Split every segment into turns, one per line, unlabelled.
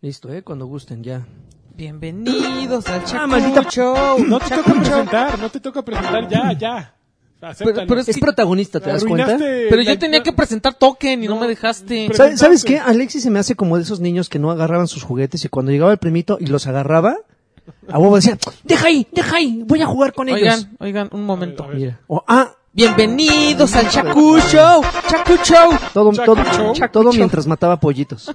Listo, ¿eh? Cuando gusten, ya.
Bienvenidos al Chacucho.
maldita-
Show.
Ah, No te toca presentar, no te toca presentar, ya, ya. Acéptalo.
Pero, pero es,
Es que-
protagonista, ¿te das cuenta?
Arruinaste
Pero
la-
yo tenía que presentar token y no, me dejaste.
Pero-
¿Sabes, sabes qué? Alexis se me hace como de esos niños que no agarraban sus juguetes y cuando llegaba el primito y los agarraba, a huevo decía, deja ahí, deja ahí, voy a jugar con ellos.
Oigan, oigan, un momento.
A ver, a ver.
Mira. O, ah,
Bienvenidos al Chacucho. Show. Chacucho. Show.
todo,
Chaco,
todo,
chau.
todo mientras mataba pollitos.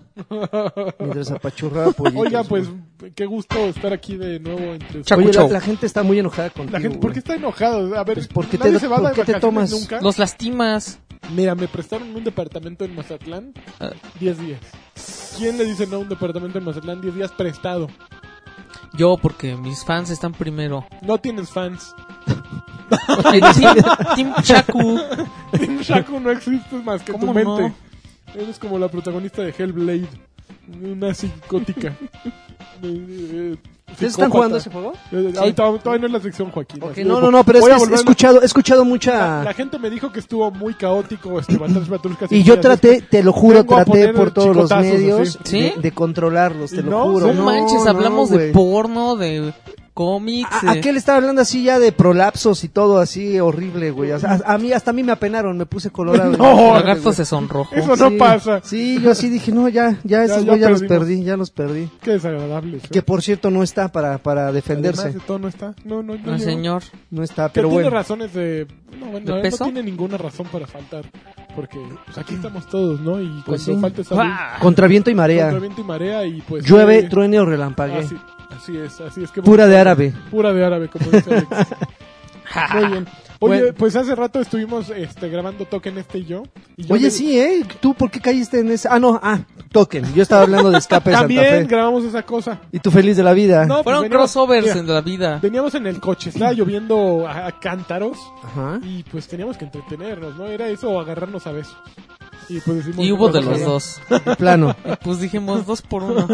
Mientras apachurraba pollitos.
Oiga,
güey.
pues qué gusto estar aquí de nuevo entre ustedes.
Chaco
Oye, la,
Chau.
la gente está muy enojada contigo.
La gente, ¿por qué
güey.
está enojado? A ver,
Pues, ¿por qué
nadie
te-
se va
por
de
qué te
vacaciones
tomas?
nunca.
Los lastimas.
Mira, me prestaron un departamento en Mazatlán
Ah.
10 días. ¿Quién le dice no a un departamento en Mazatlán 10 días prestado?
Yo, porque mis fans están primero.
No tienes fans.
El team, team Chacu.
En Shaco no existes más que en tu
¿Cómo
mente. Eres como la protagonista de Hellblade, una psicótica. Eh,
¿Ustedes están jugando ese juego?
Todavía no es la sección, Joaquín.
Ok,
Así
no,
de-
no, no, pero es
voy a Ah,
que he
volver-
escuchado, he escuchado
La,
mucha...
la gente me dijo que estuvo muy caótico este Batrash Batrushka.
Y yo
Sinfonía,
traté, te lo juro,
Vengo a
traté
poner
por todos los
chicotazos,
medios
así.
de,
¿Sí?
de controlarlos, te lo
No,
juro.
no
No manches,
no,
hablamos de
güey.
porno, de cómics.
A-
de-
Aquel estaba hablando así ya de prolapsos y todo así horrible, güey. O sea, a, a mí, hasta a mí me apenaron, me puse colorado.
No,
Lagarto se sonrojó.
Eso no
Sí,
pasa.
Sí, yo así dije, no, ya, ya, esos
ya
güey ya los
perdimos.
perdí, ya los perdí.
Qué desagradable.
Que
¿eh?
por cierto no está para, para defenderse,
Además de todo no está. No, no, no.
No,
llegó.
señor.
no está,
Que
Ah, pero
tiene
bueno.
razones de... No, bueno,
¿De
él
peso?
no tiene ninguna razón para faltar. Porque pues, aquí estamos todos, ¿no? Y
Pues
cuando
sí.
falta esa
Contra viento y marea,
Contra viento y marea y pues...
llueve,
eh,
truene o relampague.
así, así es, así es que...
Pura de árabe.
Pura de árabe, como dice Alex. Muy bien. Oye,
Bueno.
pues hace rato estuvimos este, grabando Token este y yo. y yo
Oye,
me-
sí, ¿eh? ¿Tú por qué caíste en ese? Ah, no, ah, token. Yo estaba hablando de escape de pues, Santa
También
Fe. Ah.
grabamos esa cosa.
Y tú feliz de la vida.
No, pues
Fueron
veníamos-
crossovers
mira,
en la vida.
Veníamos en el coche, estaba lloviendo a, a cántaros
Ajá.
y pues teníamos que entretenernos, ¿no? Era eso o agarrarnos a besos. Y pues decimos...
Y hubo de
pues,
los
eh,
dos.
De plano.
Y pues dijimos dos por uno.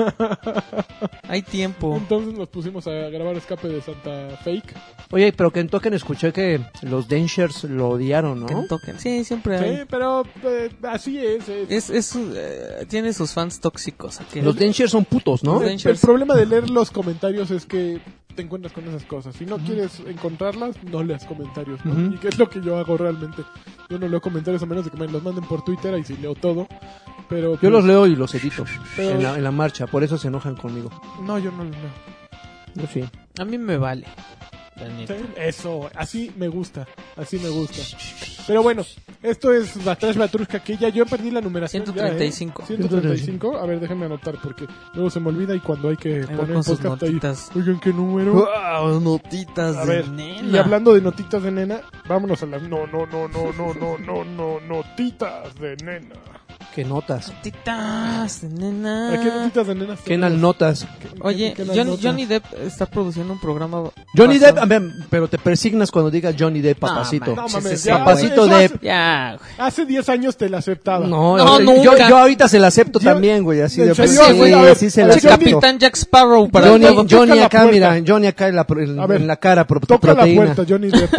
Hay tiempo.
Entonces nos pusimos a grabar Escape de Santa Fake.
Oye, pero que en Token escuché que los Dangers lo odiaron, ¿no?
Que no toquen. Sí, siempre
Sí,
hay.
pero eh, así es. es-
Es, es, eh, tiene sus fans tóxicos. aquel.
Los Dangers son putos, ¿no?
Los
El, el
Dangers.
problema de leer los comentarios es que te encuentras con esas cosas. Si no quieres encontrarlas, no leas comentarios. ¿no?
Ujú.
Y que es lo que yo hago realmente. Yo no leo comentarios a menos de que me los manden por Twitter y si leo todo. Pero
Yo
pues,
los leo y los edito
Pero-
en la, en la marcha, por eso se enojan conmigo.
No, yo no los leo.
Yo sí.
A mí me vale. la neta.
Sí, Eso, así me gusta. Así me gusta. Pero bueno, esto es Batrash Batrushka que ya yo perdí la numeración. ya, ¿eh?
135.
135. A ver, déjenme anotar porque luego se me olvida y cuando hay que
Ahí va
poner
con sus
podcast ahí.
notitas.
Oigan, qué número.
Wow, notitas
A
de
ver,
nena.
Y hablando de notitas de nena, vámonos a las no, no, no, no, no, no, no, no, notitas de nena.
¿Qué notas?
Notitas de
¿A qué
nena.
notitas de nena? se-
¿Qué nal notas?
qué-
Ah. Oye,
qué- qué
Johnny,
notas?
Johnny Depp está produciendo un programa.
Johnny
basado-
Depp, a ver, pero te persignas cuando diga Johnny Depp, papacito.
Ah, No
man.
mames,
Sí,
ya,
Papacito
eso hace-
Depp.
Ya, güey.
Hace 10 años te la aceptaba.
No,
No,
yo-
nunca.
yo, yo ahorita se la acepto
Yo-
también, güey, así
en
de pues,
serio,
sí,
güey, a ver,
así se la
a
Che,
ver,
acepto.
Capitán Jack Sparrow para
Johnny,
todo.
toca
Johnny
la
acá,
puerta.
mira, Johnny acá en la, pro- en-
A ver,
en la cara, pro-
Toca la
proteína.
puerta, Johnny Depp.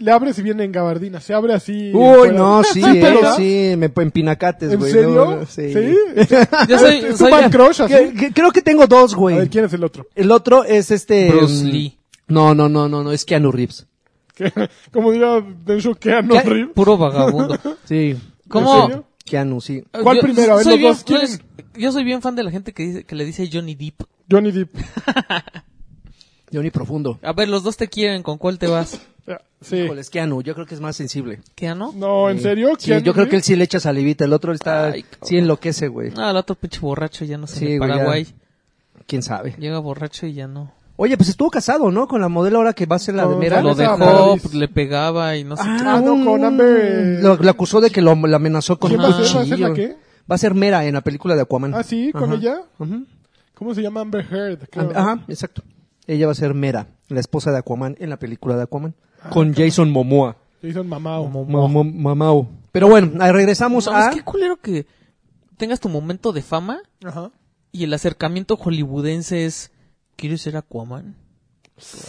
Le abres y viene en gabardina. Se abre así.
Uy,
fuera-
no, sí,
¿Sí te
eh,
lo da?
sí, me en pinacates, güey.
¿En serio?
no, no,
sí.
sí.
Yo
¿Es-
soy,
es tu
soy
man crush así?
Que- que- creo que tengo dos,
A ver,
güey.
¿quién es el otro?
El otro es este.
Bruce
mm,
Lee.
No, no, no, no, no, es Keanu Reeves.
¿Qué? Como diría Densho Keanu
¿Qué?
Reeves.
puro vagabundo.
Sí.
¿Cómo?
serio?
Keanu, sí.
¿Cuál primero? A ver,
soy
los dos,
bien-
¿quién?
Yo soy bien fan de la gente que, dice, que le dice Johnny Depp.
Johnny Depp.
Johnny Profundo.
A ver, los dos te quieren, ¿con cuál te vas?
Sí.
Híjole, es Keanu, yo creo que es más sensible.
¿Qué, ah, no?
No, ¿en serio?
Sí, yo creo que él
el
sí le echa salivita, el otro está,
Ay, cabrón.
sí enloquece, güey.
No, el otro pinche borracho ya no se
Sí,
le
güey, ya.
Paraguay.
Quién sabe.
Llega borracho y ya no.
Oye, pues estuvo casado, ¿no? Con la modelo ahora que va a ser la de
Con
Mera.
Vanessa
Lo dejó,
Paradis.
pues, le pegaba y no sé
Ah, no,
un-
mm.
con Amber-
Lo, lo acusó de que lo, la amenazó con
¿Quién va a ser? ¿Va a ser
cuchillo.
la qué?
Va a ser Mera en la película de Aquaman.
¿Ah, sí? ¿Con
Ajá.
ella?
Ujú.
¿Cómo se llama Amber Heard? creo,
Am-
¿no?
Ajá, exacto. Ella va a ser Mera, la esposa de Aquaman en la película de Aquaman.
Ah,
Con Jason Momoa.
Jason Mamao.
Mo- mo- Mamao. Pero bueno, ahí regresamos
No,
a...
Es que culero que tengas tu momento de fama
Ajá.
y el acercamiento hollywoodense es ¿Quieres ser Aquaman?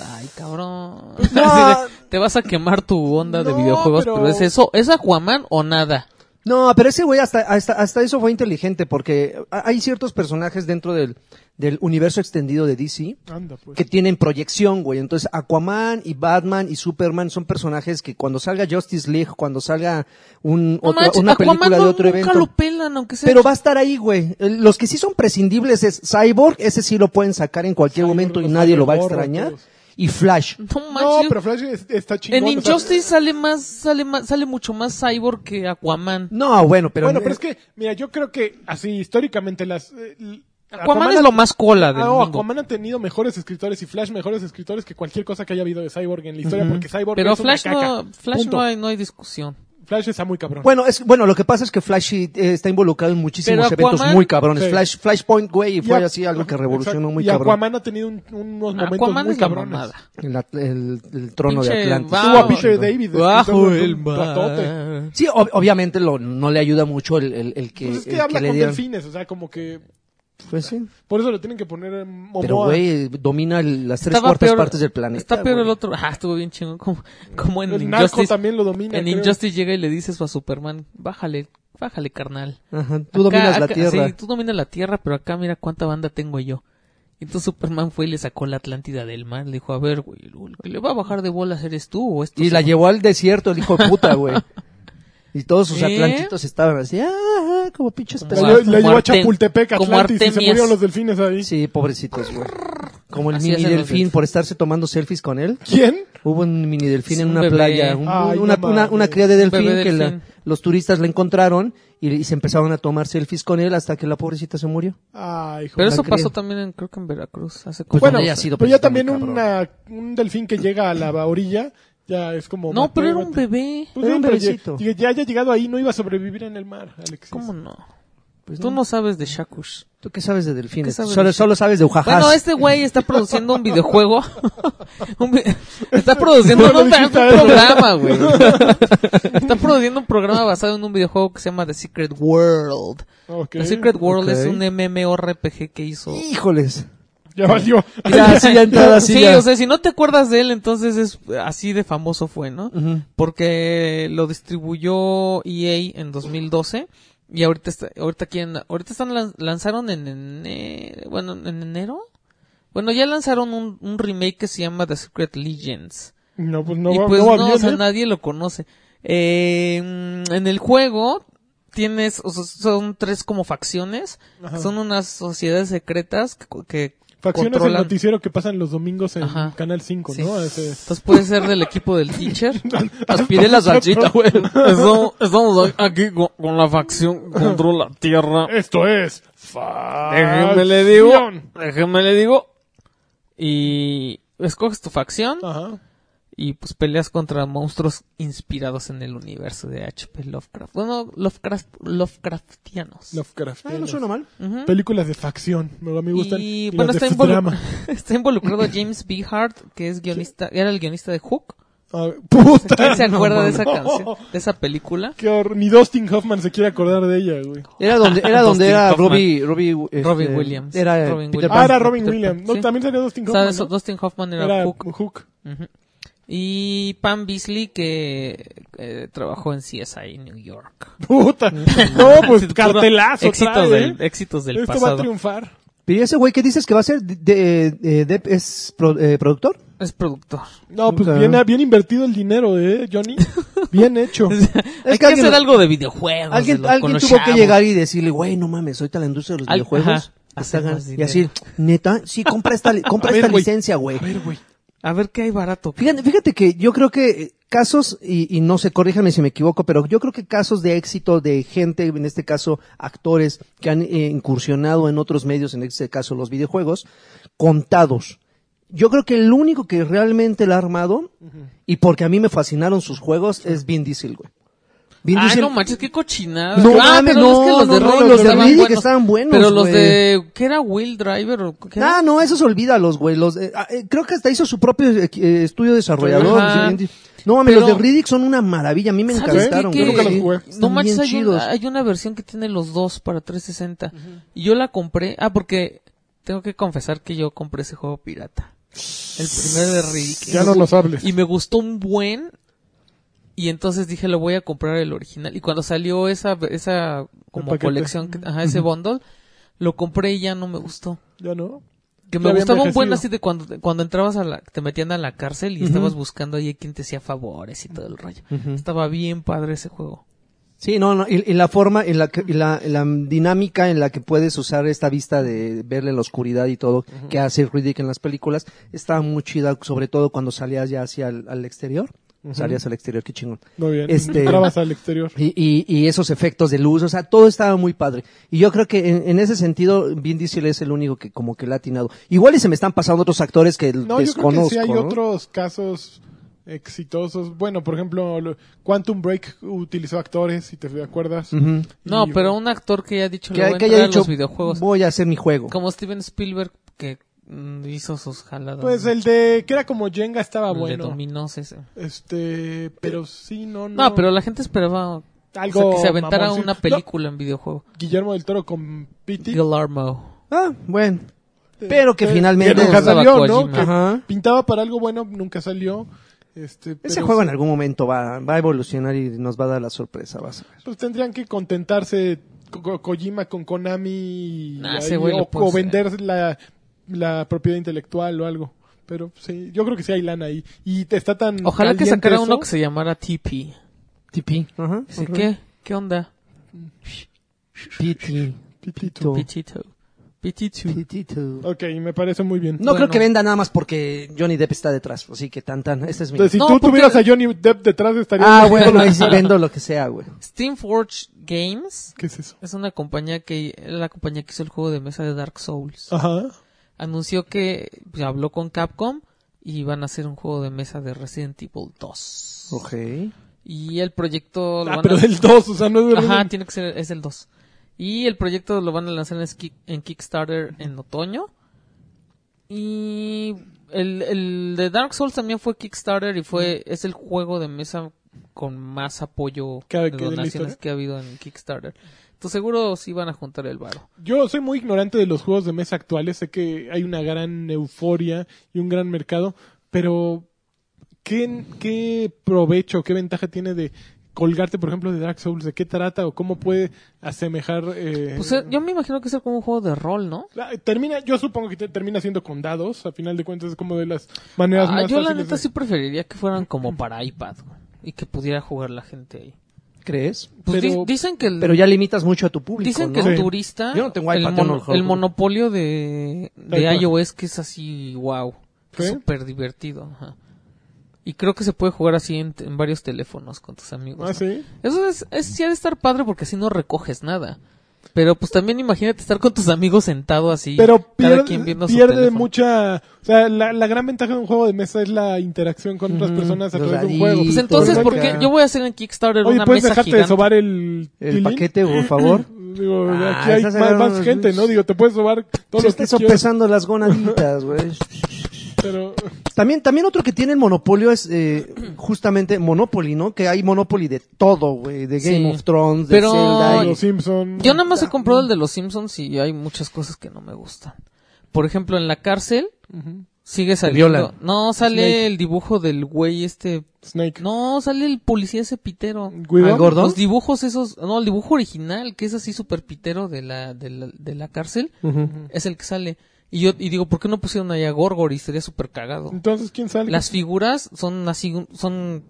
Ay, cabrón. Así de, te vas a quemar tu onda de
No,
videojuegos,
pero-
pero... es eso, ¿es Aquaman o nada?
No, pero ese güey hasta, hasta, hasta eso fue inteligente porque ha- hay ciertos personajes dentro del, del universo extendido de DC
Anda, pues.
que tienen proyección, güey. Entonces Aquaman y Batman y Superman son personajes que cuando salga Justice League, cuando salga un,
No
otra-
manches,
una
Aquaman
película de
no-
otro
nunca
evento.
lo pelan, aunque sea.
Pero va a estar ahí, güey. El- Los que sí son prescindibles es Cyborg, ese sí lo pueden sacar en cualquier
Cyborg,
momento y
los
nadie lo va a
Cyborg,
extrañar.
todos.
Y Flash.
No
No,
manches.
pero Flash es- está chingón.
en
o sea,
Injustice sale más, sale más, sale mucho más Cyborg que Aquaman.
No, bueno, pero...
bueno, pero es que, mira, yo creo que así históricamente las... eh, l-
Aquaman, es lo más cola del
Ah, no,
mundo.
Aquaman ha tenido mejores escritores y Flash mejores escritores que cualquier cosa que haya habido de Cyborg en la historia, porque Cyborg
Pero
es una
Flash
caca.
no, Flash
Punto.
no hay, no hay discusión.
Flash está muy cabrón.
Bueno, es, bueno, lo que pasa es que Flash sí, eh, está involucrado en muchísimos
Pero
eventos
Aquaman-
muy cabrones.
Sí.
Flash, Flashpoint, güey, y
Y
fue
a-
así algo que
Ajá,
revolucionó
exacto.
muy
y
cabrón.
Aquaman ha tenido un- unos momentos
Aquaman
muy
es la
cabrones.
mamada.
El, at- el- el trono
Pinche
de Atlantis.
vago.
Tuvo a
Ah,
Peter
chido.
David.
Bajo
escritor de un
el
ratote.
mar.
Sí, ob- obviamente lo, no le ayuda mucho el, el, el que,
Pues es que
el que
habla
le
con
dieron.
delfines, o sea, como que...
Pues sí.
Por eso lo tienen que poner en Momoa.
Pero, güey, domina el- las tres
Estaba
cuartas
peor-
partes del planeta.
Está peor el
güey.
otro. Ah, estuvo bien chingón. Como, como en
el narco
Injustice.
también lo domina.
En
creo.
Injustice llega y le dice eso a Superman. Bájale, bájale, carnal.
Ajá, tú
Acá-
dominas la
acá-
Tierra.
Sí, tú dominas la Tierra, pero acá mira cuánta banda tengo yo. Y Entonces Superman fue y le sacó la Atlántida del mar. Le dijo, a ver, güey, el que le va a bajar de bolas eres tú o esto.
Y la llevó al desierto el hijo de puta, güey. Y todos sus
¿Eh?
atlantitos estaban así, ah, como pinches
Como
La,
pesados.
lle- la
Como
llevó a
Artem-
Chapultepec,
como
Atlantis, y se
Artemias.
murieron los delfines ahí.
Sí, pobrecitos, güey. Como el
Así
mini
hacen los
delfín
delfines.
por estarse tomando selfies con él.
¿Quién?
Hubo un mini delfín
Sí,
en
un
una
bebé.
playa, un-
Ay,
una,
no
una,
mames.
una cría de delfín
Bebé
que la-
delfín.
los turistas la encontraron y, y se empezaron a tomar selfies con él hasta que la pobrecita se murió.
Ay, hijo.
Pero
la
eso
cría.
pasó también, en, creo que en Veracruz. Hace como
Pues
bueno,
donde haya
dos-
sido,
pero
pues,
ya
está muy
también
cabrón.
una, un delfín que llega a la orilla, ya es como...
No,
mate,
pero era un
mate.
bebé.
Pues
Era
sí,
un
pero
bebecito.
ya, ya haya llegado ahí, no iba a sobrevivir en el mar, Alexis.
¿Cómo no? Tú no sabes de Shakush.
¿Tú qué sabes de delfines?
¿Qué sabes
solo,
de-
solo sabes de ujajás.
Bueno, este güey está produciendo un videojuego. Un vi- Está produciendo
No lo
un, un
dijiste, ¿eh?
programa, güey. Está produciendo un programa basado en un videojuego que se llama The Secret World.
Ok.
The Secret World
ok.
es un MMORPG que hizo.
Híjoles.
Ya valió.
Ya, así ya entrada, así
sí,
ya.
o sea, si no te acuerdas de él, entonces es así de famoso fue, ¿no?
Ujú.
Porque lo distribuyó EA en 2012 y ahorita está, ahorita quieren, ahorita están lan- lanzaron en enero, bueno, en enero. Bueno, ya lanzaron un, un remake que se llama The Secret Legends.
No, pues no,
y
va-
pues
no
no,
va bien,
o sea,
¿eh?
nadie lo conoce. Eh, mm, en el juego tienes, o sea, son tres como facciones,
Ajá.
son unas sociedades secretas que, co- que
Facciones
controlan-
el noticiero que pasan los domingos en
Ajá.
Canal 5,
Sí.
¿no? Ese-
Entonces puede ser del equipo del teacher.
Aspiré la salsita, güey.
Estamos, estamos aquí con, con la facción controla tierra.
Esto es...
Déjeme
Déjenme
le digo, déjeme le digo. Y escoges tu facción
Ajá.
y pues peleas contra monstruos inspirados en el universo de HP Lovecraft. Bueno, Lovecraft, Lovecraftianos.
Lovecraft.
Ah, no suena mal.
Ujú.
Películas de facción, me, me gustan.
Y,
Y
bueno,
las de
está, involu-
drama.
está involucrado James B. Hart, que es guionista, era el guionista de Hook.
Ah, puta.
¿Quién se
no,
acuerda de
no.
esa canción, de esa película?
Qué horror. Ni Dustin Hoffman se quiere acordar de ella, güey.
Ah,
Era donde era, donde
Dustin
era
Hoffman.
Robbie, Robbie, este,
Robin Williams.
Era
Robin
Peter
Williams.
Pan.
Ah, era Robin
Peter Pan,
Williams. No,
sí.
también salió Dustin Hoffman.
¿Sabes?
¿no?
Dustin Hoffman era,
Era
Hook.
Hook.
Ujú. Y Pam Beasley, que eh, trabajó en CSI New York.
Puta. No, pues
Puro
cartelazo.
Éxitos
trae,
del,
¿eh?
éxitos del
Esto va a
pasado.
triunfar.
Pero ¿y ese güey que dices que va a ser de, de- eh, de- es pro- eh, productor?
Es productor.
No, pues
Puta.
bien, bien invertido el dinero, ¿eh, Johnny? Bien hecho.
Hay
que
que
alguien
hacer
lo-
algo de videojuegos. de
Alguien,
lo- con
alguien
los
tuvo que
chavos.
llegar y decirle, güey, no mames, ahorita la industria de los
Al-
videojuegos.
ajá,
está
hacer
gan-
más
y así,
dinero.
neta, sí, compra esta, li- compra
A ver,
esta
güey.
licencia, güey.
A ver qué hay barato.
Fíjate, fíjate que yo creo que eh, casos, y, y no sé, corríjame si me equivoco, pero yo creo que casos de éxito de gente, en este caso actores, que han eh, incursionado en otros medios, en este caso los videojuegos, contados. Yo creo que el único que realmente la ha armado, y porque a mí me fascinaron sus juegos, es Vin Diesel, güey. Vin
Ah,
Diesel-
no manches, qué cochinada.
No,
ah,
mames,
pero
no,
es que los
no,
de
no,
Riddick
los de
estaban
Riddick
buenos.
estaban buenos,
Pero los
güey.
de... ¿Qué era Will Driver? o qué era?
Ah, no, esos olvídalos, güey. Los, eh, ah, eh, creo que hasta hizo su propio eh, eh, estudio desarrollador.
Ajá.
Sí, bien- No, mames,
Pero-
los de Riddick son una maravilla. A mí me
¿Sabes
encantaron.
qué?
Yo nunca los
güey.
jugué.
Están
No manches,
bien
hay
chidos.
una, hay una versión que tiene los dos para 360. Y yo la compré. Ah, porque tengo que confesar que yo compré ese juego pirata. El primero de Riddick.
Ya no nos hables.
Y me gustó un buen. Y entonces dije, lo voy a comprar el original. Y cuando salió esa, esa como
paquete.
colección, que- ajá, ese bundle, lo compré y ya no me gustó.
Ya no.
Que me
Todavía
gustaba un buen
envejecido.
así de cuando, cuando entrabas a la, te metían a la cárcel y estabas buscando ahí quien te hacía favores y todo el rollo. Estaba bien padre ese juego.
Sí, no, no, y, y la forma, en la, que- y la, la dinámica en la que puedes usar esta vista de verle la oscuridad y todo que hace Riddick en las películas, estaba muy chida, sobre todo cuando salías ya hacia el al exterior. Salías al exterior, qué chingón.
Muy bien.
Este-
Ahora vas al exterior.
Y, y- y esos efectos de luz, o sea, todo estaba muy padre. Y yo creo que en, en ese sentido, Vin Diesel es el único que como que le ha atinado. Igual y se me están pasando otros actores que
No, yo creo
desconozco.
que sí hay
¿no?
otros casos exitosos. Bueno, por ejemplo, lo- Quantum Break utilizó actores, si te acuerdas.
Ujú.
No,
Y-
pero un actor que haya dicho,
Que,
le voy a
que
entrar
haya
a
dicho,
los videojuegos.
voy a hacer mi juego.
Como Steven Spielberg que mm, hizo sus jaladas.
Pues
¿no?
el de que era como Jenga estaba
El de
bueno.
dominos ese.
Este, pero sí, no, no.
No, pero la gente esperaba
Algo
o sea, que se aventara
mamoncito.
una película en videojuego.
Guillermo del Toro con Pity.
Guillermo.
Ah, bueno. Pero que finalmente...
nunca
Gustavo
salió, ¿no?
Kojima.
Que
Ajá.
pintaba para algo bueno, nunca salió. Este,
Ese
pero
juego
sí,
en algún momento va, va a evolucionar y nos va a dar la sorpresa, vas a ver.
pues tendrían que contentarse Ko- Ko- Kojima con Konami y
Nah,
ahí,
ese güey lo
o,
puede
o
hacer.
vender la, la propiedad intelectual o algo. Pero sí, yo creo que sí hay lana ahí. Y te está tan.
Ojalá que
caliente
sacara
eso.
uno que se llamara TP.
TP. Ajá.
Así, ¿Qué? ¿Qué onda?
PT.
Pitito.
Pichito. Pichichu.
Pitito.
Ok, me parece muy bien.
No creo
Bueno.
que venda nada más porque Johnny Depp está detrás, así que tan tan, este es mi...
Entonces, si
No,
tú
porque-
tuvieras a Johnny Depp detrás, estaría.
Ah, bueno, ahí sí vendo lo que sea, güey.
Steamforge Games
¿Qué es eso?
es una compañía que la compañía que hizo el juego de mesa de Dark Souls.
Ajá.
Pues Anunció que pues, habló con Capcom y van a hacer un juego de mesa de Resident Evil 2.
Ok.
Y el proyecto lo
Ah,
van
pero
a-
del 2, o sea, no es
Ajá,
verdad.
tiene que ser, es el 2. Y el proyecto lo van a lanzar en, Ski- en Kickstarter en otoño. Y el, el de Dark Souls también fue Kickstarter y fue es el juego de mesa con más apoyo
¿Que-
de
que de la historia?
donaciones que ha habido en Kickstarter. Entonces seguro sí van a juntar el varo.
Yo soy muy ignorante de los juegos de mesa actuales, sé que hay una gran euforia y un gran mercado, pero ¿qué, qué provecho, qué ventaja tiene de colgarte, por ejemplo, de Dark Souls? ¿De qué trata o cómo puede asemejar? eh,
Pues eh, yo me imagino que es como un juego de rol, ¿no?
la- termina, yo supongo que te- termina siendo con dados, a final de cuentas es como de las maneras
Ah,
más
yo la
fáciles
neta
de-
sí preferiría que fueran como para iPad güey, y que pudiera jugar la gente ahí.
¿Crees?
Pues di-
Pero-
dicen que el,
Pero ya limitas mucho a tu público,
Dicen que
¿no?
el
Sí.
turista,
Yo no tengo iPad,
el,
yo no
mono-
lo juego.
el monopolio de, de
iPad.
iOS que es así, wow, que es
¿Sí?
súper divertido. ajá. Y creo que se puede jugar así en, en varios teléfonos con tus amigos. ¿no?
Ah, sí.
Eso es, es sí ha de estar padre porque así no recoges nada. Pero pues también imagínate estar con tus amigos sentado así,
Pero
cada
pierde,
quien viendo su
pierde
teléfono.
mucha... O sea, la, la gran ventaja de un juego de mesa es la interacción con otras
Ujú,
personas a
los
través de un juego.
Pues
Sí,
entonces, ¿por
correcto.
qué? Yo voy a hacer en Kickstarter
Oye,
una
¿puedes
mesa
dejarte de
gigante.
sobar el,
El
tilín?
paquete, por favor.
Digo,
Ah,
aquí hay
esas
más,
eran
más
unas-
gente, ¿no? Digo, te puedes sobar todos
Se
los
está
que quieras,
sopesando las gonaditas, güey.
pero
También, también otro que tiene el monopolio es eh, justamente Monopoly, ¿no? Que hay Monopoly de todo, güey. De Game
Sí.
of Thrones, de
Pero-
Zelda. y-
los Simpson.
Yo nada más he comprado el de los Simpsons y hay muchas cosas que no me gustan. Por ejemplo, en la cárcel
Ujú.
Sigue saliendo.
violan.
No, sale
Snake.
el dibujo del güey este.
Snake.
No, sale el policía ese pitero.
Guido.
Al gordo. ¿Perdón?
Los dibujos esos, no, el dibujo original, que es así súper pitero de la, de, la, de la cárcel, es el que sale. Y yo y digo, ¿por qué no pusieron ahí a Gorgor y sería súper cagado?
Entonces, ¿quién sale?
Las figuras son así, un- son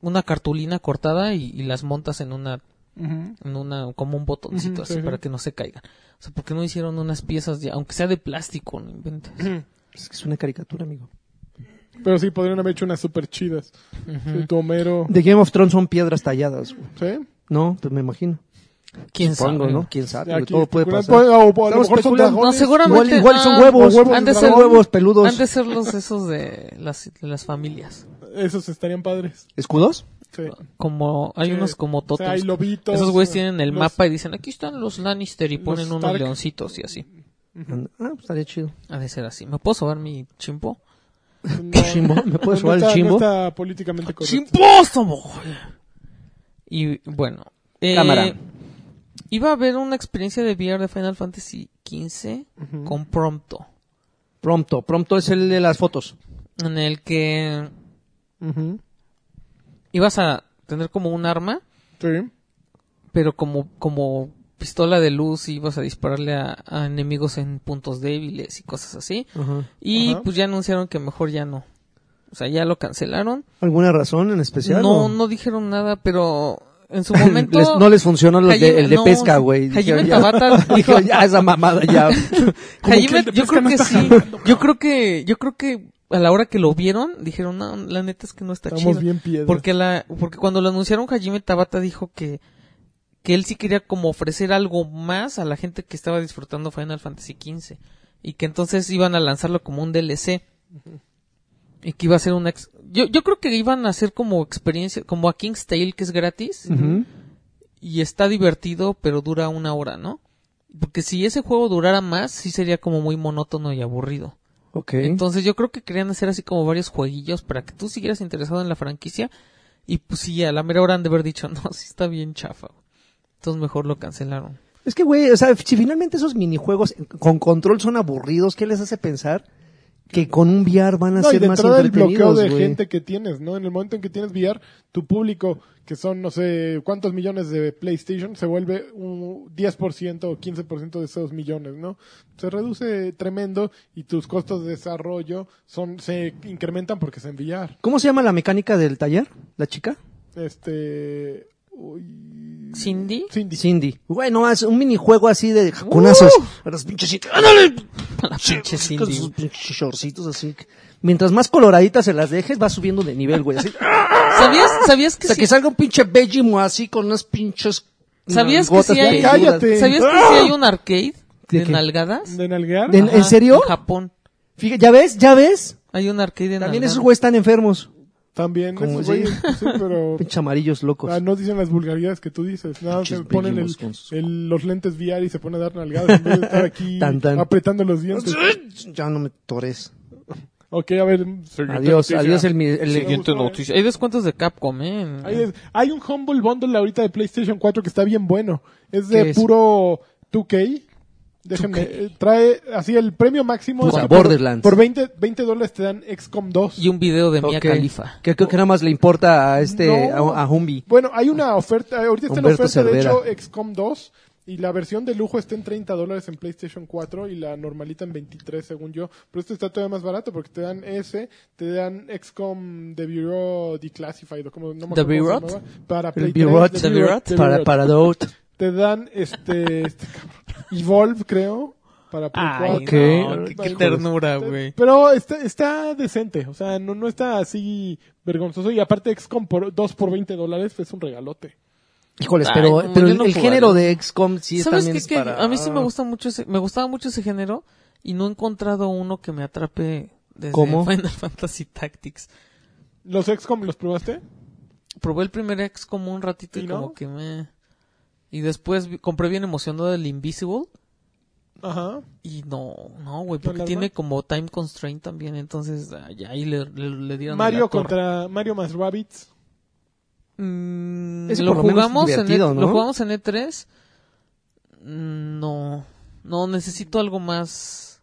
una cartulina cortada y, y las montas en una,
Ujú.
en una, como un botoncito
Ujú,
así
sí, sí.
para que no se caigan. O sea, ¿por qué no hicieron unas piezas, de, aunque sea de plástico, no inventes?
Es que es una caricatura, amigo.
Pero sí, podrían haber hecho unas súper chidas. Sí, tu Homero,
De Game of Thrones son piedras talladas, güey.
¿sí.
No, pues me imagino.
¿Quién
Supongo,
sabe?
¿no? Quién sabe, güey,
Aquí
Ah, todo
pues,
puede
especulan-
pasar.
O, o a lo
Estamos
mejor son
especulando.
No,
dragones.
seguramente.
Igual- igual son
ah,
huevos,
huevos
han
de
de ser
dragón.
Huevos peludos.
Han de ser los esos de las, de las familias.
Esos estarían padres.
¿Escudos?
Sí.
Como, hay
Sí.
unos como
O sea,
totems.
hay lobitos.
esos güeyes tienen el
los-
mapa y dicen, aquí están los Lannister y
los
ponen unos
Stark.
leoncitos y así.
Ah, pues estaría chido.
Ha de ser así. ¿Me puedo sobar mi chimpo?
No,
Chimbo, ¿me puedes jugar el
está-
chimbo?
No está políticamente correcto.
¡Chimpóstomo! Y bueno. eh,
Cámara.
Iba a haber una experiencia de VR de Final Fantasy XV con Prompto.
Prompto. Prompto es el de las fotos.
En el que
Ujú.
ibas a tener como un arma,
Sí.
pero como, como pistola de luz y vas a dispararle a, a enemigos en puntos débiles y cosas así. Y
Ajá.
pues ya anunciaron que mejor ya no. O sea, ya lo cancelaron.
¿Alguna razón en especial?
No,
o-
no dijeron nada, pero en su momento...
Les- no les funcionó lo de-
Hajime-
el de
no,
pesca, güey.
Hajime
Dijeron, ya-
Tabata dijo,
dijo, ya esa mamada ya.
Hajime-
que el de
yo
pesca
creo
no
que
está
sí. Yo creo que, yo creo que a la hora que lo vieron, dijeron, no, la neta es que no está
Estamos
chido.
bien piedra.
Porque la, porque cuando lo anunciaron, Hajime Tabata dijo que, que él sí quería como ofrecer algo más a la gente que estaba disfrutando Final Fantasy XV. Y que entonces iban a lanzarlo como un DLC. Y que iba a ser una, ex- yo, yo creo que iban a hacer como experiencia, como a King's Tale que es gratis
Ujú.
y está divertido, pero dura una hora, ¿no? Porque si ese juego durara más, sí sería como muy monótono y aburrido.
Ok.
Entonces yo creo que querían hacer así como varios jueguillos para que tú siguieras interesado en la franquicia. Y pues sí, a la mera hora han de haber dicho, no, sí está bien chafa. güey". Entonces mejor lo cancelaron.
Es que, güey, o sea, si finalmente esos minijuegos con control son aburridos, ¿qué les hace pensar que con un VR van a
No, y
ser
de
más
entrada el bloqueo
entretenidos,
de
güey?
gente que tienes, ¿no? En el momento en que tienes VR, tu público, que son no sé cuántos millones de PlayStation, se vuelve un 10% o 15% de esos millones, ¿no? Se reduce tremendo y tus costos de desarrollo son se incrementan porque es en VR.
¿Cómo se llama la mecánica del taller? ¿La chica?
Este... uy,
Cindy,
Cindy.
Cindy. Güey, no, es un minijuego así de jaconazos. A las pinches Cindy. ¡Ándale!
a la pinche
Con
Cindy.
sus pinches shortcitos así. Mientras más coloraditas se las dejes, va subiendo de nivel, güey. Así.
¿Sabías, sabías que
Hasta
sí?
que salga un pinche Bejimo así con unas pinches.
¿Sabías que
gotas
sí hay-
de ayuda.
Cállate.
¿Sabías que sí hay un arcade
¿De
de
qué?
nalgadas?
¿De nalguear?
De- ¿En- en
Ajá,
serio?
En Japón.
Fija- ¿Ya ves? ¿Ya ves?
Hay un arcade de
También
nalgadas.
esos güeyes están enfermos.
También.
Como
esos
sí.
güeyes, sí, pero...
Pinches amarillos locos.
Ah, no dicen las vulgaridades que tú dices. Nada,
Pinches
se ponen el-
bellumos con sus-
el- los lentes VR y se pone a dar nalgadas en vez de estar aquí
Tan, tan.
apretando los dientes.
Ya no me tores.
Ok, a ver.
Adiós, adiós el, mi- el-
Siguiente noticia.
noticia. Hay descuentos de Capcom, ¿eh? En-
Hay, es- hay un Humble Bundle ahorita de PlayStation 4 que está bien bueno. Es de
¿Qué es?
puro 2K. Déjenme.
2K.
eh, Trae así el premio máximo.
O
es
sea,
que por-
Borderlands.
Por 20, 20 dólares te dan XCOM 2.
Y un video de Mia
Ok.
Khalifa.
Que creo que nada más le importa a este,
No.
a, a Humbi.
Bueno, hay una oferta. eh, Ahorita está
Humberto
en oferta,
Cervera.
de hecho, XCOM 2. Y la versión de lujo está en 30 dólares en PlayStation 4 y la normalita en 23, según yo. Pero este está todavía más barato porque te dan ese, te dan XCOM The Bureau Declassified, o como no me
The
acuerdo cómo se
Bureau?
llamaba, Para
El
Play
Birot.
3,
The Bureau.
The
Para,
Bureau.
para Dot.
Te dan este, este cabrón, Evolve, creo, para Play 4.
Ok. no,
qué,
qué-
qué
ternura,
Está-
Ah, güey.
Pero está, está decente, o sea, no, no está así vergonzoso. Y aparte, XCOM por, 2 por 20 dólares es un regalote.
Híjoles,
Ay,
pero,
como
pero
yo
el,
no
el
jugaría.
género de XCOM sí es
¿Sabes
también
qué?
es
Que
para... Ah.
A mí sí me gusta mucho ese, me gustaba mucho ese género y no he encontrado uno que me atrape desde
¿Cómo?
Final Fantasy Tactics.
¿Los XCOM los probaste?
Probé el primer ex como un ratito y,
¿Y no?
como que me y después vi- compré bien emocionado el Invisible
Ajá.
y no, no, güey,
¿No
porque
le
tiene
arma?
como time constraint también, entonces ah, ya ahí le, le, le dieron en la torre.
Mario contra Mario más Rabbits.
Mm,
Ese
lo
por lo menos es
jugamos en
divertido,
E-
¿no?
lo jugamos en E3. Mm, No, no necesito algo más.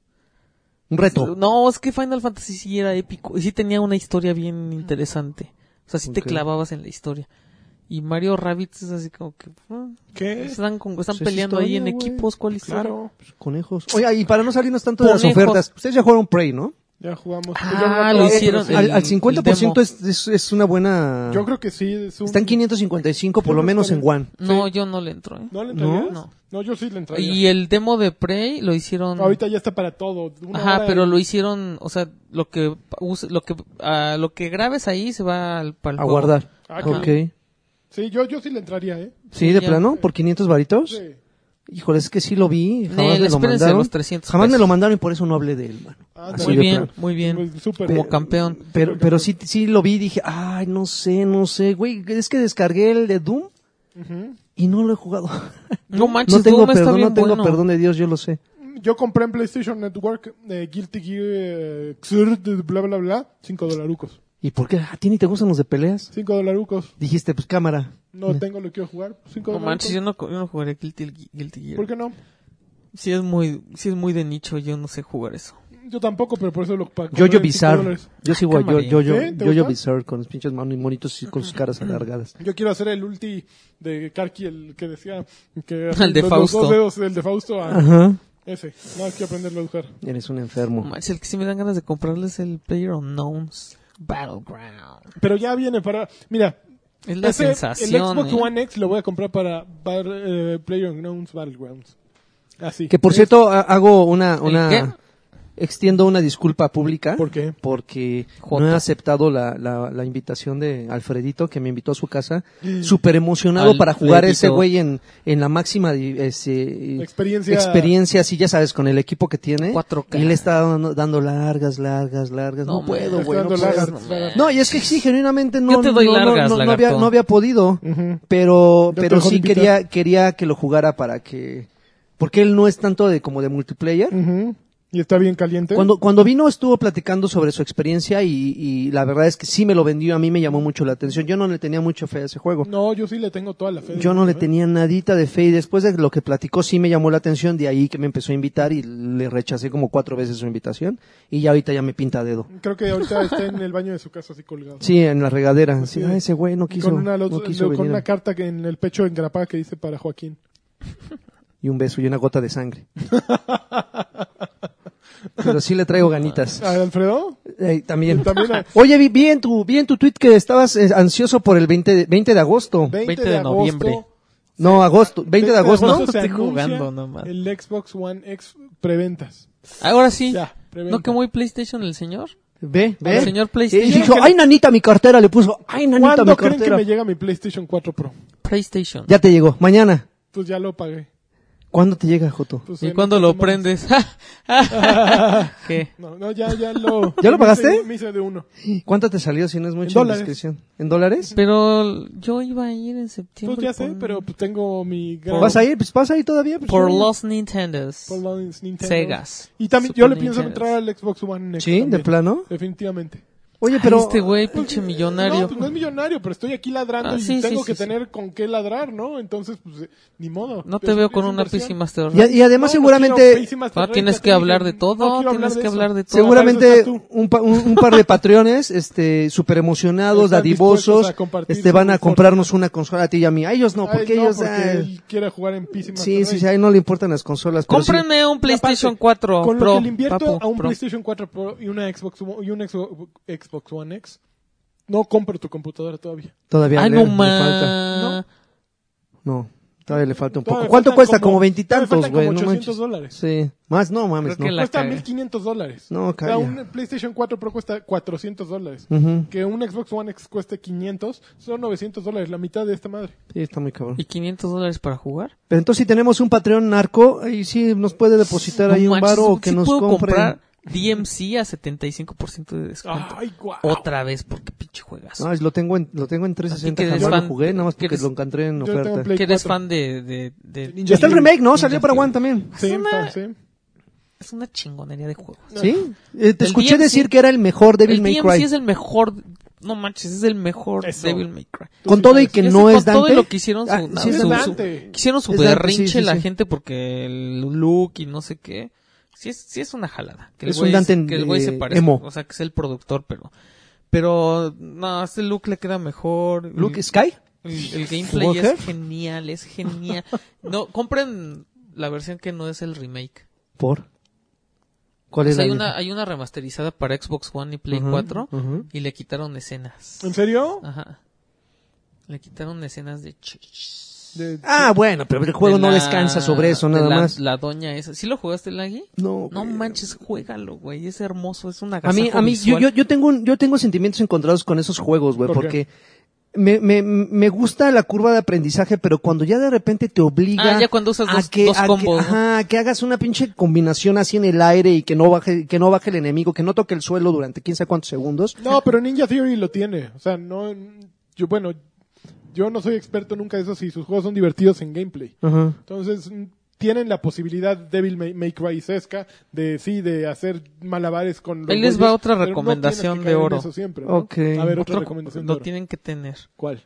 Un reto.
No, es que Final Fantasy sí era épico y sí tenía una historia bien interesante. O sea, sí te
Ok.
clavabas en la historia. Y Mario Rabbits es así como que ah,
¿Qué?
están con- están
Pues es
peleando ahí
historia,
en
güey. Pues,
equipos, ¿cuál historia?
Claro,
Conejos. Oye, y para no salirnos tanto de las
Conejos.
ofertas, ustedes ya jugaron Prey, ¿no?
ya jugamos.
Ah,
Pues yo no
lo
acabé,
hicieron
pero
al,
el-
al 50%
el
es, es, es una buena...
sí. Yo creo que sí. Es un...
Están 555 por lo
Sí,
menos
está
en
bien.
One.
No, yo no le entro. ¿eh?
¿No le entrarías?
No.
No. yo sí le entraría.
Y el demo de Prey lo hicieron
Ahorita ya está para todo. Una
Ajá,
hora
pero
y-
lo hicieron, o sea, lo que use- lo que ah, lo que grabes ahí se va al para el
A
juego.
guardar.
Ah, qué
ok.
bien. Sí, yo, yo sí le entraría, ¿eh?
Sí, de
ya.
plano, por 500 varitos.
Sí.
Híjole, es que sí lo vi, jamás
Nel,
me lo
espérense
mandaron.
los 300
jamás me
pesos.
lo mandaron y por eso no hablé de él, mano.
Ah,
Así
Muy
de
bien,
plano.
muy bien.
Pues, súper.
Como campeón.
Pero, pero sí, sí lo vi y dije, ay, no sé, no sé, güey, es que descargué el de Doom
Ujú.
y no lo he jugado.
No manches,
no tengo
Doom está
perdón,
bien
no tengo
bueno.
perdón de Dios, yo lo sé.
Yo compré en PlayStation Network eh, Guilty Gear eh, Xrd, bla bla bla, 5 dolarucos.
¿Y por qué? ¿A ti ni te gustan los de peleas?
5 dolarucos.
Dijiste, pues cámara.
No tengo lo que quiero jugar. 5
No manches, yo no,
dolarucos.
co- yo no jugaré Guilty, Guilty Gear.
¿Por qué no?
Si es muy si es muy de nicho, yo no sé jugar eso.
Yo tampoco, pero por eso lo pago.
Yo-Yo Bizarre. Yo sí voy, yo,
Cámara.
yo, yo,
¿Eh? ¿Te
yo, yo
gusta?
Bizarre con los pinches manos y monitos y con sus caras alargadas.
Yo quiero hacer el ulti de Karki, el que decía que
El de
los- los
Fausto.
dos dedos del de Fausto a
Ajá.
ese. No, hay que aprenderlo a usar.
Eres un enfermo.
Manches, el que sí me dan ganas de comprarles el Player Unknowns Battleground.
Pero ya viene para. Mira,
Es la
ese- el
sensación.
Xbox
¿eh?
One X lo voy a comprar para Bar, eh, PlayerUnknown's Battlegrounds. Así.
Que por
Es-
cierto, ha- hago una,
qué?
una, extiendo una disculpa pública.
¿Por qué?
Porque
Joto.
no he aceptado la, la, la invitación de Alfredito, que me invitó a su casa, súper emocionado para jugar a ese
Alfredito.
güey en, en la máxima eh, ese,
Experiencia-
experiencia, así ya sabes, con el equipo que tiene.
4K.
Y le está dando, dando largas, largas, largas. No,
man,
puedo,
está
güey. No,
dando
puedo.
largas.
eh.
No, y es que sí, genuinamente no,
Yo te doy
no, no,
largas,
no- no
lagarto.
había, no había podido,
Ujú.
pero,
Yo te
pero
dejo de
sí
invitar.
quería, quería que lo jugara para que, porque él no es tanto de como de multiplayer.
Ujú. Y está bien caliente.
Cuando, cuando vino estuvo platicando sobre su experiencia y, y la verdad es que sí me lo vendió, a mí me llamó mucho la atención. Yo no le tenía mucha fe a ese juego.
No, yo sí le tengo toda la fe. del
Yo no
mundo,
le
¿eh?
tenía nadita de fe y después de lo que platicó sí me llamó la atención, de ahí que me empezó a invitar y le rechacé como cuatro veces su invitación y ya ahorita ya me pinta dedo.
Creo que ahorita está en el baño de su casa así colgado.
Sí, en la regadera. Sí,
Sí.
"Ah, ese güey no quiso,
con una, lo-
no quiso
lo-
venir
con
a-
una carta que en el pecho engrapada que dice para Joaquín.
y un beso y una gota de sangre. Pero sí le traigo ganitas.
¿A Alfredo?
Eh, también.
También a-
Oye, vi, vi en tu, vi en tu tweet que estabas eh, ansioso por el 20 de, 20 de agosto.
20,
20
de,
de
agosto,
noviembre.
No, agosto. 20 de agosto, ¿no?
se
Estoy
anuncia
jugando nomás.
El Xbox One X preventas.
Ahora sí.
Ya, preventa.
¿No que muy PlayStation el señor?
Ve, ve.
Al señor
Y
PlayStation.
dijo, ay, nanita, mi cartera. Le puso, ay, nanita, mi
¿Cuándo creen que
cartera.
me llega mi PlayStation 4 Pro?
PlayStation.
Ya te llegó. Mañana.
Pues ya lo pagué.
¿Cuándo te llega, Joto?
Pues
¿Y
en
cuándo
esta
lo
semana.
prendes? ¿Qué?
No, no, ya, ya lo.
¿Ya lo
me hice-
pagaste?
Me hice de uno.
¿Cuánto te salió si no es mucho
dólares.
indiscreción? ¿En dólares?
Pero yo iba a ir en septiembre.
Pues ya sé,
con-
pero pues tengo mi gran.
¿Vas a ir? Pues vas a ir todavía. pues,
Por
sí.
los Nintendos.
por los Nintendo.
Segas.
Y también yo
Super
le pienso
Nintendo.
entrar al Xbox One X.
Sí, de
también.
plano.
Definitivamente.
Oye,
Pero
pero.
este güey, pinche millonario.
No, pues no es millonario, pero estoy aquí ladrando
Ah,
y
sí,
tengo
sí,
que
sí,
tener con qué ladrar, ¿no? Entonces, pues, eh, ni modo.
No
Es-
te veo
es
con una
inversión.
PC Master
Y, a- y además,
No, no
seguramente.
quiero PC Master
Ah,
Race,
tienes
ya
que
te
hablar
dije,
de todo,
no quiero
tienes que
eso.
hablar de todo.
Para
Seguramente
eso estás tú.
un, pa- un, un par de patreones este, súper emocionados,
Están
dadivosos,
dispuestos a compartir
este, van
su
a
confort.
comprarnos una consola a ti y a mí. A ellos no,
Ay,
porque
no,
ellos...
porque
ah,
él quiere jugar en PC Master
sí, sí,
Race.
sí, a él no le importan las consolas. pero sí.
Cómprenme un
Y aparte,
PlayStation 4
Con
Pro.
lo que le invierto
papu,
a un
Pro.
PlayStation 4 Pro y una Xbox One- y un Xbox Xbox One X, no compro tu computadora todavía.
Todavía
Ay,
le,
Ah, no
le falta.
más.
No, todavía le falta un
Todavía
poco. ¿Cuánto
faltan
cuesta?
como-
Como
todavía
veintitantos,
faltan
güey.
como
No
800
manches.
dólares.
Sí, más no, mames,
Creo que
no.
la
Cuesta
cagué.
1500 dólares.
No,
O sea,
calla.
un PlayStation 4 Pro cuesta 400 dólares.
Ujú.
Que un Xbox One X cueste 500, son 900 dólares, la mitad de esta madre.
Sí, está muy cabrón.
¿Y 500 dólares para jugar?
Pero entonces si tenemos un Patreon narco, ahí sí nos puede depositar ahí
No
un
manches,
varo o que
sí
nos
puedo
compre.
comprar DMC a 75% de descuento.
Ay, guau.
Otra vez, porque pinche juegas.
No, lo tengo en, lo tengo en
que
360,
eres
jamás lo
fan-
jugué, nada más
que
porque
eres-
lo encontré en
Yo tengo
oferta.
Play
que eres
4.
fan de... de, de-
Ninja
Ya está el
Theory.
remake, ¿no? Salió para One también.
Sí,
Es una-
está, sí.
Es una chingonería de juegos.
¿Sí? Eh, te
El
escuché
DMC
decir que era el mejor Devil
el
May
DMC
Cry.
es el mejor... No manches, es el mejor
Eso.
Devil May Cry.
Tú
Con
sí
todo y
sabes.
que
Ya
no es
sé, con todo
Dante.
lo que hicieron su,
Ah, sí es
su-
Dante.
Dante.
su- que hicieron su
Es Dante,
berrinche
sí, sí,
la
sí.
gente porque el look y no sé qué. Sí es, sí es una jalada. Que el
Es
güey
un Dante
se- que el güey se
de
parezca,
emo.
O sea, que es el productor, pero... Pero, no, este look le queda mejor. El-
Luke Sky.
el, el gameplay
¿Walker?
es genial, es genial. No, compren la versión que no es el remake.
¿Por? ¿Cuál
O
es
sea,
la
Pues hay
vieja?
una, hay una remasterizada para Xbox One y Play
Ujú,
4
ujú.
y le quitaron escenas.
¿En serio?
Ajá. Le quitaron escenas de chis.
De-
Ah, bueno, pero el juego
De
no
la-
descansa sobre eso,
de
nada
la-
más.
La doña esa. ¿Sí lo jugaste, Lagui?
No,
No
güey.
manches, juégalo, güey. Es hermoso, es una
A mí, a mí, yo, yo, yo tengo, un- yo tengo sentimientos encontrados con esos juegos, güey,
¿Por
porque me, me, me gusta la curva de aprendizaje, pero cuando ya de repente te obliga
Ah, ya cuando usas
a
dos-
que,
dos
a que-
combos, ¿no?
ajá, que hagas una pinche combinación así en el aire y que no baje, que no baje el enemigo, que no toque el suelo durante quién sabe cuántos segundos.
No, pero Ninja Theory lo tiene. O sea, no. Yo, bueno, yo no soy experto nunca de eso si sus juegos son divertidos en gameplay.
Ajá.
Entonces, mm, tienen la posibilidad Devil May, May Cry sesca de sí, de hacer malabares con los.
Ahí les
güeyes,
va otra
pero no
recomendación
tienes que
de
caer en
oro.
eso siempre, ¿no?
Ok.
A ver, otra
Otro-
recomendación de
lo
oro.
tienen que tener.
¿Cuál?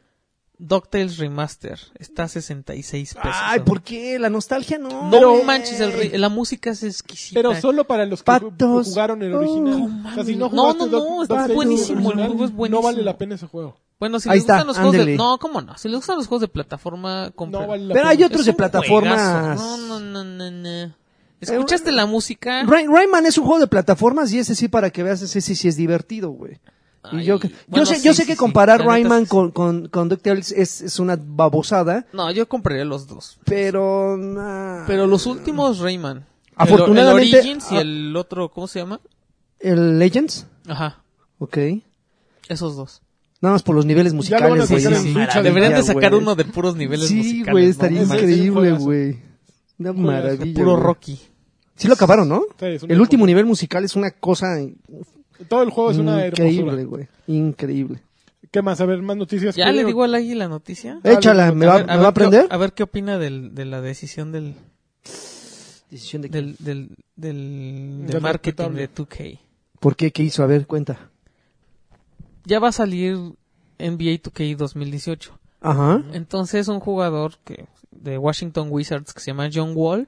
DuckTales Remaster está a 66 pesos.
Ay, ¿por qué? La nostalgia no.
No
hombre.
manches, el ri- la música es exquisita.
Pero solo para los que
Patos.
jugaron el
Oh,
original.
no
o sea, si
mames.
no,
No,
jugaste
no, no,
Doc-
está
Doctor Who
buenísimo, el
original,
juego es
No
buenísimo.
vale la pena ese juego.
Bueno, si
Ahí
les
está,
gustan los juegos de...
ándele.
No, cómo no. Si les gustan los juegos de plataforma, compren.
No vale la
Pero hay
pena.
otros de plataformas. Eh,
No, no, no, no, no. ¿Escuchaste la música?
Ray- Rayman es un juego de plataformas y ese sí, para que veas, ese sí, sí es divertido, güey.
Ay,
Y yo, que-
bueno,
yo sé,
sí,
yo sé
sí,
que
sí.
comparar
La neta,
Rayman
sí.
con, con, con DuckTales es, es una babosada,
No, yo compraría los dos.
pero... ah, nah.
Pero los últimos Rayman. El-
Afortunadamente-
El, Origins y
ah.
el otro, ¿cómo se llama?
¿El Legends?
Ajá,
Ok.
esos dos.
Nada más por los niveles
Ya lo van a
musicales, güey.
sacar en
sí.
Switch, además.
Deberían de
Ya,
sacar
güey.
uno de puros niveles
Sí,
musicales.
güey,
¿no?
estaría
Ese es un
increíble,
juegazo.
güey. Una
Juegazo.
maravilla.
Puro
güey.
Rocky.
Sí lo acabaron, ¿no?
Sí, es una
el último
locura.
nivel musical es una cosa
Todo el
Mm,
juego es una
increíble,
hermosura.
güey. Increíble.
¿Qué más? A ver, más noticias.
Ya
¿Qué-
le digo al Agui la noticia.
Dale,
Échala, ¿me va,
ver,
me va a
qué-
aprender?
a ver qué opina del- de la decisión del,
Decisión de-
del, del, del, del
Del
marketing
respetable.
de 2K.
¿Por qué? ¿Qué hizo? A ver, cuenta.
Ya va a salir NBA 2K 2018.
Ajá.
Entonces un jugador que de Washington Wizards que se llama John Wall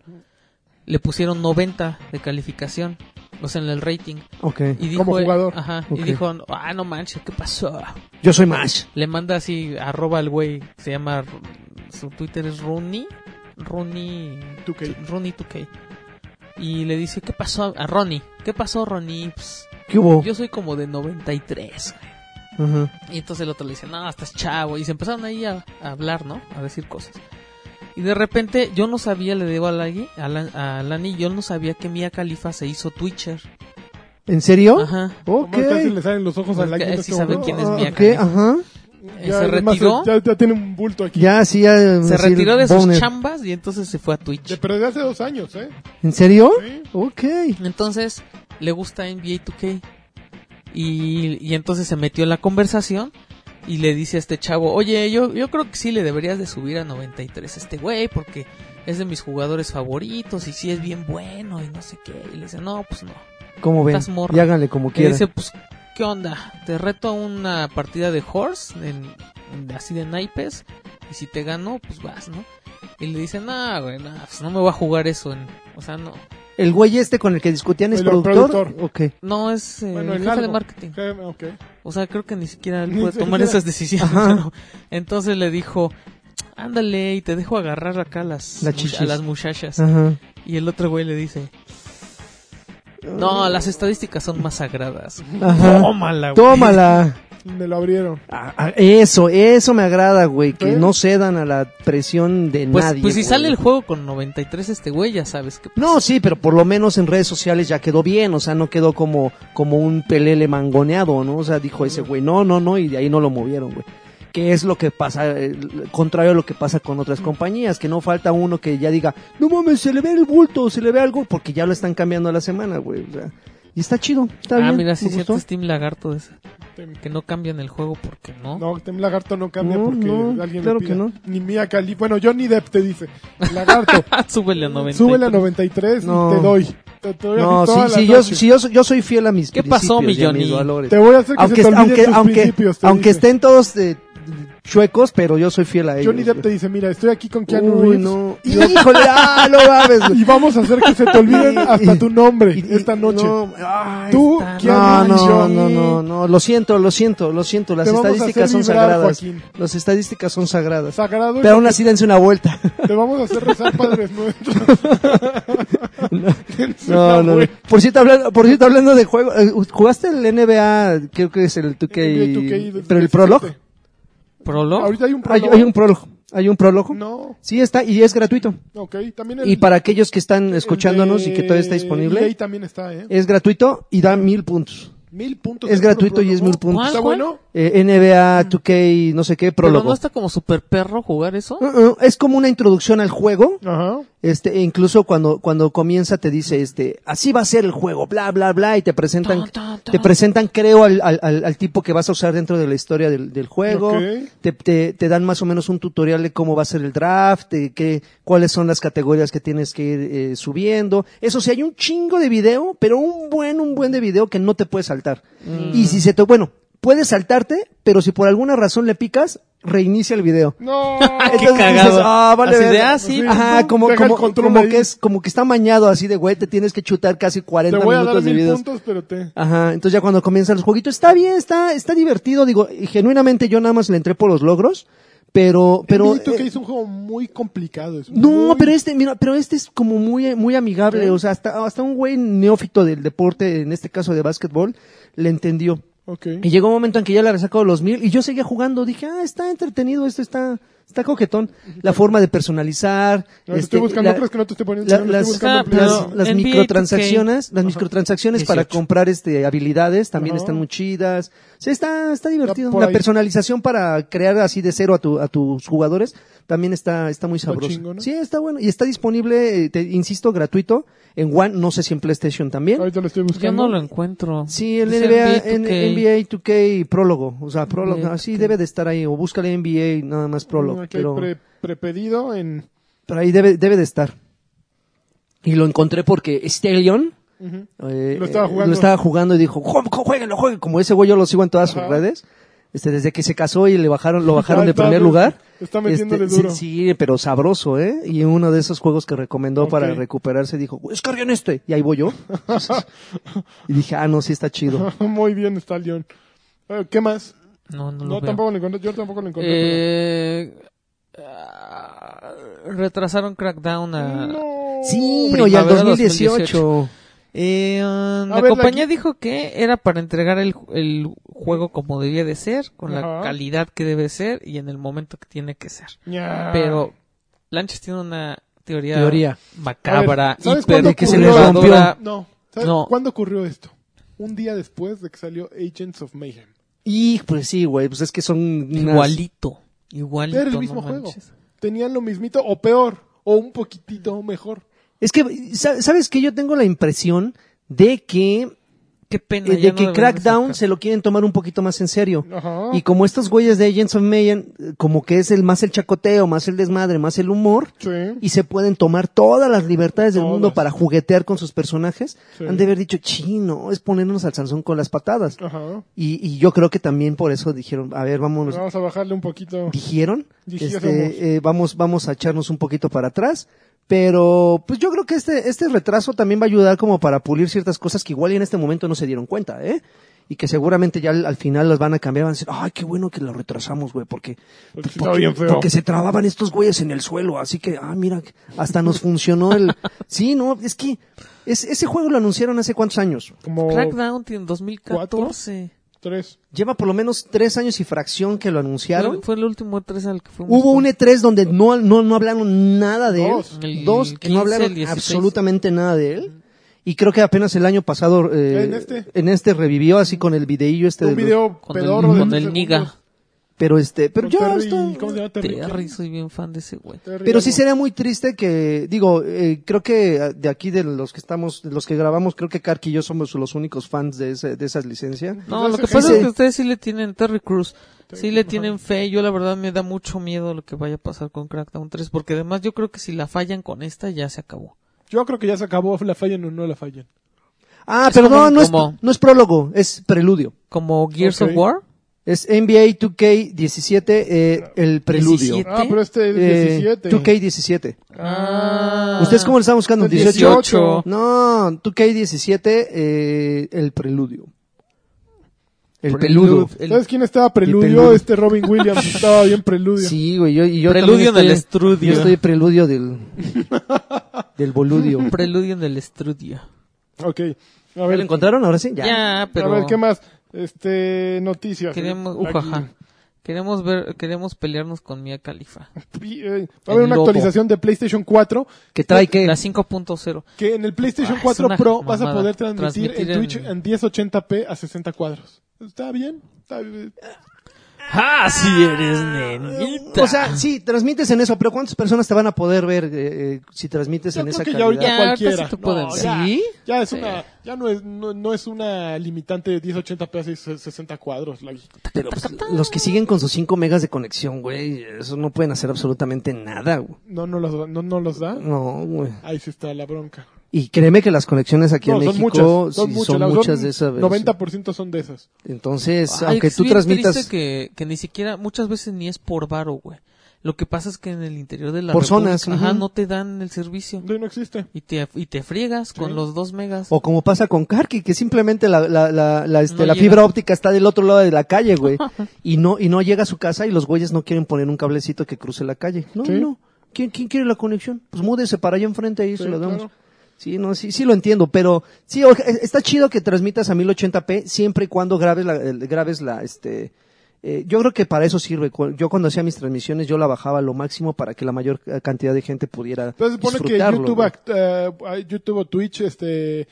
le pusieron 90 de calificación, o sea, en el rating.
Ok.
Y dijo,
Como jugador.
Ajá,
Ok.
y dijo, ah, no manches, ¿qué pasó?
Yo soy Mash.
Le manda así, arroba al güey, se llama, su Twitter es Rooney, Rooney
2K.
Rooney 2K. Y le dice, ¿qué pasó a Ronnie? ¿Qué pasó, Ronnie? Pues,
¿Qué
Oh.
hubo?
yo soy como de 93.
Ajá.
Y entonces el otro le dice, no, estás chavo. Y se empezaron ahí a, a hablar, ¿no? A decir cosas. Y de repente, yo no sabía, le digo a Lani, a, la- a Lani, yo no sabía que Mia Khalifa se hizo Twitcher.
¿En serio?
Ajá.
Ok.
Como casi le salen los ojos
Pues
a la
que
gente
él sí
este
sabe
momento.
quién es
Ah,
Mia
ok,
Khalifa.
ajá.
se
además,
retiró.
Ya, ya tiene un bulto aquí.
Ya, sí, ya.
Se
sí,
retiró de sus
boner.
chambas y entonces se fue a Twitch.
De- pero de hace dos años, ¿eh?
¿En serio?
Sí.
Ok.
Entonces, le gusta NBA 2K. Y, y entonces se metió en la conversación y le dice a este chavo, oye, yo, yo creo que sí le deberías de subir a 93 a este güey porque es de mis jugadores favoritos y sí es bien bueno y no sé qué. Y le dice, no, pues no.
Como ven.
Estás morro.
Y háganle como
Y le
quieran.
dice, pues, ¿qué onda? Te reto a una partida de horse, en- en- así de naipes, y si te gano, pues vas, ¿no? Y le dice, no, güey, no, pues no me voy a jugar eso en... O sea, no,
El güey este con el que discutían es
El
productor.
productor.
Ok.
no es eh,
Bueno, en
jefe de
algo.
marketing.
Eh, ok.
O sea, creo que ni siquiera él
Ni
puede tomar
siquiera.
esas decisiones.
Ajá.
¿no? Entonces le dijo, ándale y te dejo agarrar acá a las,
Las
much-
chichis. Ah.
a las muchachas.
Ajá.
Y el otro güey le dice, no, las estadísticas son más sagradas.
Ajá.
Tómala, güey.
Tómala.
Me lo abrieron.
Ah, ah, Eso, eso me agrada, güey. Que
¿Eh?
no cedan a la presión de
Pues,
nadie.
pues si
güey.
sale el juego con 93 este güey, ya sabes que...
No, sí, pero por lo menos en redes sociales ya quedó bien. O sea, no quedó como, como un pelele mangoneado, ¿no? O sea, dijo ese güey, no, no, no. Y de ahí no lo movieron, güey. Que es lo que pasa, eh, contrario a lo que pasa con otras compañías. Que no falta uno que ya diga, no mames, se le ve el bulto, se le ve algo. Porque ya lo están cambiando a la semana, güey. O sea, y está chido. Está
ah,
bien,
mira,
me
sí,
gustó.
cierto Steam Lagarto de esa,
Tem-
que no cambian el juego porque no.
No, Tem Lagarto no cambia
No,
porque
no,
alguien
claro
le
que
pida.
no.
Ni Mia Cali. Bueno, Johnny Depp te dice. Lagarto,
Ah, Súbele a 93.
súbele a 93
No.
y te doy. Te, te voy a
No, sí,
hacer toda la
sí, yo,
noche.
sí, yo, soy- yo soy fiel a mis
¿Qué pasó,
principios y a
mi
mis
Johnny?
valores.
Te voy a hacer que
aunque,
se te olviden
aunque,
tus
aunque,
principios. te
aunque
dice.
estén todos eh, chuecos, pero yo soy fiel a ellos.
Johnny Depp te dice, mira, estoy aquí con Keanu
Uy,
Reeves.
no. Híjole, ah, no mames. güey.
Y vamos a hacer que se te olviden hasta tu nombre
Y- y-
esta noche.
no, ay,
Tú,
está.
No,
Keanu y
no,
Johnny,
no, no, no, lo siento, lo siento, lo siento, las
Te vamos a
estadísticas
hacer
son
vibrar,
sagradas.
Joaquín.
Las estadísticas son sagradas.
Sagrado, y
Pero aún así dense una vuelta.
te vamos a hacer rezar padres nuestros.
No, no, no. Por cierto, hablando, por cierto, hablando de juego, eh, ¿jugaste el NBA? Creo que es el 2K, pero el prólogo.
¿Prolo?
Ahorita hay un
Hay,
prólogo.
hay un prólogo, hay un prólogo.
No,
Sí está y es gratuito.
ok. También el,
Y para aquellos que están
el
escuchándonos y que todavía está
de EA
disponible,
también está, ¿eh?
es gratuito y da mil puntos.
Mil puntos.
Es
de puro
gratuito y es
prólogo.
mil puntos.
¿Está
¿Cuál,
bueno?
Eh, NBA 2K, no sé qué,
¿Pero no
prólogo.
está como super perro jugar eso?
Uh-uh, Es como una introducción al juego.
Ajá.
Este, e incluso cuando, cuando comienza te dice, este, así va a ser el juego, bla, bla, bla, y te presentan,
Tan, tan, tan.
te presentan, creo, al, al, al- al tipo que vas a usar dentro de la historia del, del juego.
Ok.
Te, te, te dan más o menos un tutorial de cómo va a ser el draft, de qué, cuáles son las categorías que tienes que ir eh, subiendo. Eso sí, hay
Mm.
un chingo de video, pero un buen, un buen de video que no te puedes saltar. Y si se te, bueno, puedes saltarte, pero si por alguna razón le picas, reinicia el video.
No.
Qué cagado.
ah, vale,
Así de,
verga.
ah, sí.
Sí.
Ajá, como,
Deja el
como,
control
como
ahí.
que es, como que está mañado así de, güey, te tienes que chutar casi
Te
40
voy a dar
minutos de
mil
videos.
puntos, pero te.
Ajá, entonces ya cuando comienzan los jueguitos, está bien, está, está divertido, digo, y genuinamente yo nada más le entré por los logros, pero, pero.
Pero. que
eh,
es un juego muy complicado. es
no,
muy-
pero este, mira, pero este es como muy, muy amigable, o sea, hasta, hasta un güey neófito del deporte, en este caso de básquetbol, le entendió.
Ok.
Y llegó un momento en que ya le había sacado los mil y yo seguía jugando. Dije, ah, está entretenido esto, está, está coquetón. La forma de personalizar.
No,
este,
te estoy buscando,
la-
¿crees que no te estoy poniendo?
la-
No, te
las,
estoy buscando
pero-
las-
players.
las
NBA 2K.
microtransacciones, las microtransacciones para
18.
comprar este habilidades también
Ajá.
están muy chidas. Sí, está, está divertido.
por
La
ahí.
personalización para crear así de cero a, tu, a tus jugadores también está, está muy sabroso.
chingo, ¿no?
Sí, está bueno. Y está disponible, eh, te insisto, gratuito en One, no sé si en PlayStation también.
Ahorita lo estoy buscando. Mm,
Yo no lo encuentro.
Sí, el
Dice
NBA, en-
2K.
NBA 2K prólogo, o sea, prólogo,
NBA
así
2K.
debe de estar ahí, o búscale NBA nada más prólogo,
Mm, Aquí hay
pero,
pre- prepedido en.
pero ahí debe, debe de estar. Y lo encontré porque Stallion
Ujú.
eh,
Lo estaba
eh,
jugando.
lo estaba jugando y dijo, "Ju- ju- jueguenlo, jueguen, como ese güey yo lo sigo en todas sus
Ajá.
redes, este, desde que se casó y le bajaron, lo bajaron
Ah,
de
está-
primer lugar.
Está metiéndole
Este,
duro.
Sí, sí, pero sabroso, ¿eh? Y uno de esos juegos que recomendó para
Ok.
recuperarse dijo, descarguen este, y ahí voy yo. y dije, ah, no, sí está chido.
Muy bien está León. Eh, ¿Qué más?
No, no
No,
lo veo.
tampoco lo encontré. Yo tampoco lo encontré.
Eh, ah, retrasaron Crackdown a...
No.
Sí,
Primavera
oye, al
2018.
2018.
Eh, ah, la
ver, la
compañía
qui-
dijo que era para entregar el, el juego como debía de ser, con
Ajá.
la calidad que debe ser y en el momento que tiene que ser.
Ña.
Pero Lanches tiene una teoría,
Teoría.
macabra,
A ver, ¿sabes
hiper,
cuándo
que se le
ocurrió?
conservadora.
No. ¿Sabes
No.
cuándo ocurrió esto? Un día después de que salió Agents of Mayhem.
Y pues sí, güey, pues es que son unas-
Igualito. Igualito.
Era el
no
mismo juego.
manches.
Tenían lo mismito o peor. O un poquitito mejor.
Es que, sa- ¿sabes que Yo tengo la impresión de que,
Qué
eh,
pena. ya
de
no
que
deberían
Crackdown
sacar.
se lo quieren tomar un poquito más en serio.
Ajá.
Y como estos güeyes de Agents of Mayhem, eh, como que es el más el chacoteo, más el desmadre, más el humor,
Sí.
y se pueden tomar todas las libertades del
Todas.
mundo para juguetear con sus personajes,
Sí.
han de haber dicho, chino, es ponernos al Sansón con las patadas.
Ajá.
Y, y yo creo que también por eso dijeron, a ver,
Pues,
vámonos,
Vamos a bajarle un poquito.
dijeron,
Dijéramos.
este, eh, vamos, vamos a echarnos un poquito para atrás. Pero, pues yo creo que este, este retraso también va a ayudar como para pulir ciertas cosas que igual y en este momento no se dieron cuenta, ¿eh? Y que seguramente ya al, al final las van a cambiar, van a decir, ay, qué bueno que lo retrasamos, güey, porque,
Porque
porque,
sí estaba bien feo.
porque se trababan estos güeyes en el suelo, así que, ah, mira, hasta nos funcionó el... Sí, no, es que es- ese juego lo anunciaron hace cuántos años.
Como
Crackdown tiene 2014.
tres.
Lleva por lo menos tres años y fracción que lo anunciaron.
Fue, fue el último 3 al que fuimos.
Hubo un
E
E3 donde no, no, no hablaron nada de
Dos.
él.
El
Dos, que
15,
no hablaron
el 16.
absolutamente nada de él. Y creo que apenas el año pasado eh,
En este.
en este revivió así con el videillo este. de
Un
los-
video
con el,
pedorro de
con
dos
el
segundos.
Niga.
pero este, pero ya
Con Terry-
está-
¿Cómo se llama? Terry-
Terry, soy bien fan de ese güey.
Terry
Pero sí
algo.
sería muy triste que, digo, eh, creo que eh, de aquí de los que estamos, de los que grabamos, creo que Karki y yo somos los únicos fans de, ese, de esas licencias.
No, lo que
Entonces,
pasa
sí.
es que ustedes sí le tienen Terry Cruz, sí le
Ajá.
tienen fe. Yo la verdad me da mucho miedo lo que vaya a pasar con Crackdown 3, porque además yo creo que si la fallan con esta ya se acabó.
Yo creo que ya se acabó. La fallan o no la fallan.
Ah,
Es como-
perdón, no,
como-
es, no es prólogo, es preludio.
Como Gears
Ok.
of War,
Es NBA 2K17, eh, el preludio.
17.
Ah, pero este es
Eh,
17.
2K17.
Ah.
¿Ustedes cómo lo están buscando? 18.
18.
No, 2K17, eh, el preludio. El peludo.
Prelude, el
¿Sabes quién estaba preludio?
peludo.
Este Robin Williams estaba bien preludio.
Sí, güey, yo, y yo
Preludio
también
del
estoy-
estrudio.
Yo estoy preludio del, del boludio.
preludio en el estudio.
Ok. A
¿Ya ¿Lo
ver,
encontraron ahora sí?
Ya,
Ya.
pero
a ver, ¿qué más? Este, noticias.
queremos,
Aquí.
ujaja. queremos ver, queremos pelearnos con Mia Khalifa.
Pi- eh, Va a haber
El
una
lobo.
actualización de PlayStation 4
¿Qué trae qué?
La 5.0.
que en el PlayStation
Ah, es
4
una
Pro vas a
mamada.
poder transmitir,
Transmitir
en Twitch
en-
en... 1080p a 60 cuadros. ¿Está bien? Está bien.
¡Ah, si eres nenita!
O sea, sí, transmites en eso, pero ¿cuántas personas te van a poder ver eh, eh, si transmites
Yo
en
creo
esa
que ya
calidad?
ahorita
Ya, ahorita
cualquiera.
sí te pueden
No,
ver.
ya,
¿Sí?
ya es
Sí.
una, ya no es, no, no es una limitante de 1080p a 60 cuadros. Lagui.
Pero pues, los que siguen con sus 5 megas de conexión, güey, esos no pueden hacer absolutamente nada, güey.
Mm.
No, no los, no, no los da.
No, güey.
Ahí sí está la bronca.
Y créeme que las conexiones aquí
No,
en
son
México
muchas, son
sí,
muchas,
son
la verdad,
muchas de esas.
90% son de esas.
Entonces,
Ay,
aunque
es
tú
bien
transmitas
triste que, que ni siquiera, muchas veces ni es por varo, güey. Lo que pasa es que en el interior de la
Por
República,
zonas,
ajá,
ujú.
no te dan el servicio.
No, no existe.
Y te, y te friegas
Sí.
con los dos megas.
O como pasa con Karki, que simplemente la, la, la, la, este,
No
la
llega.
fibra óptica está del otro lado de la calle, güey. y no y no llega a su casa y los güeyes no quieren poner un cablecito que cruce la calle. No,
Sí.
no. ¿Quién, ¿Quién quiere la conexión? Pues múdese para allá enfrente, ahí
Sí,
se lo damos.
claro.
Sí, no, sí, sí lo entiendo, pero sí, o- está chido que transmitas a 1080p siempre y cuando grabes la, el- grabes la, este, eh, yo creo que para eso sirve. Cu- Yo cuando hacía mis transmisiones yo la bajaba a lo máximo para que la mayor eh, cantidad de gente pudiera
Entonces se supone que
disfrutarlo,
YouTube,
güey.
act- eh, YouTube o Twitch este, eh,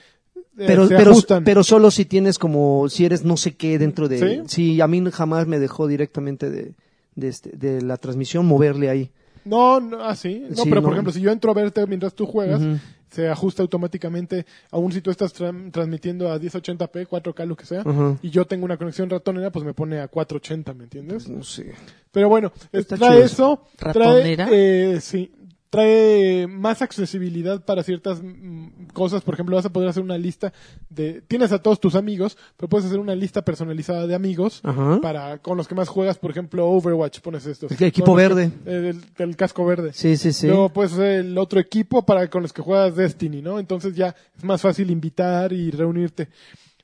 pero,
se
pero,
ajustan.
pero solo si tienes como, si eres no sé qué dentro de...
¿Sí?
¿Sí? a mí jamás me dejó directamente de, de, este- de la transmisión moverle ahí.
No, no, ah, sí. No,
Sí,
pero por
no.
ejemplo, si yo entro a verte mientras tú juegas,
Ujú.
se ajusta automáticamente, aun si tú estás tran- transmitiendo a 1080p, 4K, lo que sea,
Ajá.
y yo tengo una conexión ratonera, pues me pone a 480, ¿me entiendes?
No sé.
Pero bueno, eh,
Está
trae
chido.
eso.
¿Ratonera?
Trae, eh, sí, trae más accesibilidad para ciertas mm, cosas. Por ejemplo, vas a poder hacer una lista de... Tienes a todos tus amigos, pero puedes hacer una lista personalizada de amigos
Ajá.
para con los que más juegas. Por ejemplo, Overwatch, pones estos.
El equipo
Con los
verde.
que- eh, del, del casco verde.
Sí, sí, sí.
Luego puedes hacer el otro equipo para con los que juegas Destiny, ¿no? Entonces ya es más fácil invitar y reunirte.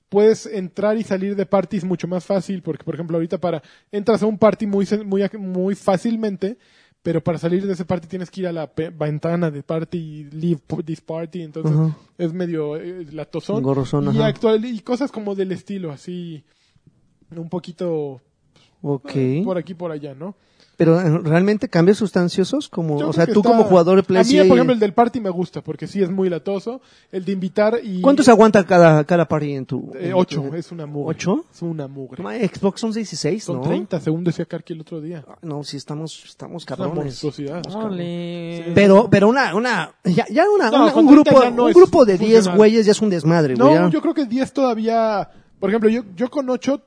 Puedes entrar y salir de parties mucho más fácil, porque por ejemplo ahorita para entras a un party muy sen- muy ac- muy fácilmente, pero para salir de ese party tienes que ir a la pe- ventana de party y leave p- this party, entonces
Ajá.
es medio eh, latosón
Engorrosón,
y
ajá.
actual y cosas como del estilo, así un poquito
ok.
eh, por aquí por allá, ¿no?
Pero eh, realmente cambios sustanciosos como,
Yo
o
creo
sea,
que
tú
está-
como jugador de Play
A mí, por
sí,
ejemplo, el del party me gusta, porque sí es muy latoso. El de invitar y...
¿Cuántos aguanta cada, cada party en tu?
Eh,
en
ocho,
tu-
es una mugre.
¿Ocho?
Es una mugre.
Ma, Xbox son 16,
Son
¿no?
30, según decía Karki el otro día.
Ah, No, sí estamos, estamos
Es una
cabrones.
monstruosidad.
Órale.
Pero, pero una, una, ya, ya una,
No,
una-
con
un
30
grupo,
ya no
un
es
grupo de 10
funcional.
güeyes ya es un desmadre, güey.
No,
ya.
yo creo que 10 todavía... Por ejemplo, yo, yo con 8...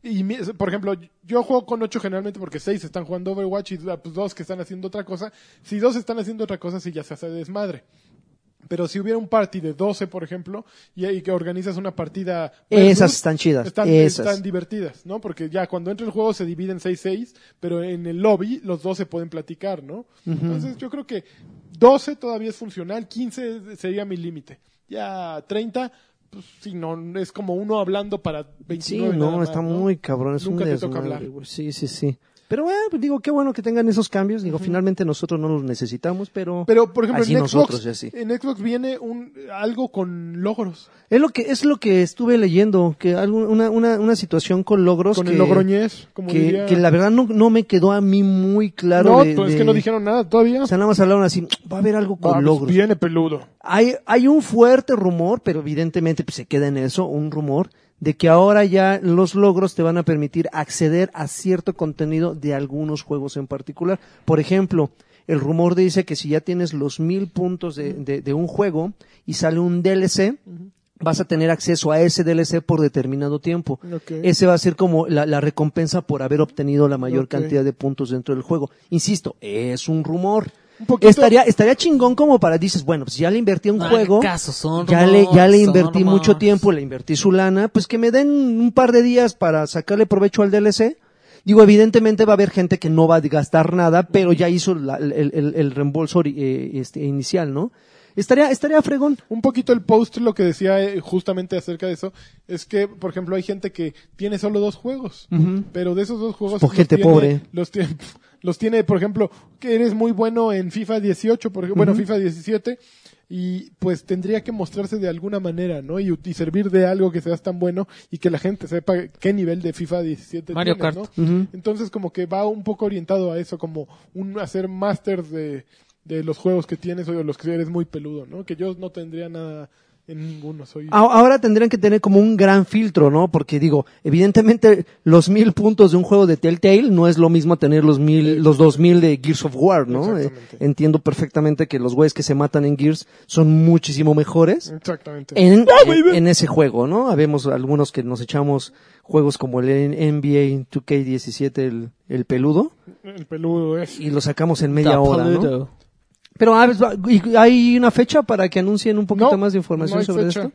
Y, mi- por ejemplo, yo juego con 8 generalmente porque 6 están jugando Overwatch y 2 que están haciendo otra cosa. Si 2 están haciendo otra cosa, sí ya se hace desmadre. Pero si hubiera un party de 12, por ejemplo, y, y que organizas una partida...
Esas
versus,
están chidas.
están,
esas.
están divertidas, ¿no? Porque ya cuando entra el juego se divide en 6-6, pero en el lobby los 12 pueden platicar, ¿no? Entonces yo creo que 12 todavía es funcional, 15 sería mi límite. Ya 30, pues si no, es como uno hablando para 29.
sí,
nada
no,
más,
está
¿no?
muy cabrón. Es
Nunca
un
te toca
desmadre,
hablar.
güey. Sí, sí, sí. Pero bueno, pues, digo, qué bueno que tengan esos cambios. Digo, finalmente nosotros no los necesitamos, pero,
Pero, por ejemplo,
así
en
nosotros
Xbox,
y así.
en Xbox viene un, algo con logros.
Es lo que, es lo que estuve leyendo, que algún- una, una, una situación con logros
Con
que,
el logroñez, como
que,
diría.
que la verdad no, no me quedó a mí muy claro.
no,
de-
pues, es
de-
que no dijeron nada todavía.
O sea, nada más hablaron así, va a haber algo
Ah,
con
pues,
logros.
Viene peludo.
Hay, hay un fuerte rumor, pero evidentemente pues, se queda en eso, un rumor, de que ahora ya los logros te van a permitir acceder a cierto contenido de algunos juegos en particular. Por ejemplo, el rumor dice que si ya tienes los mil puntos de, de- de un juego y sale un DLC, vas a tener acceso a ese DLC por determinado tiempo.
Ok.
Ese va a ser como la, la recompensa por haber obtenido la mayor
Ok.
cantidad de puntos dentro del juego. Insisto, es un rumor.
Un poquito-
Estaría, estaría chingón como para, dices, bueno, pues ya le invertí a un
Ay,
juego,
caso, son
ya le, ya
rumores,
le
son
invertí mucho
rumores.
tiempo, le invertí su lana, pues que me den un par de días para sacarle provecho al DLC. Digo, evidentemente va a haber gente que no va a gastar nada, pero ya hizo la- el, el- el reembolso ori- eh, este, inicial, ¿no? Estaría, estaría fregón.
Un poquito el post lo que decía eh, justamente acerca de eso es que, por ejemplo, hay gente que tiene solo dos juegos, pero de esos dos juegos
Por Pues, gente
tiene-
pobre.
los tiene, los tiene, por ejemplo, que eres muy bueno en FIFA 18, por, ej- bueno, FIFA 17 y pues tendría que mostrarse de alguna manera, ¿no? Y, ut- y servir de algo que seas tan bueno y que la gente sepa qué nivel de FIFA 17
Mario
tienes,
Kart.
¿no? Entonces como que va un poco orientado a eso, como un hacer masters de, de los juegos que tienes o de los que eres muy peludo, ¿no? Que yo no tendría nada en ninguno, soy...
A- Ahora tendrían que tener como un gran filtro, ¿no? Porque digo, evidentemente los mil puntos de un juego de Telltale no es lo mismo tener los mil, los dos mil de Gears of War, ¿no? Eh,
Exactamente.
entiendo perfectamente que los güeyes que se matan en Gears son muchísimo
Mm,
mejores
Exactamente.
en, en- en ese juego, ¿no? Habemos algunos que nos echamos juegos como el N- NBA 2K17, el, el peludo,
El peludo es...
y lo sacamos en media hora, ¿no? Pero ah, pues, va- ¿y- ¿hay una fecha para que anuncien un poquito
No,
más de información
no hay
sobre
fecha.
esto?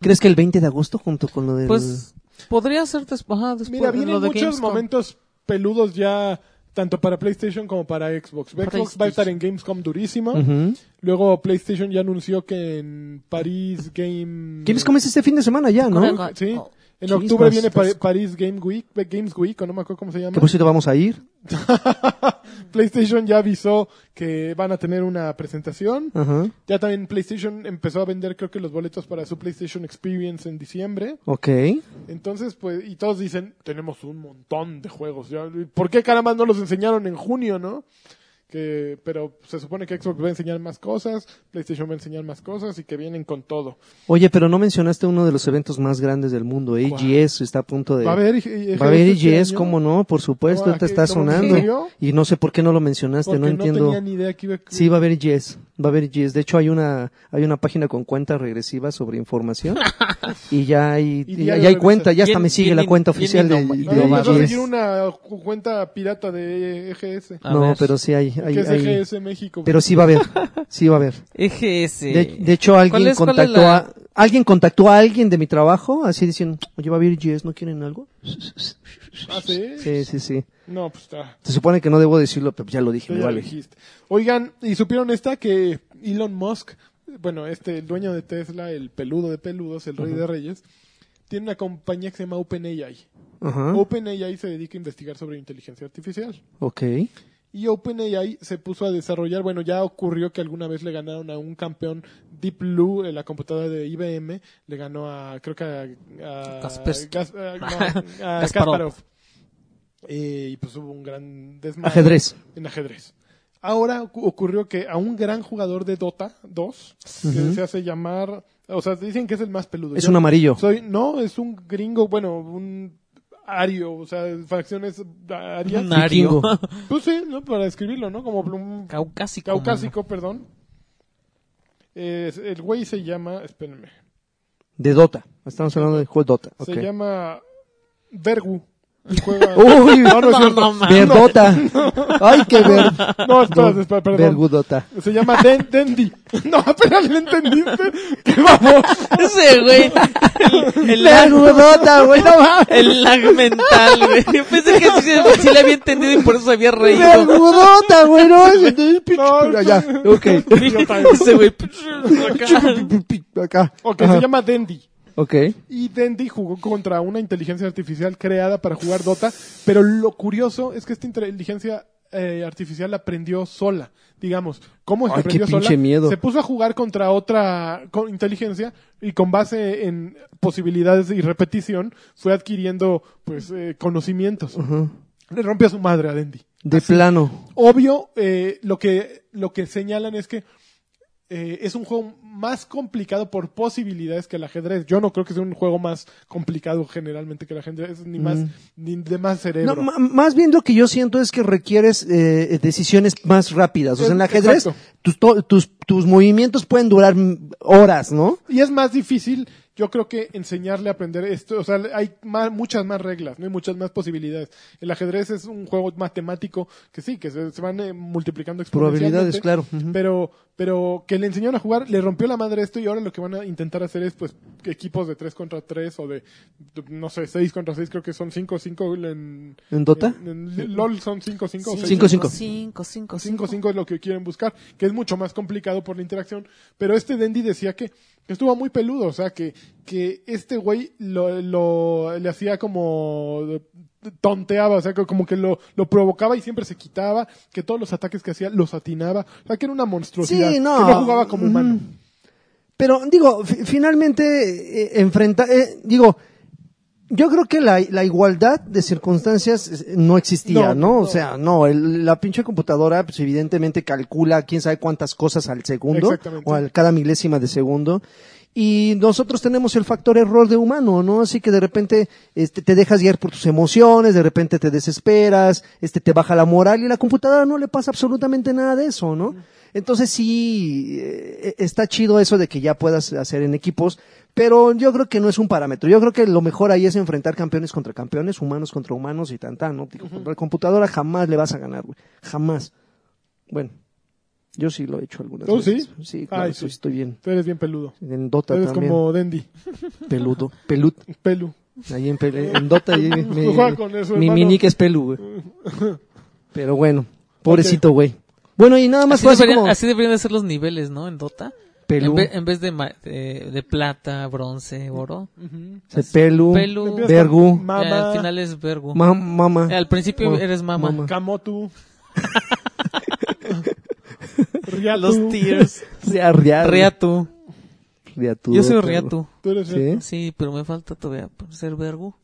¿Crees que el 20 de agosto junto con lo del...
Pues podría ser des- ajá, después
Pues,
Mira,
en
vienen
lo de
muchos
Gamescom.
momentos peludos ya, tanto para PlayStation como para Xbox. Xbox va a estar en Gamescom durísimo.
Ujú.
Luego PlayStation ya anunció que en París Game...
Gamescom es este fin de semana ya, ¿no?
Correcto.
Sí.
Oh,
En
chispas.
octubre viene Pari- París Game Week, Games Week, o no me acuerdo cómo se llama.
Que por cierto vamos a ir.
PlayStation ya avisó que van a tener una presentación.
Ajá.
Ya también PlayStation empezó a vender creo que los boletos para su PlayStation Experience en diciembre.
Ok.
Entonces, pues, y todos dicen, tenemos un montón de juegos. ya. ¿Por qué caramba no los enseñaron en junio, no? Que, pero se supone que Xbox va a enseñar más cosas, PlayStation va a enseñar más cosas y que vienen con todo.
Oye, pero no mencionaste uno de los eventos más grandes del mundo. AGS está a punto de...
Va a haber, eh,
Va a haber
este
EGS,
año,
cómo no, por supuesto,
No,
ahorita
aquí
está
estamos en
sonando.
serio.
Y no sé por qué no lo mencionaste,
Porque
Este, no
no,
entiendo.
tenía ni idea que iba a...
Sí, va a haber EGS, va a haber EGS. De hecho, hay una, hay una página con cuenta regresiva sobre información. y ya hay,
Y
y ya,
diario
ya hay
regresa.
cuenta, ya hasta
Bien-
me sigue
bien
la
in-
cuenta
bien
oficial de,
innova-
No, yo
de
empecé a
EGS.
seguir una cu- cuenta pirata de EGS.
A
No,
ver.
pero sí hay, hay-
que es
hay-
EGS México.
pero sí va a haber, sí va a haber.
EGS.
De, de hecho, alguien
¿Cuál es- cuál es
contactó
la-
a, alguien contactó a alguien de mi trabajo, así diciendo, oye, va a haber EGS, ¿no quieren algo?
Ah, ¿sí?
Sí, sí, sí.
No, pues está.
Se supone que no debo decirlo, pero ya lo dije,
Ya
me
lo
vale.
dijiste. Oigan, ¿y supieron esta que Elon Musk, bueno, este, el dueño de Tesla, el peludo de peludos, el rey de reyes, tiene una compañía que se llama OpenAI.
Ajá.
Oh, OpenAI se dedica a investigar sobre inteligencia artificial.
Ok.
pues Y OpenAI se puso a desarrollar, bueno, ya ocurrió que alguna vez le ganaron a un campeón Deep Blue, eh, la computadora de IBM, le ganó a, creo que a, a-
Kaspersky.
Gas- eh, no, a
Kasparov.
Kasparov. Eh, y pues hubo un gran desmadre
Ajedrez.
en ajedrez. Ahora ocu- ocurrió que a un gran jugador de Dota 2, que se hace llamar, o sea, dicen que es el más peludo.
Es
Yo
un amarillo.
Soy, no, es un gringo, bueno, un ario, o sea, facciones ah, arias.
Un ario.
Vikingo.
Pues sí, ¿no? para escribirlo, ¿no? Como un
Caucásico.
caucásico, perdón. Es- el güey se llama, espérenme,
De Dota. Estamos hablando del juego Dota. ok. Uh,
se llama Vergu. y juega-
Uy,
no, no, es
No,
cierto.
no, man.
Verdota. Ay, qué ver.
No, espérate, espérate, perdón.
Vergudota.
Se llama Den- Dendi. No, espera, ¿le entendiste? ¡Qué baboso!
Ese, güey. El, el lag,
Vergudota, güey. no mames.
el lag mental, güey. Yo pensé que sí, sí le había entendido y por eso había reído.
Vergudota, güey. No, ese-
No,
ya, ok.
¿eh?
Ese, güey. acá.
Acá.
Ok,
Ajá.
se llama Dendi.
Ok.
Y Dendy jugó contra una inteligencia artificial creada para jugar Dota, pero lo curioso es que esta inteligencia eh, artificial aprendió sola, digamos. ¿Cómo es que
Ay, qué
aprendió sola?
pinche miedo.
Se puso a jugar contra otra co- inteligencia y con base en posibilidades y repetición fue adquiriendo pues eh, conocimientos. Le rompió a su madre a Dendy.
De plano.
Obvio, eh, lo que lo que señalan es que eh, es un juego más complicado por posibilidades que el ajedrez. Yo no creo que sea un juego más complicado generalmente que el ajedrez, ni más ni de más cerebro.
No, ma- más bien lo que yo siento es que requieres eh, decisiones más rápidas. O sea, en el ajedrez,
Exacto.
tus, to- tus, tus movimientos pueden durar mm, horas, ¿no?
y es más difícil, yo creo que enseñarle a aprender esto, o sea, hay más, muchas más reglas, no hay muchas más posibilidades. El ajedrez es un juego matemático que sí, que se, se van eh, multiplicando
Probabilidades,
exponencialmente,
claro. Ujú.
Pero pero que le enseñaron a jugar, le rompió la madre esto y ahora lo que van a intentar hacer es pues equipos de 3 contra 3 o de no sé, 6 contra 6, creo que son 5 5 en
¿En Dota?
en- en LOL son 5 5
Cinco, cinco.
5, 5,
5 5 es lo que quieren buscar, que es mucho más complicado por la interacción, pero este Dendy decía que estuvo muy peludo, o sea, que que este güey lo, lo le hacía como tonteaba, o sea, que como que lo, lo provocaba y siempre se quitaba, que todos los ataques que hacía los atinaba, o sea, que era una monstruosidad,
Sí, no.
que no jugaba como humano.
Ujú. Pero digo, fi- finalmente eh, enfrenta, eh, digo, yo creo que la, la igualdad de circunstancias eh, no existía, ¿no?
No,
O
no.
sea, no, el- la pinche computadora pues evidentemente calcula quién sabe cuántas cosas al segundo
Exactamente.
o al cada milésima de segundo. Y nosotros tenemos el factor error de humano, ¿no? Así que de repente este, te dejas guiar por tus emociones, de repente te desesperas, este, te baja la moral y la computadora no le pasa absolutamente nada de eso, ¿no? Entonces sí, eh, está chido eso de que ya puedas hacer en equipos, pero yo creo que no es un parámetro. Yo creo que lo mejor ahí es enfrentar campeones contra campeones, humanos contra humanos y tan, tan, ¿no? Digo, Contra la computadora jamás le vas a ganar, güey. Jamás. Bueno, Yo sí lo he hecho algunas
¿Oh,
veces.
sí?
Sí, claro,
Ay,
sí,
sí.
estoy bien.
Tú eres bien peludo.
En Dota
Eres
también.
como Dendy.
Peludo. Pelut.
Pelu.
Ahí en, Pel- en Dota. ahí me-
Juega con eso,
mi
hermano.
mini que es pelu, güey. Pero bueno, pobrecito, güey. Bueno, y nada más
Así
fue así
deberían,
como
así deberían de ser los niveles, ¿no? En Dota. En,
pelú,
ve- en vez de, ma- de, de plata, bronce, oro.
Ujú.
se pelu,
pelu,
Empiezas
Vergu.
con
Ya,
Mama.
al final es vergo.
ma- mama.
al principio
Ma-
eres mama.
mama.
Camotu. Riatu.
Los tears.
Ria- ria-
Riatu.
riatudo,
Yo soy
perro.
Riatu.
Tú eres
Sí,
Sí, pero me falta todavía por ser vergo.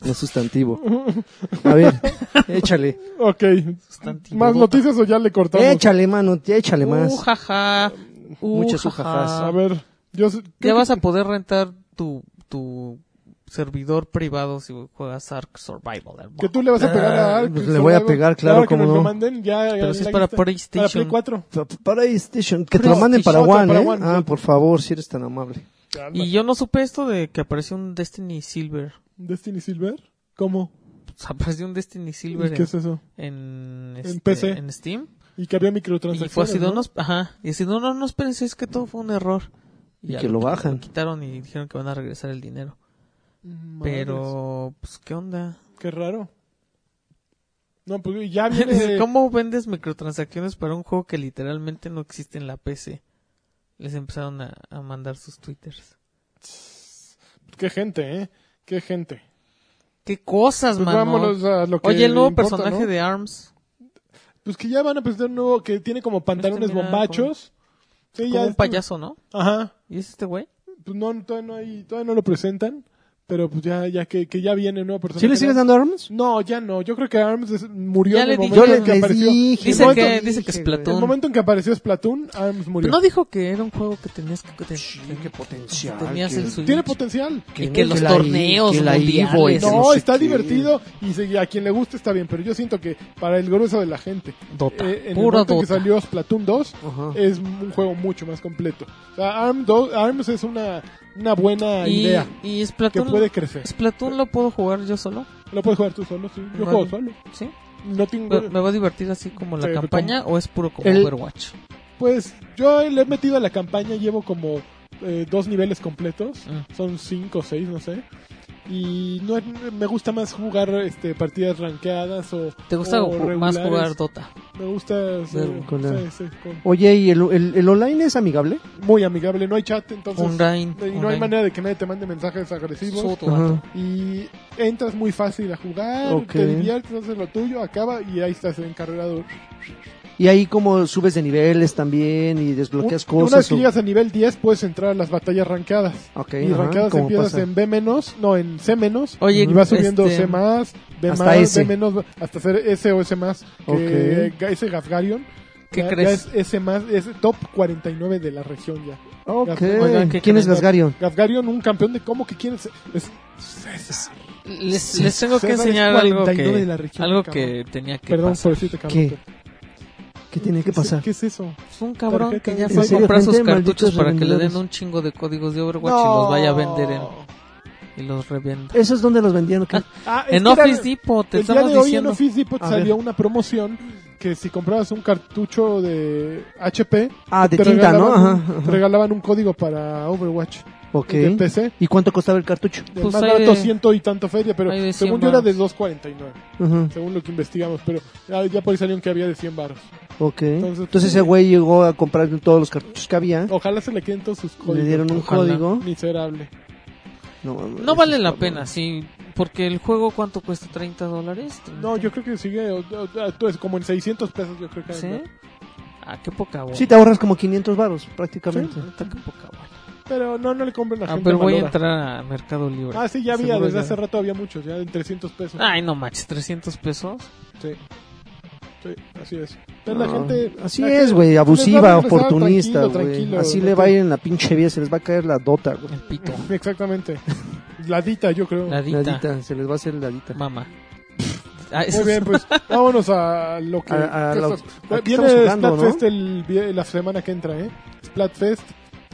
no sustantivo. A ver, échale.
Ok.
Sustantivo.
¿Más noticias o ya le cortamos?
Échale, mano, échale más.
Uh, jaja. Uh,
Muchas
jaja.
ujajas.
A ver. Yo sé-
Ya vas a poder rentar tu, tu servidor privado si juegas Ark Survival. hermano.
Que tú le vas a pegar a
Ah,
Ark,
pues le voy a
Survival.
pegar, claro,
que
cómo
nos
no.
lo manden ya. ya
Pero si
en
es
la
para
lista. Para
PlayStation.
Play 4.
PlayStation, que te lo
Pero-
manden para
Shot,
One,
para
¿eh?
One,
Ah,
sí.
por favor, si eres tan amable.
Y yo no supe esto de que apareció un Destiny Silver.
¿Destiny Silver? ¿Cómo?
Pues, apareció un Destiny
¿Y
Silver eh.
¿Qué
en,
es eso?
en,
En
este,
PC.
en Steam.
Y que había
Y
microtransacciones.
fue así, de
¿no?
unos, ajá, y así, no, no, no, espérense, es que todo fue un error.
Y
ya
que lo bajan.
quitaron y dijeron que van a regresar el dinero.
Mm, Madres,
Pero, pues, ¿qué onda?
Qué raro. No, pues ya viene.
¿Cómo vendes microtransacciones para un juego que literalmente no existe en la PC? Les empezaron a, a mandar sus twitters.
Qué gente, ¿eh? Qué gente.
¡Qué cosas,
Pues
mano!
vámonos a lo que
Oye, el nuevo
importa,
personaje
¿no?
de ARMS.
Pues que ya van a presentar un nuevo que tiene como pantalones
Pues, este, mira,
bombachos. Sí,
Como
ya
un
es-
payaso, ¿no?
Ajá.
¿Y es este güey?
Pues no, todavía no, hay, todavía no lo presentan. Pero pues ya, ya que, que ya viene un nuevo personaje.
¿Sí le sigues
¿no?
dando armas?
No, ya no. Yo creo que ARMS es- murió
Ya
en
le
el
dije.
momento
Yo
le-
en que
les
apareció.
dije,
Dicen
no,
que-
les
dicen que es
dije,
Platón.
güey.
El momento en que apareció Splatoon, ARMS murió.
Pero Pues no dijo que era un juego que tenías que... que-
qué potencial,
Tenías
que-
el Switch.
Tiene potencial.
Y que los
la-
torneos
la
mundiales.
Evo y que
Ese
No,
sé
está
qué.
divertido y se- a quien le gusta está bien, pero yo siento que para el grueso de la gente,
Dota.
eh,
Puro
en el momento en que
Dota.
salió Splatoon 2,
Ajá.
es un juego mucho más completo. O sea, ARM do- ARMS es una, una buena
Y,
idea
y
que
Splatoon,
puede crecer.
Splatoon lo puedo jugar yo solo,
Lo puedes jugar tú solo, sí. Yo
Vale.
juego solo.
¿sí?
No tengo...
Me, me va a divertir así como la
Pero
campaña o es puro como
El-
Overwatch.
Pues yo le he metido a la campaña, llevo como eh, dos niveles completos,
Ah.
son cinco o seis, no sé. Y no es- me gusta más jugar este partidas rankeadas o
¿Te gusta
o
ju- más jugar
regulares.
Dota?
Me gusta sí,
Ver- con la-
sí, sí, con-
Oye, ¿y el, el, el online es amigable?
muy amigable, no hay chat, entonces
Online.
y no hay manera de que nadie te mande mensajes agresivos
Soto, vato.
Ajá.
y entras muy fácil a jugar,
Ok.
te diviertes, haces lo tuyo, acaba y ahí estás encarregado.
Y ahí como subes de niveles también y desbloqueas
Un- Una vez
cosas.
que
o-
llegas a nivel 10 puedes entrar a las batallas rankeadas.
Ok,
y
ajá,
rankeadas
¿cómo
empiezas
pasa?
en B menos, no, en C menos.
Oye,
y vas subiendo
este,
C más, B
hasta
más,
S.
B menos, hasta hacer S o S más. Que
Ok.
ese Gafgarion.
¿Qué
ya-
crees?
Ya es S más, es top 49 de la región ya.
Ok.
Oigan,
¿qué
¿Quién es
creen?
Gasgarion?
Gafgarion, un campeón de cómo que quieres. Es, es-
Les,
Sí,
les tengo que
César es
enseñar algo
49 de
que,
la región,
algo
cabrón.
que tenía que
Perdón
pasar.
por decirte, cabrón.
¿Qué?
pero-
¿Qué tiene que
es- e-,
pasar?
¿Qué es eso?
Es un cabrón que ya
¿En
fue a
serio,
comprar sus
gente? Malditos
cartuchos para que le den
revendedores.
un chingo de códigos de Overwatch y los vaya a vender en- y los revenda.
¿Eso es donde los vendían? o qué?
Ah, es
En
que era-
Office Depot, te
el día
estamos
de hoy
diciendo.
en Office Depot
A
salió una promoción que si comprabas un cartucho de HP,
Ah, de tinta, ¿no?
regalaban
Ajá,
un-
ajá.
te regalaban un código para Overwatch
Ok.
de PC.
¿Y cuánto costaba el cartucho?
El
Pues
más
hay
barato,
de-
ciento y tanto feria, pero
hay de 100
según yo era de
varos.
2.49,
Ajá,
según lo que investigamos, pero ya, ya por ahí salieron que había de 100 baros.
Ok.
Entonces,
Entonces ese güey llegó a comprar todos los cartuchos que había.
Ojalá se le queden todos sus códigos.
Le dieron un
Ojalá.
código.
Miserable.
No, mames,
No vale
eso
la
está
pena,
mal.
sí, porque el juego cuánto cuesta, 30 dólares.
No, yo creo que sigue o- o- o- es como en 600 pesos, yo creo que
¿Sí?
anda.
Ah, qué poca bola.
Sí, te ahorras como 500 varos prácticamente.
Neta, qué poca bola.
Pero no, no le compren a
Ah,
gente
pero voy a
malora.
entrar a Mercado Libre.
Ah, sí, ya había,
Seguro
desde
ya. Ah.
hace rato había muchos, ya en 300 pesos.
Ay, no manches, 300 pesos.
Sí. Sí, así es. Pero la
No,
gente.
Ah, así
la gente-
es, güey,
les va
abusiva,
a regresar,
oportunista,
tranquilo,
güey.
tranquilo,
Así
no
le
te-
va a ir en la pinche vida, se les va a caer la dota, güey.
El pito.
Exactamente. Ladita, yo creo.
La
La
dita.
dita, se les va a hacer la dita.
Mamá. Ah, eso
Muy bien, pues vámonos a lo que.
A- a
que
lo-
estás-
¿a qué
Viene
estamos jugando,
Splatfest el vie- la semana que entra, ¿eh? Splatfest,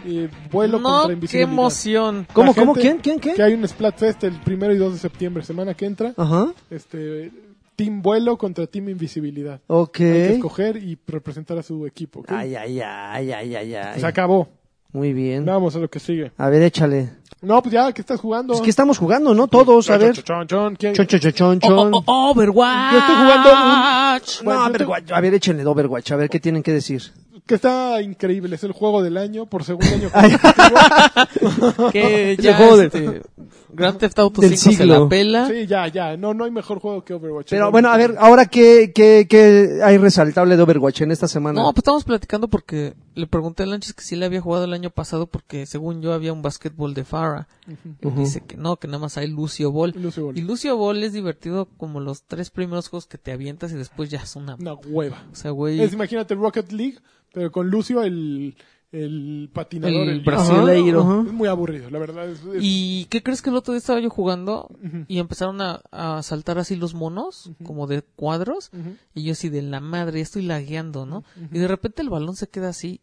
eh, vuelo
no,
contra
qué
invisibilidad.
emoción.
¿Cómo,
La
cómo,
gente-
quién, quién,
Que
qué?
hay un Splatfest el primero y 2 de septiembre, semana que entra.
Ajá.
Este, Team Vuelo contra Team Invisibilidad.
Ok.
Hay que escoger y representar a su equipo. ¿ok?
Ay, ay, ay, ay, ay, ay.
Se acabó.
Muy bien.
Vamos a lo que sigue.
A ver, échale.
No, pues ya, ¿qué estás jugando?
Es que estamos jugando, ¿no? Todos, a
Chon,
ver.
chon, chon, chon, ¿quién?
Chon, chon, chon, chon, chon.
Oh, oh, Overwatch.
Yo estoy jugando un-
No,
Bueno, yo te-
Overwatch. A ver, échenle de Overwatch, a ver qué tienen que decir.
Que está increíble, es el juego del año por segundo año.
Ay.
Que
Ese
ya
juego de-
este, Grand Theft Auto
Del
5 se
siglo.
la pela.
sí, ya, ya. No, no hay mejor juego que Overwatch.
Pero bueno, a ver, ahora qué, qué, qué hay resaltable de Overwatch en esta semana.
No, pues estamos platicando porque le pregunté a Lanchas que si le había jugado el año pasado porque según yo había un básquetbol de Farah. Él
Ujú.
Dice que no, que nada más hay Lucio Ball.
Lucio Ball.
Y Lucio Ball es divertido como los tres primeros juegos que te avientas y después ya es una...
Una hueva.
O sea, güey...
Es, imagínate Rocket League, pero con Lucio el, el patinador.
El
El,
brasileiro.
Ajá. Es muy aburrido, la verdad. Es, es-
¿Y qué crees que el otro día estaba yo jugando
Ujú.
y empezaron a, a saltar así los monos, como de cuadros?
Ujú.
Y yo así de la madre, estoy lagueando, ¿no? Y de repente el balón se queda así.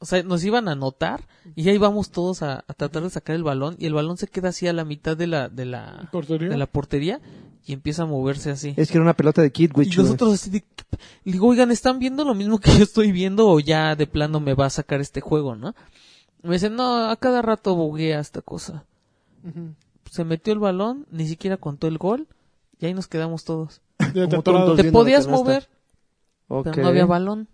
O sea, nos iban a anotar y ahí vamos todos a, a tratar de sacar el balón y el balón se queda así a la mitad de la, de la,
¿Portería?
de la portería y empieza a moverse así.
Es que era una pelota de Kid
Y
Witch. güey.
nosotros así de, ¿qué pa- le digo, oigan, ¿están viendo lo mismo que yo estoy viendo o ya de plano me va a sacar este juego, no? Me dicen, no, a cada rato buguea esta cosa.
Ujú.
Se metió el balón, ni siquiera contó el gol y ahí nos quedamos todos.
Ya te
Como
atoraron.
tontos.
Te
viendo la
podías
canasta.
mover,
Ok.
pero no había balón.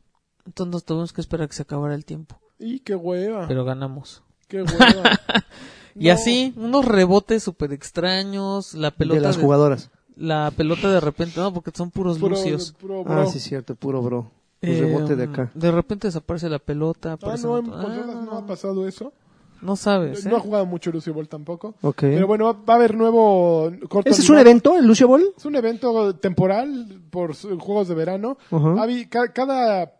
Entonces nos tuvimos que esperar a que se acabara el tiempo.
Y qué hueva.
Pero ganamos.
Qué hueva.
Y
No.
así, unos rebotes súper extraños, la pelota
de las
de-
jugadoras.
la pelota de repente, no, porque son puros
Puro-
lucios.
puro
Ah,
bro.
sí, cierto, puro bro. Los
Eh,
rebote de acá.
de repente desaparece la pelota.
Ah,
aparece
no, en
otro- Ah,
consolas no,
no,
ha pasado eso.
no sabes. ¿eh?
No ha jugado mucho Lucio Ball tampoco.
Ok.
Pero bueno, va, va a haber nuevo corto
¿Ese es un
animado.
evento, el Lucio Ball?
Es un evento temporal por su- juegos de verano.
Ajá.
Habi- ca- cada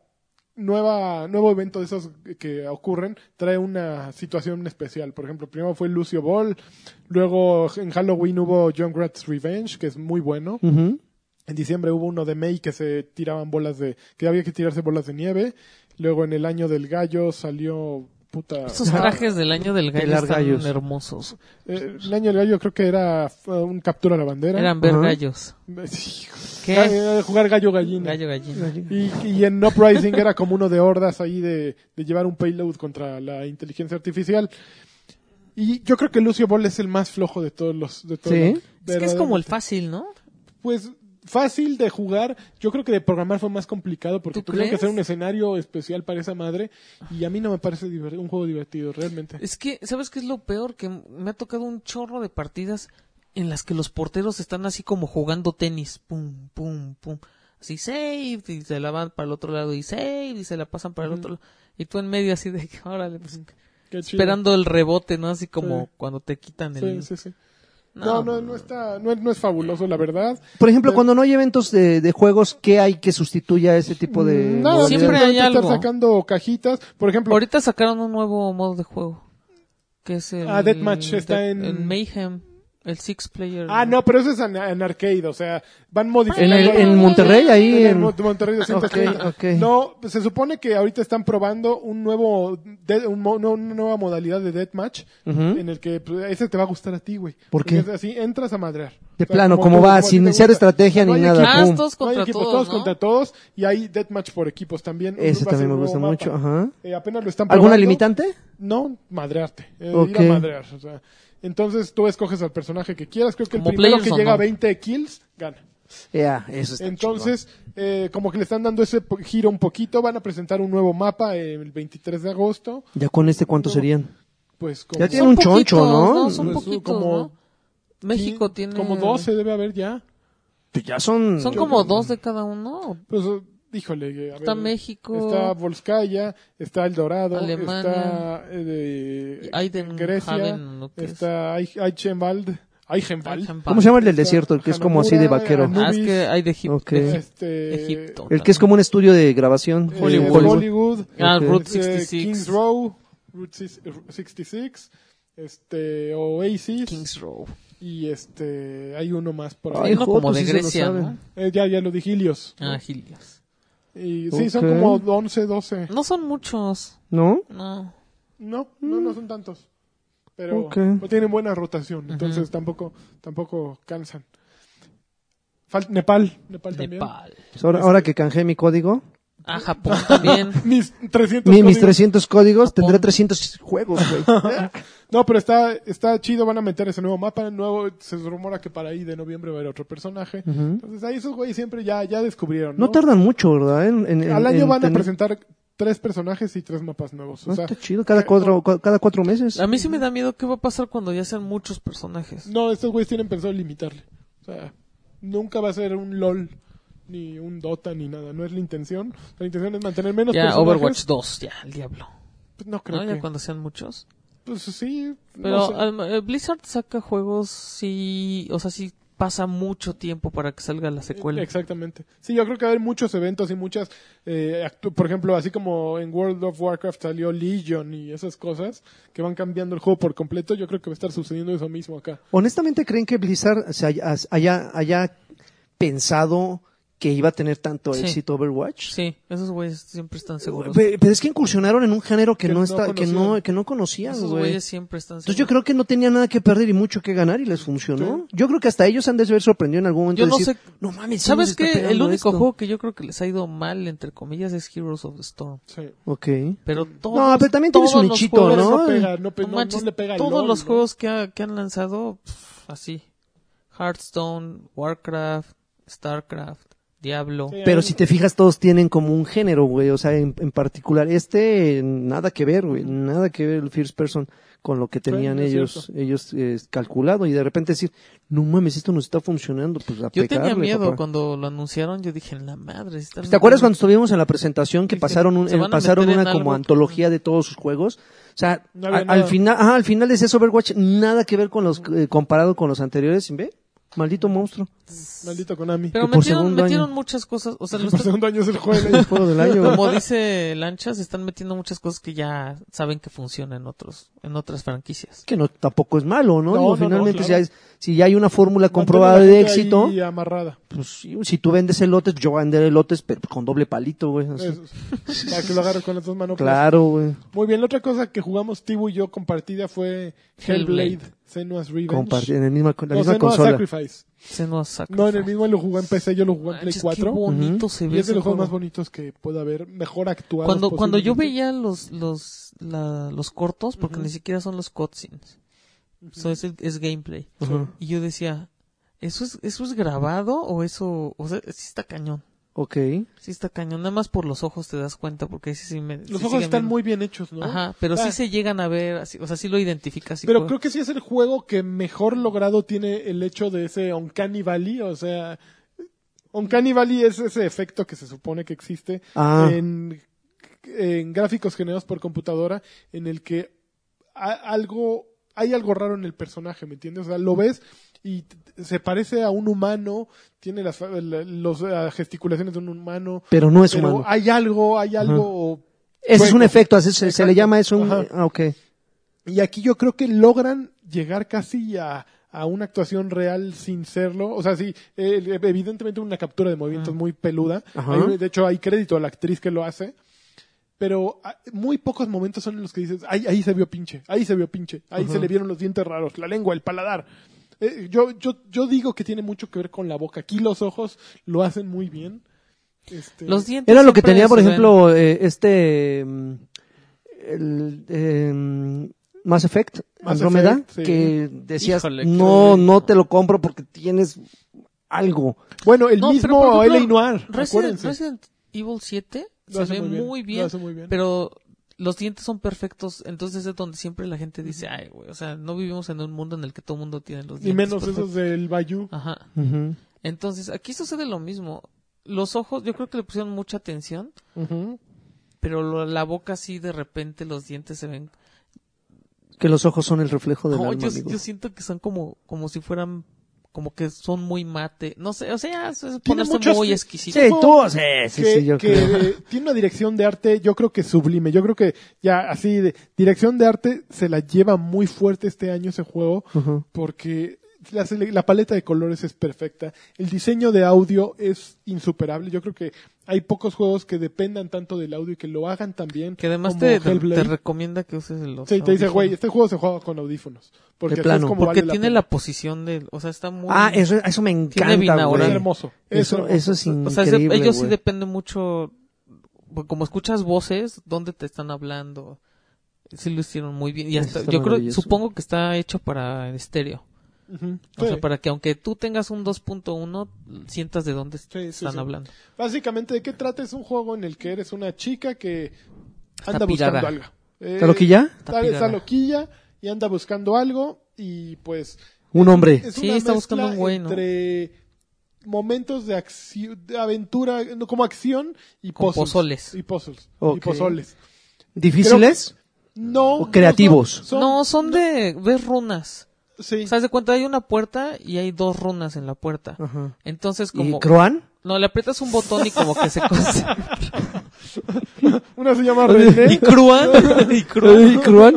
nueva nuevo evento de esos que ocurren trae una situación especial. Por ejemplo, primero fue Lucio Ball, luego en Halloween hubo John Gratz Revenge, que es muy bueno.
Ujú.
En diciembre hubo uno de May que se tiraban bolas de que había que tirarse bolas de nieve. Luego en el año del gallo salió puta
Esos trajes del año del gallo
Pelar
están
gallos.
hermosos.
Eh, el año del gallo creo que era fue un captura a la bandera.
Eran ver
Ajá.
gallos. ¿Qué?
Ah, era Jugar gallo gallina.
Gallo gallina.
Y, y en Uprising era como uno de hordas ahí de, de llevar un payload contra la inteligencia artificial. Y yo creo que Lucio Ball es el más flojo de todos los. De todos
Sí.
los-
Es que es como el
verdaderamente.
fácil, ¿no?
Pues fácil de jugar. Yo creo que de programar fue más complicado porque
¿Tú
tuvieron que
crees?
hacer un escenario especial para esa madre. Y a mí no me parece diver- un juego divertido, realmente.
Es que, ¿sabes qué es lo peor? Que me ha tocado un chorro de partidas en las que los porteros están así como jugando tenis. Pum, pum, pum. Así, save, y se la van para el otro lado, y save, y se la pasan para el otro lado. Y tú en medio así de, que, órale, pues,
Qué chido.
esperando el rebote, ¿no? Así como
Sí.
cuando te quitan
Sí,
el...
sí, sí. No, no, no está, no, es- no es fabuloso, la verdad.
Por ejemplo,
Pero-
cuando no hay eventos de, de juegos, ¿qué hay que sustituya ese tipo de.?
Nada,
modalidad?
Mm, Siempre hay
simplemente estar
algo.
sacando cajitas. Por ejemplo,
Ahorita sacaron un nuevo modo de juego. Que es el.
Ah, Deathmatch está
Death-
en-
En Mayhem. El Six Player.
Ah, no, pero eso es en, en arcade, o sea, van
En,
modificando.
el- en Monterrey, ahí.
En el
en-
Mon- Monterrey 230.
Ok, ok.
No, pues, se supone que ahorita están probando un nuevo, de- un mo- no- una nueva modalidad de deathmatch
Ujú.
en el que pues, ese te va a gustar a ti, güey.
¿Por qué?
Porque es así entras a madrear.
De plano, como
tú-
va,
a ti
sin
te
iniciar
gusta.
estrategia
No
ni
hay
nada, pues.
equipos,
Ah,
pum.
todos
no hay
contra
equipos,
todos.
todos
¿no?
contra todos y hay deathmatch por equipos también.
Ese
Va a
también
ser
me
un
gusta
nuevo
mucho,
mapa.
ajá.
Eh, apenas lo están probando.
¿Alguna limitante?
No, madrearte. eh, Ir
Ok.
a madrear. o sea. entonces tú escoges al personaje que quieras. Creo que el
Como
primero
Players
que
Unknown.
llega a 20 kills gana.
Ya, Eh, ah, eso está
Entonces, eh, como que le están dando ese po- giro un poquito, van a presentar un nuevo mapa eh, el 23 de agosto.
chingón. ¿Ya con este cuántos serían?
Pues como,
Ya
Son
tiene un choncho,
poquitos,
¿no?
Son
Pues,
poquitos,
como-
¿no? México tiene.
como 12 debe haber ya.
Pues ya son.
Son como dos de cada uno.
Pues, eh, híjole. eh, a
Está
ver,
México.
Está Volskaya, está El Dorado,
Alemania.
está eh, de-
Aiden
Grecia,
Haven, lo que es.
está Eich- Eichenwald. Eichenwald.
¿Cómo se llama el del
Está
desierto? El que es como así de
Hanamura,
vaquero.
Anu-
Ah, es que hay de Egipto.
Ok.
de
Este,
Egipto.
El que es como un estudio de grabación.
eh,
Hollywood.
Hollywood.
Ah,
Ok.
Route
Eh,
66.
Kings Row, Route sis- eh, 66, este, Oasis
Kings Row.
y este, hay uno más por
Ay,
Hay
ahí.
uno
joder,
como de
sí se lo
Grecia, ¿no?
saben.
Eh, ya, ya lo dije, Helios.
Ah, Gilias.
Y, Sí, son
Ok.
como 11, 12.
No son muchos.
¿No?
No.
No, no, no son tantos. Pero pues
Ok.
no tienen buena rotación, entonces tampoco, tampoco cansan. Fal- Nepal. Nepal también.
Nepal.
Pues ahora, ahora que canjeé mi código,
Ah, Japón también.
Mis 300
mi- mis
códigos.
300 códigos, tendré
Japón.
300 juegos, güey.
No, pero está, está chido, van a meter ese nuevo mapa, nuevo, se rumora que para ahí de noviembre va a haber otro personaje. Entonces ahí esos güeyes siempre ya, ya descubrieron. No,
No tardan mucho, ¿verdad? En- en- en-
Al año
en
van a
tener-
presentar tres personajes y tres mapas nuevos.
No,
O sea,
está chido, cada cuatro, cu- cada cuatro meses.
A mí sí me da miedo qué va a pasar cuando ya sean muchos personajes.
no, estos güeyes tienen pensado limitarle. O sea, nunca va a ser un LOL, ni un Dota, ni nada. No es la intención. La intención es mantener menos
Ya
personajes.
Overwatch 2, ya, el diablo.
Pues no creo
¿No? Ya
que...
cuando sean muchos.
Pues sí. no
Pero
sé.
um, eh, Blizzard saca juegos sí, o sea, sí pasa mucho tiempo para que salga la secuela.
Exactamente. Sí, yo creo que va a haber muchos eventos y muchas, eh, actu- por ejemplo, así como en World of Warcraft salió Legion y esas cosas que van cambiando el juego por completo, yo creo que va a estar sucediendo eso mismo acá.
Honestamente, ¿creen que Blizzard se haya, haya, haya pensado que iba a tener tanto
Sí.
éxito Overwatch?
Sí, esos güeyes siempre están seguros.
Pe- Pero es que incursionaron en un género que,
Que
no,
no
está, que,
conocían.
no, que no conocían,
Esos
güey.
güeyes siempre están seguros.
Entonces yo creo que no tenía nada que perder y mucho que ganar y les funcionó. Yo creo que hasta ellos han de haber sorprendido en algún momento.
Yo
de
no
decir,
sé-
No mames, sí nos
¿Sabes
está
qué? El
pegando
único
esto".
juego que yo creo que les ha ido mal, entre comillas, es Heroes of the Storm.
Sí.
Ok.
Pero todos,
No, pero también tienes
todos
un
los
nichito,
juegos-
¿no?
No, pega, no, pe-
No
no-
manches,
no le pega al
todos
LOL,
los
¿no?
juegos que, ha- que han lanzado, pf, así. Hearthstone, Warcraft, Starcraft, Diablo.
Sí,
Pero
hay-
si te fijas, todos tienen como un género, güey. O sea, en, en particular, este, eh, nada que ver, güey. Nada que ver el First Person con lo que tenían
es
ellos ellos eh, calculado. Y de repente decir, no mames, esto nos está funcionando. Pues a
Yo tenía
pegarle,
miedo
papá.
cuando lo anunciaron, yo dije, en la madre. están-
¿Te acuerdas cuando estuvimos en la presentación que
Dije,
pasaron un,
se van a
eh, pasaron
meter en
una como
algo.
antología de todos sus juegos? O sea, a-
No había
al
nada.
final, ajá, al final de ese Overwatch nada que ver con los eh, comparado con los anteriores, ¿ve? Maldito monstruo.
Maldito Konami.
Pero
que por
metieron,
segundo
metieron
año.
muchas cosas, o sea, lo
Por
están-
segundo año es el juego del año.
Juego del año. güey.
como dice Lanchas, están metiendo muchas cosas que ya saben que funcionan en otros, en otras franquicias.
que no tampoco es malo, ¿no?
No,
Digo,
no, no,
finalmente si,
claro.
hay- si ya hay una fórmula comprobada
Mantener a la
de
gente
éxito,
ahí amarrada.
pues sí, si tú vendes elotes, yo venderé elotes, pero con doble palito, güey. así.
Eso. Para que lo agarres con las dos manos.
Pues Claro, güey.
Muy bien, la otra cosa que jugamos Tibu y yo compartida fue Hellblade,
Hellblade.
Senua's Revenge.
Compartir en el misma, con la
No,
misma
Senua's
consola.
Sacrifice.
Se nos saca.
No, en el mismo lo jugué en PC, yo lo jugué en Play
Manches, Qué
4.
bonito se
Y
ve.
es de
ese
los
juego.
juegos más bonitos que pueda haber, mejor actuado.
Cuando, cuando yo veía los, los, la- los cortos, porque ni siquiera son los cutscenes, so, es, es gameplay.
Ajá.
Y yo decía, ¿eso es, ¿eso es grabado o eso? O sea, sí está cañón.
Ok.
Sí está cañón. Nada más por los ojos te das cuenta, porque ahí sí, sí me. sí
Los ojos
siguen
están
viendo.
muy bien hechos, ¿no?
Ajá, pero sí
Ah.
se llegan a ver, así, o sea, sí pues. lo identificas. y
Pero
todo.
creo que sí es el juego que mejor logrado tiene el hecho de ese Uncanny Valley, o sea, Uncanny Valley es ese efecto que se supone que existe
Ah.
en, en gráficos generados por computadora en el que a- algo hay algo raro en el personaje, ¿me entiendes? O sea, lo ves y t- t- se parece a un humano, tiene las fa- la- los, eh, gesticulaciones de un humano,
Pero no es
pero
humano.
hay algo, hay algo
Ese es un
Bueno,
efecto, así se, se le
exacto.
llama eso un...
Ajá.
Ah, ok.
Y aquí yo creo que logran llegar casi a, a una actuación real sin serlo. O sea, sí, eh, evidentemente una captura de movimientos muy peluda.
Ah. Ajá.
Hay- de hecho, hay crédito a la actriz que lo hace. Pero ah, muy pocos momentos son en los que dices, "Ay, ahí se vio pinche, ahí se vio pinche, ahí se le vieron los dientes raros, la lengua, el paladar. Eh, yo, yo, yo digo que tiene mucho que ver con la boca. Aquí los ojos lo hacen muy bien. Este,
Los dientes.
Era lo que
siempre
tenía, por
se
ejemplo, eh, este... mm, El, eh, Mass Effect,
Mass
Andrómeda,
Effect, sí.
que decías,
Híjole, qué
no, no
rico".
te lo compro porque tienes algo.
Bueno, el
ven. No, pero,
mismo
por
L.A.
ejemplo,
Noir,
Resident,
acuérdense.
Resident Evil 7
Lo
se
hace
ve
muy bien,
muy
lo
bien,
hace muy bien.
pero los dientes son perfectos, entonces es donde siempre la gente dice, ay, güey, o sea, no vivimos en un mundo en el que todo el mundo tiene los dientes
y menos
perfectos".
esos del Bayou.
Ajá. Entonces, aquí sucede lo mismo. Los ojos, yo creo que le pusieron mucha atención,
Ujú.
pero lo- la boca sí, de repente los dientes se ven.
Que los ojos son el reflejo del
No,
alma,
yo,
amigo.
yo siento que son como, como si fueran, como que son muy mate. No sé, o sea, es es
Tiene
ponerse
muchos-
muy exquisito.
Sí, tú, sí, sí,
que,
sí, yo
que,
creo.
eh, tiene una dirección de arte, yo creo que sublime. Yo creo que ya así, de, dirección de arte se la lleva muy fuerte este año ese juego,
Ujú.
porque la, sele- la paleta de colores es perfecta, el diseño de audio es insuperable. Yo creo que hay pocos juegos que dependan tanto del audio y que lo hagan tan bien.
Que además
como
te, te-
Hellblade.
te recomienda que uses el
Sí, te dice, güey, este juego se juega con audífonos. Porque
De
así es
plano.
como
Porque
vale
tiene
pena.
la posición de... O sea, está muy...
Ah, eso, eso me encanta,
binaural.
güey.
Es hermoso. Es
Eso,
hermoso.
eso es increíble,
o sea, ese- ellos sí
güey.
depende mucho... porque Como escuchas voces, ¿dónde te están hablando? Sí lo hicieron muy bien. Y
Eso
hasta,
está
yo creo,
maravilloso.
supongo que está hecho para el estéreo.
Ujú.
O sea,
Sí.
para que aunque tú tengas un 2.1, sientas de dónde
sí,
están
sí.
hablando.
Básicamente, ¿de qué trata? Es un juego en el que eres una chica que
Está
anda
pirada.
buscando algo. Eh,
¿Está loquilla?
Está,
Está
está
pirada.
loquilla y anda buscando algo y pues...
Un hombre.
Es
Sí,
una
está
mezcla
buscando un güey, ¿no?
entre momentos de, acci- de aventura, no, como acción y
Con
puzzles.
pozoles.
Y puzzles.
Ok.
Y pozoles.
¿Difíciles?
No.
O
no
creativos.
son-
no, son de... Ves runas.
Sí.
O sea, haz de cuenta, hay una puerta y hay dos runas en la puerta.
Ajá.
Entonces,
Ah. ¿Y
como...
Croan?
No, le aprietas un botón y como que se... cose-
Una se llama René.
y crúan. y crúan.
¿Y Croan?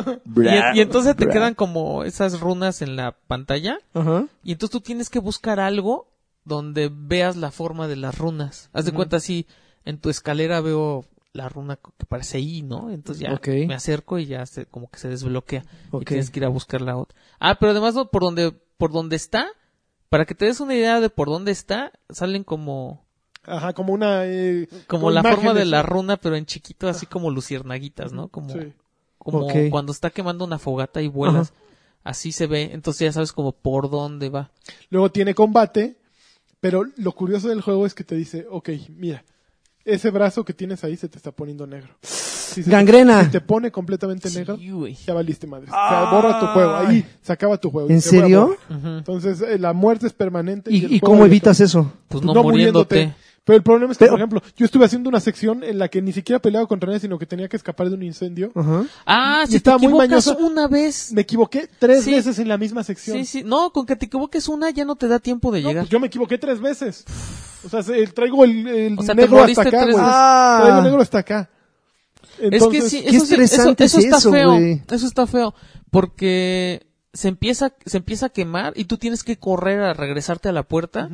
Y, y entonces te quedan como esas runas en la pantalla.
Ajá.
Y entonces tú tienes que buscar algo donde veas la forma de las runas. Haz de cuenta si en tu escalera veo la runa co- que parece I, ¿no? Entonces ya
Ok.
me acerco y ya se, como que se desbloquea.
Ok.
Y tienes que ir a buscar la otra. Ah, pero además ¿no? por donde, por donde está, para que te des una idea de por dónde está, salen como,
Ajá, como una... eh,
como la forma de
imágenes.
la runa, pero en chiquito, así como luciernaguitas, ¿no? Como,
Sí.
como
Ok.
cuando está quemando una fogata y vuelas. Así se ve, entonces ya sabes como por dónde va.
Luego tiene combate, pero lo curioso del juego es que te dice, ok, mira, ese brazo que tienes ahí se te está poniendo negro. Si se
Gangrena.
Te, si te pone completamente negro,
Sí, güey.
ya valiste madre. O sea, borra tu juego, ahí se acaba tu juego.
¿En
Se borra.
serio?
Ujú.
Entonces, eh, la muerte es permanente.
¿Y,
el
y
juego
cómo
de-
evitas eso?
Pues
Pues
no,
no,
muriéndote.
muriéndote. Pero el problema es que,
Pero-
por ejemplo, yo estuve haciendo una sección en la que ni siquiera peleaba contra nadie, sino que tenía que escapar de un incendio.
Ajá.
Ah,
Y
si te
estaba muy
equivocas
mañoso.
una vez.
Me equivoqué tres
Sí.
veces en la misma sección.
Sí, sí. No, con que te equivoques una ya no te da tiempo de
No,
llegar.
pues yo me equivoqué tres veces. O sea, se- el- traigo el, el
O sea, te
negro hasta
moriste
acá,
tres
güey.
veces.
Ah.
Traigo el negro hasta acá. Entonces,
es que sí,
qué
eso, sí- eso-
estresante
eso
es
está
eso,
feo.
güey.
Eso está feo. Porque se empieza, se empieza a quemar y tú tienes que correr a regresarte a la puerta,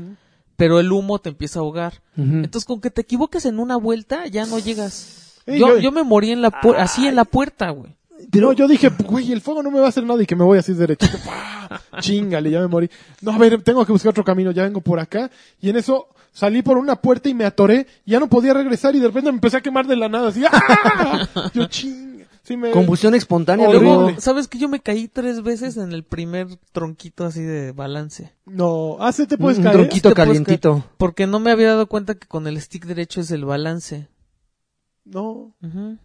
pero el humo te empieza a ahogar. Entonces, con que te equivoques en una vuelta, ya no llegas.
Ey,
yo,
yo-
yo me morí en la pu- así en la puerta, güey.
No, yo dije, güey, el fuego no me va a hacer nada y que me voy así derechito. ¡Pah! Chingale, ya me morí. No, a ver, tengo que buscar otro camino, ya vengo por acá. Y en eso salí por una puerta y me atoré. y Ya no podía regresar y de repente me empecé a quemar de la nada. Así, ¡ah! Yo ching. Sí, me...
Combustión espontánea.
Eh, Horrible.
luego.
Luego, ¿sabes que Yo me caí tres veces en el primer tronquito así de balance.
No, ah, se te
Un,
puedes
un
caer.
tronquito
Te puedes
calientito.
pues Porque no me había dado cuenta que con el stick derecho es el balance.
No.
Ujú.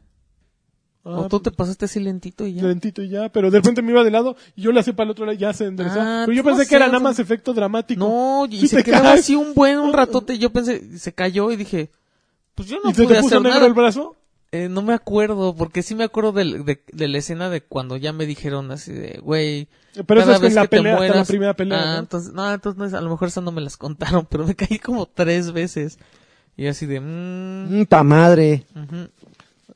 Ah,
o tú te pasaste así lentito y ya.
lentito y ya, pero de repente me iba de lado y yo le hacía para el otro lado y ya se
Ah,
enderezaba. pero
pues
yo
no
pensé que era
sé,
nada
no-
más efecto dramático.
No, y
Sí
se
te
quedaba
caes. Ah.
así un buen un ratote. Yo pensé, se cayó y dije, pues yo no
¿Y se
pude
te puso
hacer
negro
nada.
el brazo?
Eh, no me acuerdo, porque sí me acuerdo del- de, de la escena de cuando ya me dijeron así de, güey.
Pero eso
cada
es que
vez
en la
te
pelea, hasta la
mueras-
primera pelea.
Ah,
¿no?
entonces, no, entonces no es- a lo mejor esa no me las contaron, pero me caí como tres veces. Y así de, mm,
Mm, ta madre.
ujú.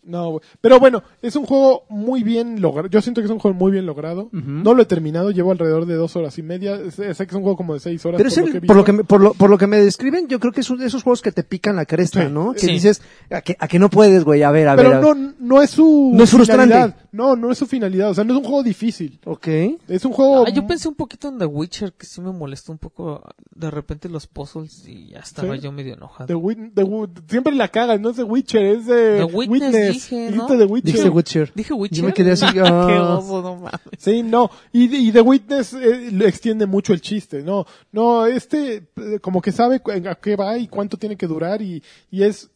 No, güey. pero bueno, es un juego muy bien logrado. Yo siento que es un juego muy bien logrado. No lo he terminado, llevo alrededor de dos horas y media. Sé sé que es un juego como de seis horas.
Pero es el-
he
por, lo
visto.
que me, por, lo, por lo que me describen, yo creo que es uno de esos juegos que te pican la cresta,
Sí.
¿no? Que
Sí.
dices, a que, a que no puedes, güey, a ver, a ver.
Pero
a
no,
ver.
no es su
No es frustrante.
finalidad. No, no es su finalidad. O sea, no es un juego difícil.
Ok.
Es un juego...
Ah, yo pensé un poquito en The Witcher, que sí me molestó un poco de repente los puzzles y ya estaba
¿Sí?
yo medio enojado.
The Wit- The Wit- siempre la cagas, no es de Witcher, es de
The Witness, dije, ¿no?
Dijiste The Witcher.
Dijiste Witcher.
Dije Witcher.
Yo me quedé así, ah.
Qué oso, no mames.
Sí, no, y, y The Witness eh, lo extiende mucho el chiste, no, no, este eh, como que sabe cu- a qué va y cuánto tiene que durar y, y es,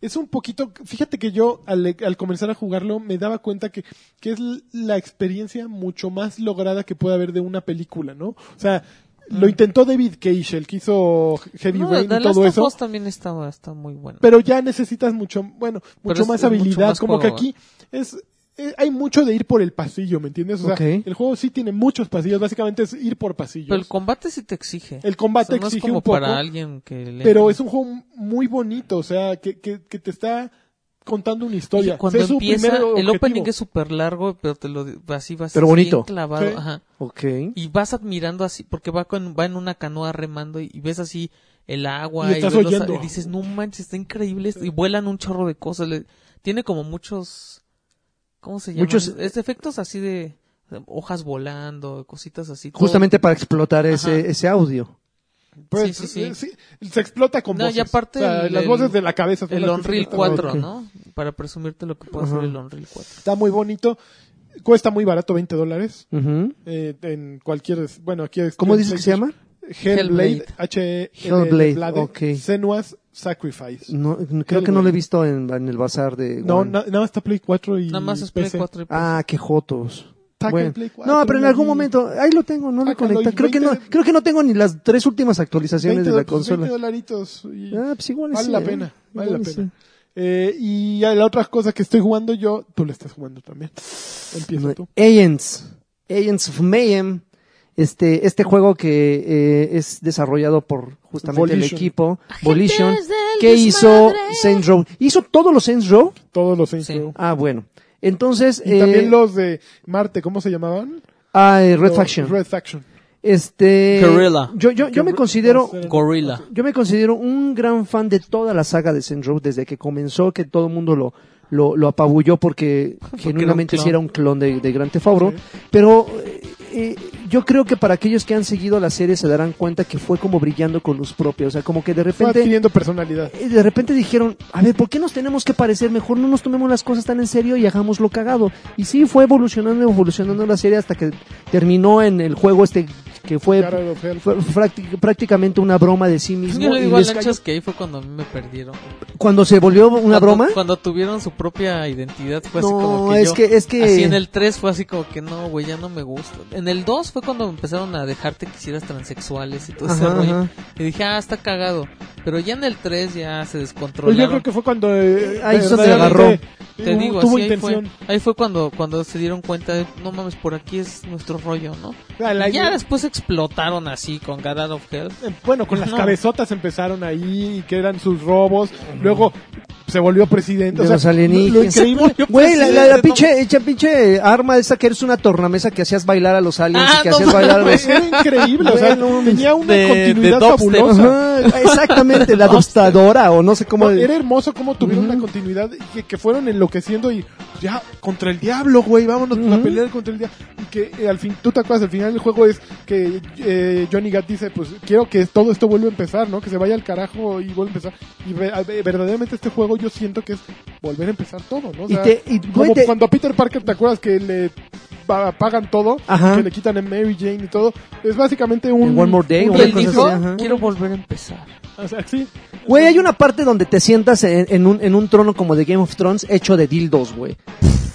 es un poquito, fíjate que yo al, al comenzar a jugarlo me daba cuenta que, que es l- la experiencia mucho más lograda que puede haber de una película, ¿no? O sea, lo intentó David Cage, el que hizo Heavy
Mm. No,
Rain
The
y
Last
todo
of
eso.
Us también estaba, está muy bueno.
pero ya necesitas mucho, bueno,
Pero
mucho
es-
más
es mucho
habilidad,
más
como
juego,
que aquí es eh, hay mucho de ir por el pasillo, ¿me entiendes? O sea,
Ok.
el juego sí tiene muchos pasillos, básicamente es ir por pasillos.
Pero el combate sí te exige.
El
O
combate
sea, no
exige
es como
un poco,
para alguien que le...
pero es un juego muy bonito, o sea, que, que, que te está contando una historia.
Oye, cuando
Sé su
empieza,
primer
el
objetivo.
opening es súper largo, pero te lo así vas
Pero
así bien
bonito.
clavado,
Sí.
ajá.
Ok.
Y vas admirando así, porque va con, va en una canoa remando y, y ves así el agua
Y estás
ves los-
oyendo.
y dices, no manches, está increíble esto", y vuelan un chorro de cosas. le- tiene como muchos, ¿cómo se llama?
Muchos-
es efectos así de hojas volando, cositas así. todo.
Justamente para explotar
Ajá.
ese, ese audio.
Pues,
sí, sí, sí.
sí, se explota con
No, y
voces.
aparte
O sea,
el-
las
el-
voces de la cabeza. son
El
las que
Unreal
explotan.
4,
Ok.
¿no? Para presumirte lo que puede hacer
Ajá.
el Unreal 4.
Está muy bonito. Cuesta muy barato, 20 dólares.
Ujú.
eh, en cualquier... Bueno, aquí es...
¿Cómo dices que se llama?
Hellblade.
Hellblade.
H E
Hellblade,
Hellblade.
ok.
Senua's Sacrifice.
No, creo que no lo he visto en, en el bazar de.
No,
One.
na- nada más está Play 4 y
Nada más es Play
PC.
4 y PC.
Ah, qué jotos.
Está que
Bueno.
en Play 4,
No, pero en
lo
algún
vi. Ah,
momento, ahí lo tengo, no lo
Sácalo,
conecté.
y
Creo que no,
20
creo que no tengo ni las tres últimas actualizaciones
20
de la
do- pues, 20
consola.
dolaritos. y-
Ah, pues igual y
vale
sí,
la
¿eh?
pena, vale
Igual
la
y
pena. Eh, y ya la otra cosa que estoy jugando yo, tú la estás jugando también. Empieza tú.
Agents, Agents of Mayhem, este, este juego que eh, es desarrollado por justamente el
Volition.
equipo Volition, que hizo Saints Row. ¿Hizo todos los Saints Row?
Todos los Saints
Sí.
Row.
Ah, bueno. Entonces,
Y
eh,
también los de Marte, ¿cómo se llamaban?
ah, eh, Red
Los-
Faction.
Red Faction.
Este,
Guerrilla.
Yo, yo, yo me considero
Gorilla.
Yo me considero un gran fan de toda la saga de Saints Row desde que comenzó, que todo el mundo lo, lo, lo apabulló porque, genuinamente
clon.
sí era un clon de, de Gran Tefauro. Pero eh, yo creo que para aquellos que han seguido la serie se darán cuenta que fue como brillando con luz propia. O sea, como que de
Fue
repente,
adquiriendo personalidad.
eh, de repente dijeron, a ver, ¿por qué nos tenemos que parecer? Mejor no nos tomemos las cosas tan en serio y hagámoslo cagado. Y sí, fue evolucionando, evolucionando la serie hasta que terminó en el juego este que fue...
Cara de Hell.
fue prácti- prácticamente una broma de sí mismo
Yo le
y
digo a
les cayó
Lanchas que ahí fue cuando a mí me perdieron.
cuando se volvió una
Cuando-
broma
Cuando tuvieron su propia identidad fue así
no
pues, como que
es
yo...
que es que
Así en el 3 fue así como que no, güey, ya no me gusta. En el 2 fue cuando empezaron a dejarte que hicieras transexuales y todo ese
Ajá,
rollo.
ajá.
Y dije, ah, está cagado. Pero ya en el 3 ya se
Pues yo creo
descontrolaron.
que fue cuando... eh,
Ahí se
verdaderamente,
agarró.
eh,
Te
hubo-
digo,
tuvo
así ahí fue,
intención.
ahí fue cuando, cuando se dieron cuenta de, no mames, por aquí es nuestro rollo, ¿no?
Ah, la-
Y ya después explotaron así con God Out of Hell.
Eh, Bueno, con las
No.
cabezotas empezaron ahí, y que eran sus robos. Luego se volvió presidente.
De
o sea,
los alienígenas.
Lo increíble,
pues,
Güey, la, la- la
presidente,
pinche, echa pinche arma esa que eres una tornamesa que hacías bailar a los aliens
Ah,
y que
no
hacías bailar a los...
Era increíble, o sea, tenía una
de-
continuidad
de dubstep.
fabulosa.
Ajá, exactamente, la adoptadora o no sé cómo...
Era hermoso cómo tuvieron la continuidad y que, que fueron enloqueciendo y ya contra el diablo, güey, vámonos a
Ujú.
pelear contra el diablo. Y que eh, al fin, tú te acuerdas, al final del juego es que eh, Johnny Gat dice, pues quiero que todo esto vuelva a empezar, ¿no? Que se vaya al carajo y vuelva a empezar. Y ve- a- ve- verdaderamente este juego yo siento que es volver a empezar todo, ¿no? O
Y
sea,
te... y, güey,
Como
te-
cuando a Peter Parker, ¿te acuerdas que le pa- pagan todo?
Ajá.
Que le quitan a Mary Jane y todo. Es básicamente un...
En One More Day,
un
o
Y él
una cosa
dijo,
así, ajá.
quiero volver a empezar.
O sea, sí.
Güey, hay una parte donde te sientas en, en un, en un trono como de Game of Thrones hecho de dildos, güey.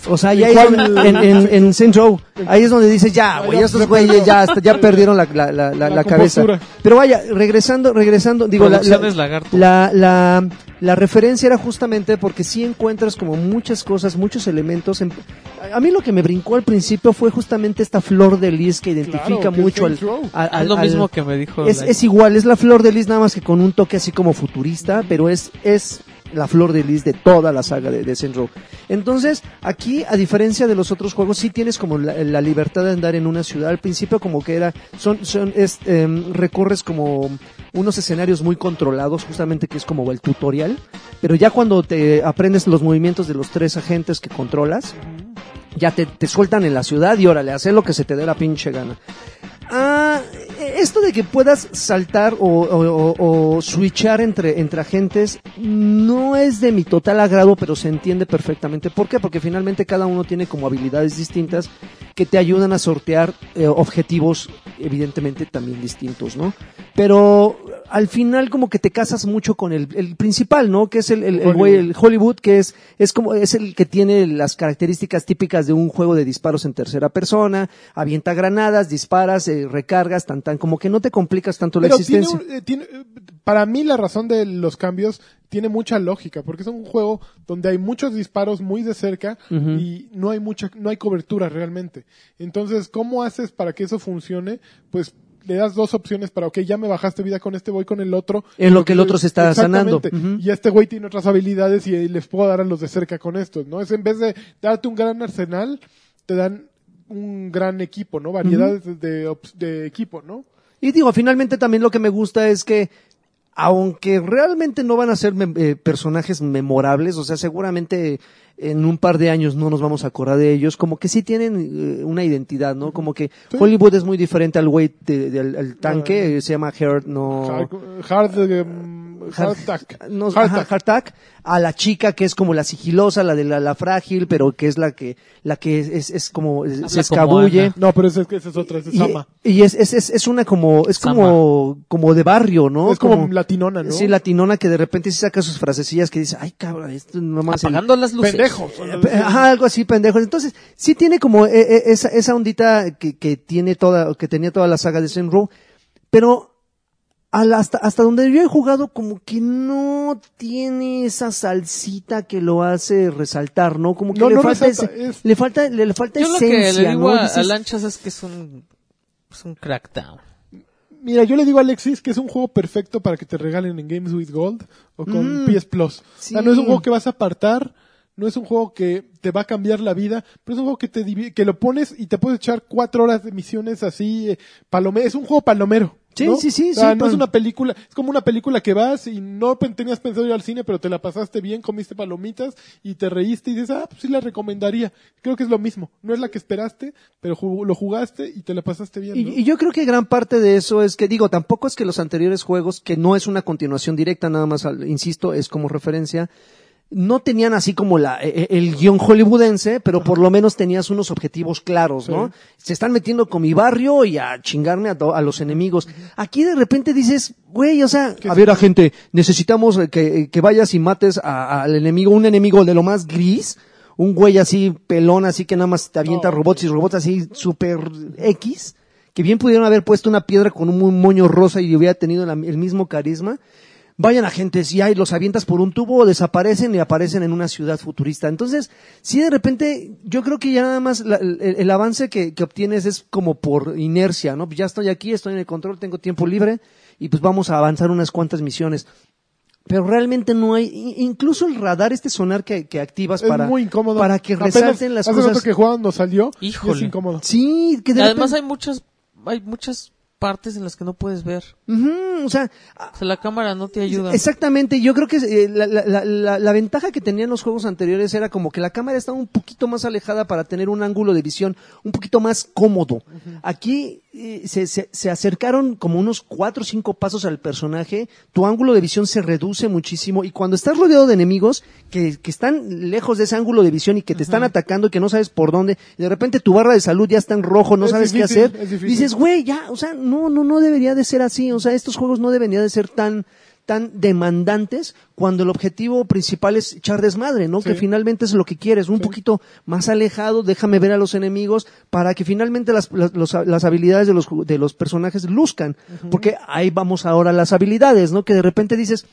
O sea, ya
¿En
ahí es
cuál?
donde- en, en, en Saints Row, ahí es donde dices, ya, güey, estos güeyes ya, hasta- ya perdieron la, la, la, la-
La
la cabeza.
compostura.
Pero vaya, regresando, regresando, digo, la, la-
Producciones Lagarto.
la, la, la referencia era justamente porque sí encuentras como muchas cosas, muchos elementos. en- a a mí lo que me brincó al principio fue justamente esta flor de lis que identifica
Claro, que
mucho
es
al,
Saints Row.
al-
es lo
al-
mismo que me dijo.
es,
la-
es igual, es la flor de lis nada más que con un toque así como futurista, pero es, es la flor de lis de toda la saga de, de Saints Row. Entonces, aquí, a diferencia de los otros juegos, sí tienes como la, la libertad de andar en una ciudad. Al principio como que era, son, son, es, em, recorres como unos escenarios muy controlados, justamente que es como el tutorial. Pero ya cuando te aprendes los movimientos de los tres agentes que controlas, ya te, te sueltan en la ciudad y órale, hacer lo que se te dé la pinche gana. Ah, esto de que puedas saltar o, o- o- o switchar entre, entre agentes no es de mi total agrado, pero se entiende perfectamente. ¿Por qué? Porque finalmente cada uno tiene como habilidades distintas que te ayudan a sortear eh, objetivos evidentemente también distintos, ¿no? Pero al final como que te casas mucho con el, el principal, ¿no? Que es el, el, el güey, el Hollywood, que es, es como, es el que tiene las características típicas de un juego de disparos en tercera persona, avienta granadas, disparas, eh, recargas, tan tan, como que no te complicas tanto la
Pero tiene
existencia.
un- eh, tiene, eh, para mí la razón de los cambios tiene mucha lógica, porque es un juego donde hay muchos disparos muy de cerca y no hay mucha, no hay cobertura realmente. Entonces, ¿cómo haces para que eso funcione? Pues le das dos opciones para, ok, ya me bajaste vida con este, voy con el otro.
En lo que el otro se está sanando.
Exactamente.
Ujú.
Y este güey tiene otras habilidades y les puedo dar a los de cerca con estos, ¿no? Es en vez de darte un gran arsenal, te dan un gran equipo, ¿no? Variedades de, op- de equipo, ¿no?
Y digo, finalmente también lo que me gusta es que, aunque realmente no van a ser mem- eh, personajes memorables, o sea, seguramente en un par de años no nos vamos a acordar de ellos, como que sí tienen eh, una identidad, ¿no? Como que
Sí.
Hollywood es muy diferente al güey de- del al tanque,
Ah.
eh, se llama Heart, no...
Hard, hard, em, hard attack.
No,
Hard
ajá,
attack.
Hartak, a la chica que es como la sigilosa, la de la, la frágil, pero que es la que, la que es, es, es como, eh,
Habla
se
como
escabulle.
Ana.
No, pero esa es, esa es otra, esa es
Y,
Sama.
y es, es, es, es una como, es como, como de barrio, ¿no?
es como, latinona, ¿no?
Sí, latinona que de repente sí saca sus frasecillas que dice, ay cabrón, esto no más. el-
Apagando las luces.
Pendejo.
Pe- Ajá, algo así, pendejos. Entonces, sí tiene como eh, eh, esa, esa ondita que, que tiene toda, que tenía toda la saga de Saints Row, pero al- hasta, hasta donde yo he jugado, como que no tiene esa salsita que lo hace resaltar, ¿no? Como que
No,
le,
no
falta
resalta,
ese-
es-
le falta, le, le falta
Yo lo que
esencia,
le digo
¿no?
a,
Dices,
a Lanchas es que es un, es un crackdown.
Mira, yo le digo a Alexis que es un juego perfecto para que te regalen en Games with Gold o con
Mm.
PS Plus.
Sí.
O sea, no es un juego que vas a apartar, no es un juego que te va a cambiar la vida, pero es un juego que te divi- que lo pones y te puedes echar cuatro horas de misiones así, eh, palome- es un juego palomero.
Sí,
¿no?
sí, sí,
O sea,
sí,
no es
pal-
una película, es como una película que vas y no pen- tenías pensado ir al cine, pero te la pasaste bien, comiste palomitas y te reíste y dices, ah, pues sí la recomendaría. Creo que es lo mismo. No es la que esperaste, pero ju- lo jugaste y te la pasaste bien. ¿no?
Y, y yo creo que gran parte de eso es que, digo, tampoco es que los anteriores juegos, que no es una continuación directa, nada más, al- insisto, es como referencia, no tenían así como la, e- e- el guión hollywoodense, pero por lo menos tenías unos objetivos claros, ¿no?
Sí.
Se están metiendo con mi barrio y a chingarme a, to- a los enemigos. Aquí de repente dices, güey, o sea, a ver, agente, necesitamos eh, que, eh, que vayas y mates a- al enemigo, un enemigo de lo más gris, un güey así pelón, así que nada más te avienta
No,
robots y robots así super X, que bien pudieron haber puesto una piedra con un mu- moño rosa y hubiera tenido la- el mismo carisma. Vayan agentes y ahí los avientas por un tubo, desaparecen y aparecen en una ciudad futurista. Entonces, si de repente, yo creo que ya nada más la- el, el avance que, que obtienes es como por inercia, ¿no? Ya estoy aquí, estoy en el control, tengo tiempo libre y pues vamos a avanzar unas cuantas misiones. Pero realmente no hay, i- incluso el radar, este sonar que, que activas
es
para,
muy incómodo.
para que
Apenas
resalten las
hace
cosas.
rato que Juan nos salió. y Es
Híjole.
incómodo.
Sí, que de
Además
repente-
hay muchas, hay muchas partes en las que no puedes ver.
Ujú, o sea, a-
O sea, la cámara no te ayuda.
exactamente, yo creo que eh, la, la- la- la- la ventaja que tenían los juegos anteriores era como que la cámara estaba un poquito más alejada para tener un ángulo de visión un poquito más cómodo. Aquí eh, se, se- se acercaron como unos cuatro o cinco pasos al personaje, tu ángulo de visión se reduce muchísimo y cuando estás rodeado de enemigos que, que están lejos de ese ángulo de visión y que te están atacando y que no sabes por dónde, y de repente tu barra de salud ya está en rojo, no
Es
sabes
difícil,
qué
es
hacer,
difícil.
dices, güey, ya, o sea, no, no, no debería de ser así, o sea, estos juegos no deberían de ser tan, tan demandantes cuando el objetivo principal es echar desmadre, ¿no?
Sí.
Que finalmente es lo que quieres, un
Sí.
poquito más alejado, déjame ver a los enemigos para que finalmente las, las, los- las habilidades de los, ju- de los personajes luzcan, porque ahí vamos ahora a las habilidades, ¿no? Que de repente dices,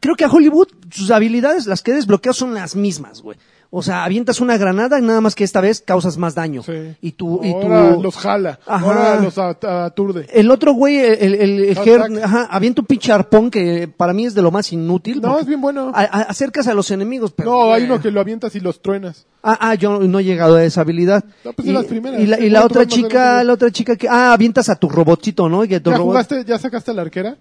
creo que a Hollywood sus habilidades, las que desbloqueas son las mismas, güey. O sea, avientas una granada y nada más que esta vez causas más daño.
Sí.
Y tú, y tú,
Ahora los jala.
Ajá.
Ahora los at- aturde.
el otro güey, el, el, el
Attack.
Her- ajá, avienta un pinche arpón que para mí es de lo más inútil.
No,
porque
es bien bueno.
a- a- acercas a los enemigos, pero...
No, hay uno
eh,
que lo avientas y los truenas.
Ah, ah, yo no he llegado a esa habilidad.
No, pues
y,
de las primeras.
y la, y la
¿Cuánto
otra
más moderno
chica,
tienes?
la otra chica que... Ah, avientas a tu robotito, ¿no? Y que tu
¿Ya
robot-
jugaste? ¿Ya sacaste a la arquera?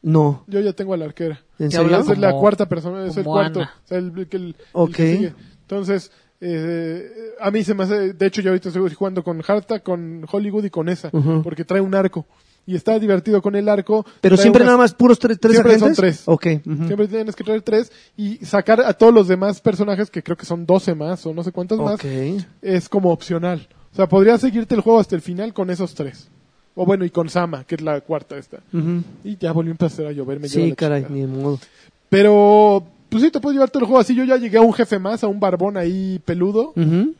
No,
Yo ya tengo a la arquera.
¿en
¿Qué
serio?
hablas?
Esa es la
Como-
cuarta persona, es el
como
cuarto.
Ana.
O sea, el- el que- el- el
Ok.
que sigue. Entonces, eh, a mí se me hace, de hecho yo ahorita estoy jugando con Harta, con Hollywood y con esa,
Ujú.
porque trae un arco. Y está divertido con el arco.
Pero
trae
siempre
unas-
nada más puros tres, tres
Siempre son
agentes.
tres.
Ok. ujú.
Siempre tienes que traer tres y sacar a todos los demás personajes, que creo que son 12 más o no sé cuántos
Ok.
más, es como opcional. O sea, podrías seguirte el juego hasta el final con esos tres. O bueno, y con Sama, que es la cuarta esta.
Ujú.
Y ya volvió a empezar a llover, me lleva
Sí,
la
caray,
chingada.
ni modo.
Pero, pues sí, te puedes llevar todo el juego así. Yo ya llegué a un jefe más, a un barbón ahí peludo.
Ujú.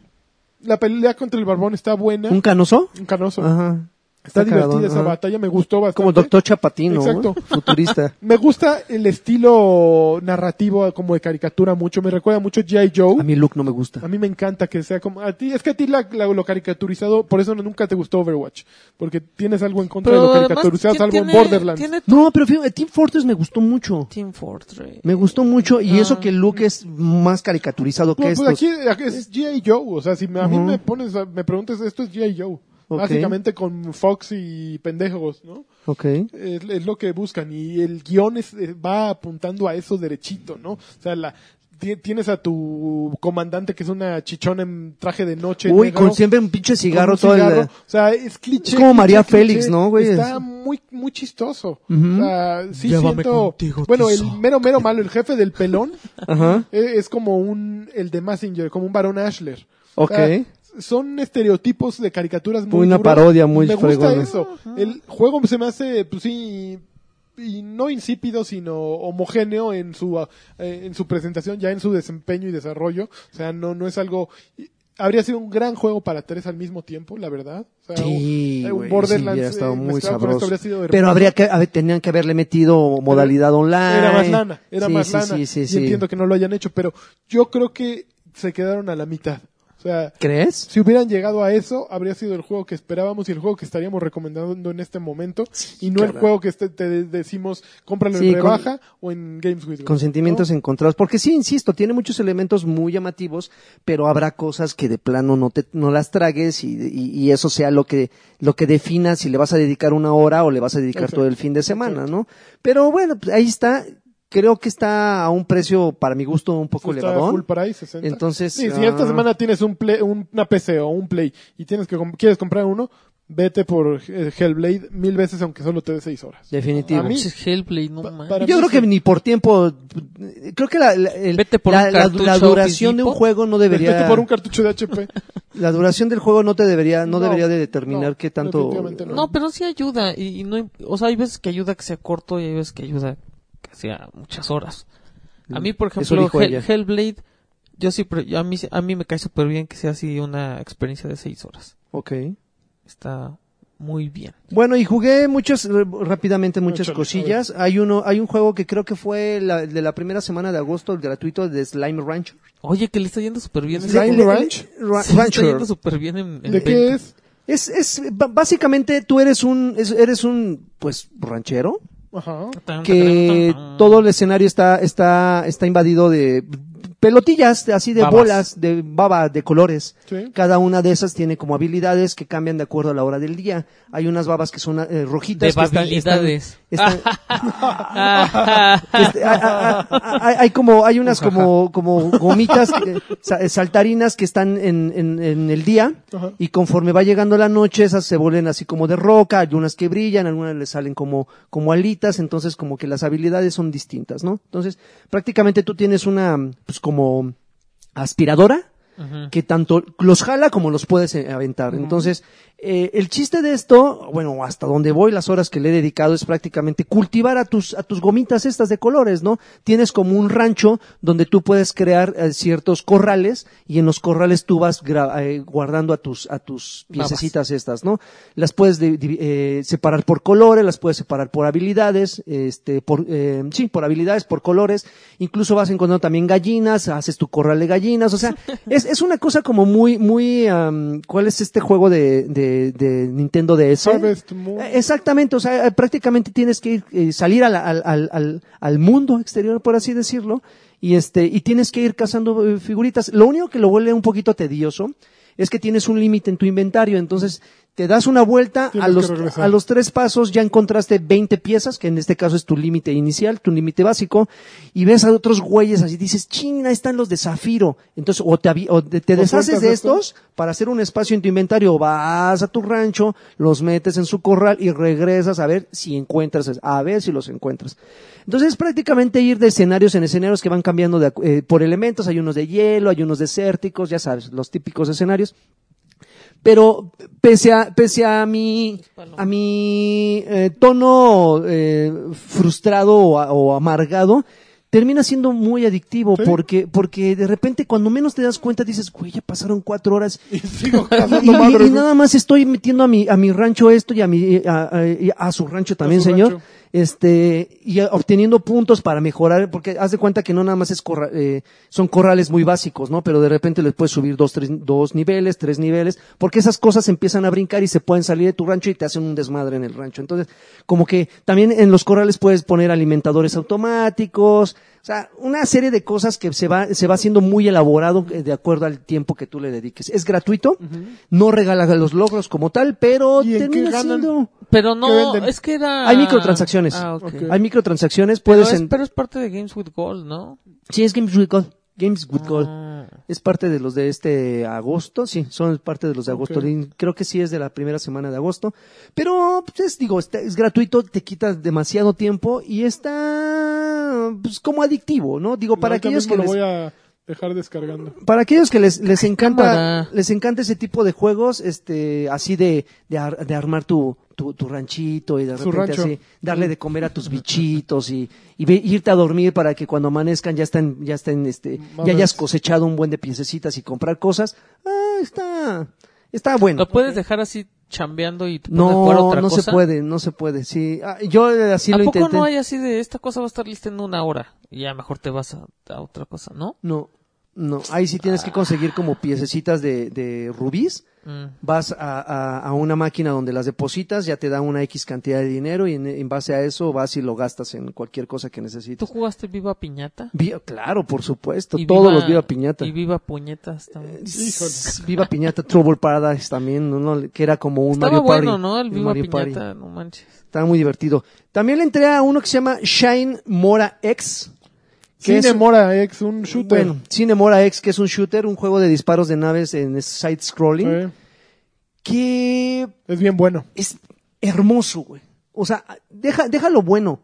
La pelea contra el barbón está buena.
Mm. ¿Un canoso?
Un canoso.
Ajá.
Está, divertida
cagadón,
esa
ajá.
batalla, me gustó bastante.
Como Doctor Chapatino,
Exacto.
¿no? futurista.
Me gusta el estilo narrativo como de caricatura mucho, me recuerda mucho a G.I. Joe.
A mí Luke no me gusta.
A mí me encanta que sea como a ti, es que a ti la, la- lo caricaturizado, por eso nunca te gustó Overwatch, porque tienes algo en contra de lo
además
caricaturizado,
ti-
salvo en
tiene-
Borderlands.
Tiene
No, pero fíjate, Team Fortress me gustó mucho.
Team Fortress.
Me gustó mucho y
Ah.
eso que Luke es más caricaturizado que
Pues,
estos.
pues aquí, aquí es G.I. Joe, o sea, si me- a mí
Ujú.
me pones, a- me preguntas, esto es G.I. Joe.
Ok.
Básicamente con Fox y pendejos, ¿no?
Ok.
Es, es lo que buscan y el guión es, eh, va apuntando a eso derechito, ¿no? O sea, la, ti- tienes a tu comandante que es una chichona en traje de noche.
Uy,
negro,
con siempre un pinche
con
cigarro
un
todo el-
cigarro. O sea, es cliché.
Es como María Félix,
cliché.
¿no, güey?
Está
Es-
muy, muy chistoso.
Ujú.
O sea, sí
Llévame
siento...
contigo,
bueno, el
tizoc.
mero, mero malo, el jefe del pelón,
Ajá.
eh, es como un... El de Massinger, como un varón Ashler. O
Ok.
sea, son estereotipos de caricaturas muy
Una
duros.
parodia muy
me gusta
fregona.
eso el juego se me hace pues sí y no insípido sino homogéneo en su ah, eh, en su presentación ya en su desempeño y desarrollo o sea no no es algo y- habría sido un gran juego para tres al mismo tiempo la verdad o sea,
Sí,
un- un
güey, sí,
Borderlands
hubiera estado
eh,
muy
mezclado con esto
sabroso.
habría sido
Pero habría que, a ver, tenían que haberle metido modalidad online.
era más lana, era
Sí,
más
sí,
lana.
Sí, sí,
y
sí.
entiendo que no lo hayan hecho, pero yo creo que se quedaron a la mitad. O sea,
¿Crees?
si hubieran llegado a eso, habría sido el juego que esperábamos y el juego que estaríamos recomendando en este momento. Y no el
caray.
juego que este- te de- decimos cómpralo
Sí,
en
con-
rebaja o en Games with Gold,
Con sentimientos
¿no?
encontrados. Porque sí, insisto, tiene muchos elementos muy llamativos, pero habrá cosas que de plano no te, no las tragues y, y- y eso sea lo que, lo que defina si le vas a dedicar una hora o le vas a dedicar
Exacto.
todo el fin de semana, ¿no? Pero bueno, pues, ahí está. Creo que está a un precio, para mi gusto, un poco
Está
elevado.
full price, 60.
Entonces,
Sí, si esta
ah.
semana tienes un play- un- una PC o un Play y tienes que com- quieres comprar uno, vete por eh, Hellblade mil veces aunque solo te dé seis horas.
Definitivo.
A mí-
Pinches Ah, pues Hellblade, no
Pa-
mames.
para-
Yo
mí
creo
sí.
que ni por tiempo, eh, creo que la, la, el-
Vete por
la-
un
la- la
cartucho
duración de un
Office
juego no
Vete
debería,
por un cartucho de HP.
la duración del juego no te debería, no,
No,
debería de determinar
no,
qué tanto.
definitivamente
No, pero sí ayuda. Y, y no, hay- o sea, hay veces que ayuda que sea corto y hay veces que ayuda que sea muchas horas. A mí, por
Eso
ejemplo,
dijo
Hell-
ella.
Hellblade, yo sí, pre- yo- a mí, a mí me cae súper bien que sea así una experiencia de seis horas.
Ok.
Está muy bien.
Bueno, y jugué muchas, r- rápidamente muchas
Échale,
cosillas. Hay uno, hay un juego que creo que fue la- de la primera semana de agosto, el gratuito de Slime Rancher.
Oye, que le está yendo súper bien.
¿Slime
Le- le-
Ranch?
Ra-
Sí, le está
Rancher.
yendo súper bien en, en
¿De qué
venta.
Es,
es?
es, b- básicamente tú eres un, es- eres un, pues, ranchero.
Ajá.
Tan, tan,
que
tan, tan.
todo el escenario está, está, está invadido de pelotillas, de- así de
Babas.
bolas, de baba, de colores.
Sí.
Cada una de esas tiene como habilidades que cambian de acuerdo a la hora del día. Hay unas babas que son eh, rojitas.
De
que están- están-
habilidades.
están-
Ah,
este, hay- hay- hay, hay como hay unas como como gomitas que- sa- eh, saltarinas que están en, en, en el día
Ajá.
y conforme va llegando la noche esas se vuelven así como de roca hay unas que brillan algunas le salen como como alitas entonces como que las habilidades son distintas no entonces prácticamente tú tienes una pues como aspiradora
Ujú.
que tanto los jala como los puedes eh, aventar. Entonces, eh, el chiste de esto, bueno, hasta donde voy, las horas que le he dedicado es prácticamente cultivar a tus, a tus gomitas estas de colores, ¿no? Tienes como un rancho donde tú puedes crear eh, ciertos corrales y en los corrales tú vas gra- eh, guardando a tus, a tus
Babas.
piececitas estas, ¿no? Las puedes di- di- eh, separar por colores, las puedes separar por habilidades, este, por, eh, sí, por habilidades, por colores. Incluso vas encontrando también gallinas, haces tu corral de gallinas, o sea, es, es una cosa como muy, muy, am, ¿cuál es este juego de, de, de Nintendo DS?
Harvest Moon.
Eh, Exactamente, o sea, eh, prácticamente tienes que ir, eh, salir al, al, al, al, al mundo exterior, por así decirlo, y este, y tienes que ir cazando eh, figuritas. Lo único que lo vuelve un poquito tedioso es que tienes un límite en tu inventario, entonces te das una vuelta a
Tienes que
los,
regresar.
a los tres pasos, ya encontraste 20 piezas, que en este caso es tu límite inicial, tu límite básico, y ves a otros güeyes así, dices, china, están los de zafiro. Entonces, o te, avi- o te, te
¿O
deshaces
sueltas
de
esto?
estos para hacer un espacio en tu inventario, vas a tu rancho, los metes en su corral y regresas a ver si encuentras, a ver si los encuentras. Entonces es prácticamente ir de escenarios en escenarios que van cambiando de acu- eh, por elementos, hay unos de hielo, hay unos desérticos, ya sabes, los típicos escenarios. Pero pese a, pese a mi, a mi eh, tono eh, frustrado o, a- o amargado, termina siendo muy adictivo
Sí.
porque, porque de repente cuando menos te das cuenta dices, güey, ya pasaron cuatro horas
Y sigo
y,
cazando
y-
madres,
y
¿no?
nada más estoy metiendo a mi, a mi rancho esto y a, mi, a, a- y a su rancho también,
su
señor.
rancho.
Este, y a- obteniendo puntos para mejorar, porque haz de cuenta que no nada más es corra- eh, son corrales muy básicos, ¿no? Pero de repente les puedes subir dos, tres, dos niveles, tres niveles, porque esas cosas empiezan a brincar y se pueden salir de tu rancho y te hacen un desmadre en el rancho. Entonces, como que también en los corrales puedes poner alimentadores automáticos, o sea, una serie de cosas que se va, se va haciendo muy elaborado eh, de acuerdo al tiempo que tú le dediques. Es gratuito, no regala los logros como tal, pero
¿Y en qué
termina
ganan?
siendo...
Pero
¿Qué
no,
venden?
es que era...
Hay microtransacciones.
Ah, ok.
Ok.
Hay microtransacciones,
Pero,
puedes...
es,
en-
pero es parte de Games with Gold, ¿no?
Sí, es Games with Gold. Games with Gold.
Ah.
Es parte de los de este agosto, sí, son parte de los de agosto.
Ok.
Lin- Creo que sí es de la primera semana de agosto. Pero, pues, es, digo, está- es gratuito, te quita demasiado tiempo y está, pues, como adictivo, ¿no? Digo, para
Ahorita
aquellos
mismo
que
lo
les-
voy a dejar descargando.
para aquellos que les, les encanta
cámara.
les encanta ese tipo de juegos este así de de, ar- de armar tu, tu tu ranchito y de
Su
repente
rancho.
así darle de comer a tus bichitos y, y ve- irte a dormir para que cuando amanezcan ya estén ya estén este
Madres.
ya hayas cosechado un buen de piececitas y comprar cosas ah, está está bueno
¿Lo puedes dejar así chambeando y te pones a jugar
no
otra
no
cosa?
se puede no se puede sí Ah, yo eh, así
¿A
lo
poco
intenté
no hay así de esta cosa va a estar lista en una hora? Y ya mejor te vas a, a otra cosa, ¿no?
no no ahí sí tienes que conseguir como piececitas de de rubíes
Mm.
vas a, a- a una máquina donde las depositas, ya te da una X cantidad de dinero y en, en base a eso vas y lo gastas en cualquier cosa que
¿Tú
necesites.
jugaste Viva Piñata?
Vi- claro, por supuesto, todos los Viva Piñata. Eh,
Y Viva Puñetas también.
S- Viva Piñata, Trouble Paradise también, ¿no? No, que era como un
Estaba
Mario
bueno,
Party.
¿no? El
un
Viva
Mario
Piñata,
Party.
no manches.
Estaba muy divertido. También le entré a uno que se llama Shine Mora X. que es-
Cine Mora X, un shooter.
Bueno, Cine Mora X, que es un shooter, un juego de disparos de naves en side-scrolling,
Eh,
que
es bien bueno.
es hermoso, güey. O sea, deja, deja lo bueno.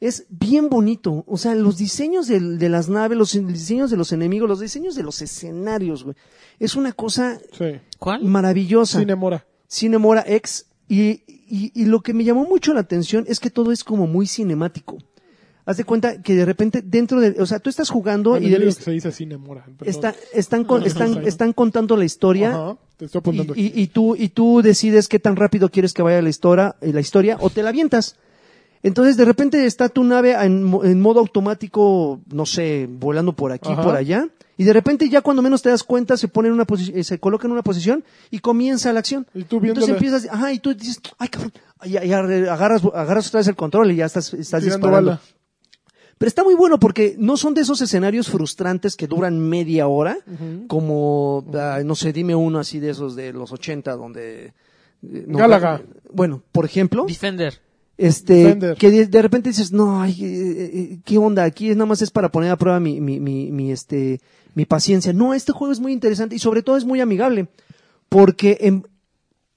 Es bien bonito. O sea, los diseños del- de, las naves, los diseños de los enemigos, los diseños de los escenarios, güey. Es una cosa
Sí.
¿Cuál?
maravillosa.
Cine Mora.
Cinemora X. Y, y, y lo que me llamó mucho la atención es que todo es como muy cinemático. Haz de cuenta que de repente dentro de... O sea, tú estás jugando
Bueno,
y
Ah, yo
de-
digo que se dice Cine Mora. perdón.
está- están, con- están, están contando la historia
Ajá, te estoy apuntando.
y, y- y tú, y tú decides qué tan rápido quieres que vaya la historia, eh, la historia o te la avientas. Entonces, de repente está tu nave en, mo- en modo automático, no sé, volando por aquí,
Ajá.
por allá, y de repente ya cuando menos te das cuenta se pone en una posi- eh, se coloca en una posición y comienza la acción.
Y tú
Entonces
viéndola.
empiezas, ajá, y tú dices, ay cabrón, y- y agarras, agarras otra vez el control y ya estás, estás
Tirando
disparando.
bala.
Pero está muy bueno porque no son de esos escenarios frustrantes que duran media hora, como, ah, no sé, dime uno así de esos de los 80 donde... eh, no,
Gálaga.
Bueno, por ejemplo,
Defender.
este,
Defender.
que de, de repente dices, no, ay, eh, eh, ¿qué onda? Aquí es nada más es para poner a prueba mi, mi, mi, mi, este, mi paciencia. No, este juego es muy interesante y sobre todo es muy amigable porque en-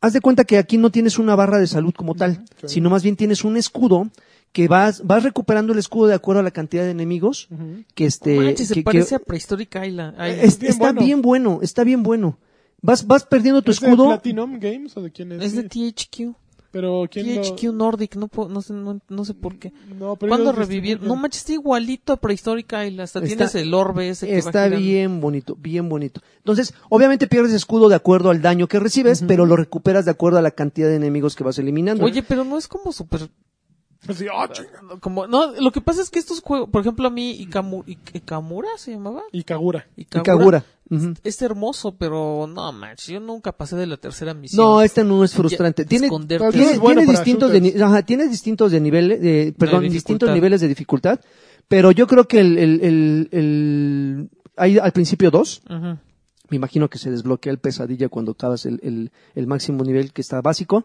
haz de cuenta que aquí no tienes una barra de salud como tal,
sí.
sino más bien tienes un escudo que vas, vas recuperando el escudo de acuerdo a la cantidad de enemigos
Ujú.
que este,
Manches, se
que- que-
parece a Prehistoric Island. Ay,
es-
Bien
está
bueno.
bien bueno, está bien bueno. Vas, vas perdiendo tu
¿Es de
escudo.
Platinum Games o de quién es?
es de
Sí.
THQ.
Pero quién lo-
THQ Nordic, no, po- no, sé, no, no sé por qué.
No, pero
¿Cuándo
ellos
revivieron? No
distribuyen.
manches, está igualito a Prehistoric Island. Hasta
Está-
tienes el orbe ese que va
Está
girando.
bien bonito, bien bonito. Entonces, obviamente pierdes escudo de acuerdo al daño que recibes, pero lo recuperas de acuerdo a la cantidad de enemigos que vas eliminando.
Oye, pero no es como super
Así, ah, chinga.
como no, lo que pasa es que estos juegos, por ejemplo, a mí Ikamu- Ik- Ikamura se llamaba.
Y Kagura.
y Kagura. Ujú.
Es hermoso, pero no manches, yo nunca pasé de la tercera misión.
No, este no es frustrante. Tiene,
Esconderte.
tiene-
Es bueno
tiene
para
distintos, de,
shooters.
ni- ajá, tiene distintos de niveles, de- perdón, distintos
dificultad.
niveles de dificultad, pero yo creo que el, el, el- el- hay al principio dos,
Ajá.
me imagino que se desbloquea el pesadilla cuando acabas el, el, el máximo nivel que está básico.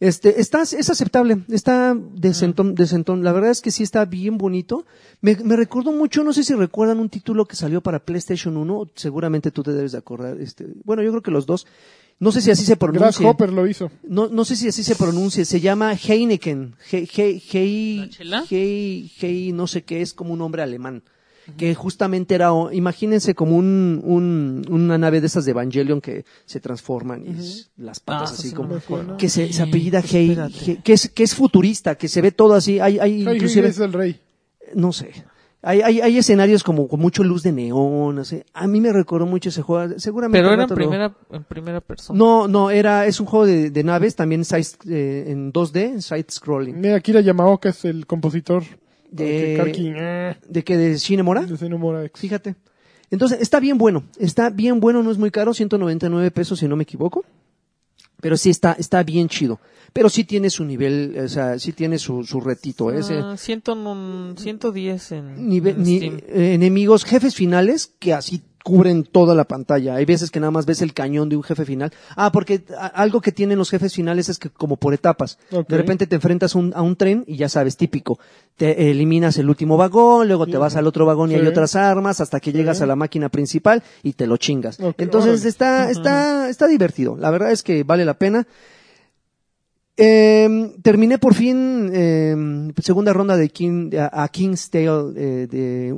Este, está, es aceptable, está decentón, decentón. La verdad es que sí está bien bonito. Me, me recordó mucho, no sé si recuerdan un título que salió para PlayStation 1, seguramente tú te debes de acordar. Este, bueno, yo creo que los dos. No sé si así se pronuncia.
Grasshopper lo hizo.
No, no sé si así se pronuncia, se llama Heineken. He, he- he-
¿La chela?
he- he- no sé qué, es como un nombre alemán. Que justamente era, o- imagínense como un, un- una nave de esas de Evangelion que se transforman y s- las
Ah,
patas
eso
así
sí
como.
me acuerdo.
que se, se apellida Hei,
Espérate.
He- que, es, que es futurista, que se ve todo así. Hay, hay
Ay,
inclusive,
es el rey.
no sé. Hay, hay, hay escenarios como con mucho luz de neón, así. A mí me recordó mucho ese juego. Seguramente.
Pero
al
era en
rato lo-
primera, en primera persona.
No, no, era, es un juego de, de naves, también side, eh, en 2D, side scrolling.
Mira, Akira Yamaoka es el compositor de
De-
Karki. ah,
¿De qué? ¿De Shinemura?
de Xenomora X.
Fíjate. Entonces, está bien bueno. Está bien bueno, no es muy caro, 199 pesos si no me equivoco. Pero sí está, está bien chido. Pero sí tiene su nivel, o sea, sí tiene su, su retito. ¿eh? Ese
Ah, ciento no- 110 en,
nive-
en
ni-
Steam.
eh, enemigos, jefes finales que así cubren toda la pantalla. Hay veces que nada más ves el cañón de un jefe final. Ah, porque a- algo que tienen los jefes finales es que como por etapas.
Ok.
De repente te enfrentas un- a un tren y ya sabes, típico. Te eliminas el último vagón, luego te
Sí.
vas al otro vagón y
Sí.
hay otras armas hasta que llegas a la máquina principal y te lo chingas.
Ok,
Entonces
órale.
está, está, está divertido. La verdad es que vale la pena. Eh, terminé por fin eh, segunda ronda de King, de- a, a King's Tale eh, de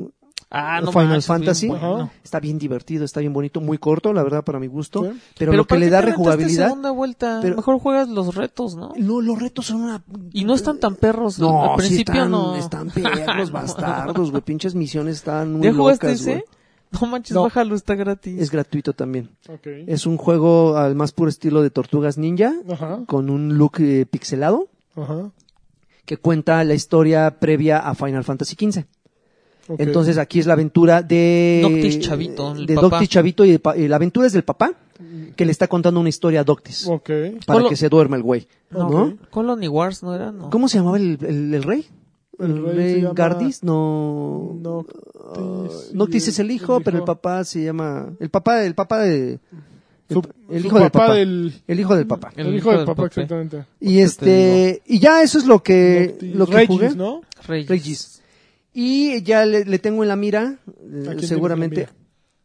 Ah, no
Final
manches, bien
Fantasy.
bueno.
Ajá.
Está bien divertido, está bien bonito, muy corto, la verdad, para mi gusto.
Sí.
Pero, lo que
¿para
le
qué
da
te aventaste
rejugabilidad.
segunda vuelta?
Pero-
Mejor juegas los retos, ¿no?
No, los retos son una.
Y no están tan perros.
No,
al
sí
principio
están,
no.
están perros, bastardos, güey. Pinches misiones están muy
¿Ya jugaste
locas,
ese?
güey.
este, No manches,
No.
bájalo, está gratis.
Es gratuito también.
Ok.
Es un juego al más puro estilo de Tortugas Ninja,
Ajá,
con un look eh, pixelado,
ajá.
que cuenta la historia previa a Final Fantasy XV.
ok.
Entonces aquí es la aventura de...
Doctis Chavito, el
De
papá.
Doctis Chavito y, de pa- y la aventura es del papá, que le está contando una historia a Doctis,
Ok.
para
Colo-
que se duerma el güey.
No,
¿no?
Colony Wars no era, no.
¿Cómo se llamaba el, el- el rey?
El rey se llama-
Gardis, no... Ah,
Noctis. y
Noctis es el hijo, pero el papá se llama... El papá, el papá de... El,
Su-
pa- el
su
hijo del papá.
del...
El hijo del papá.
El, hijo del papá, exactamente.
Y
Pues te
este, y ya eso es lo que,
Noctis-
Eh, lo que
Regis,
jugué.
¿no?
Reyes.
Regis. Y ya le, le tengo en la mira, eh,
tienes en la
seguramente,
mira?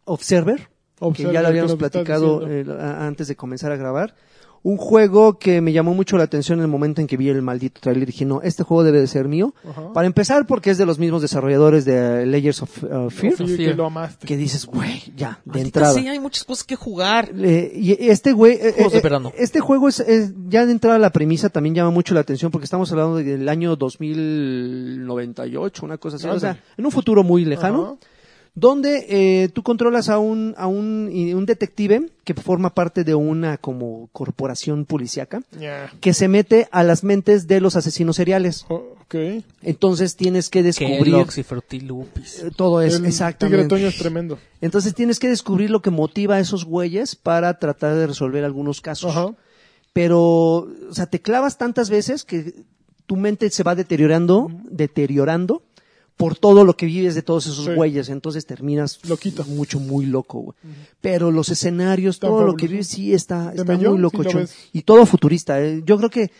Observer,
Observer,
que ya lo
que
habíamos
nos estás
platicado
diciendo.
eh, a- antes de comenzar a grabar. Un juego que me llamó mucho la atención en el momento en que vi el maldito trailer. Dije, no, este juego debe de ser mío.
Ajá.
Para empezar, porque es de los mismos desarrolladores de eh, Layers of uh, Fear.
Sí, que
Fear.
lo amaste.
Que dices, güey, ya, de
Maldita
entrada.
sea, hay muchas cosas que jugar.
Le- y este güey, eh,
Juegos de
eh,
verano.
este juego es, es- ya de entrada la premisa también llama mucho la atención porque estamos hablando del año 2098, una cosa así, o sea,
Ándale.
en un futuro muy lejano,
Ajá.
donde eh, tú controlas a un a un, y- un detective que forma parte de una como corporación policíaca
Ya.
que se mete a las mentes de los asesinos seriales.
Jo- Ok.
Entonces tienes que descubrir
Kellogg's y Frutilupis.
eh, todo es
el tigre
exactamente.
Toño es tremendo.
Entonces tienes que descubrir lo que motiva a esos güeyes para tratar de resolver algunos casos.
Ajá.
pero, o sea, te clavas tantas veces que tu mente se va deteriorando, deteriorando por todo lo que vives de todos esos
Sí.
güeyes, entonces terminas
Loquito.
mucho, muy loco, güey. Pero los escenarios,
Tan
todo lo que
fabuloso.
vives, sí está,
¿De
está
Mellón?
muy
Sí,
loco,
lo ves.
y todo futurista. ¿eh? Yo creo que,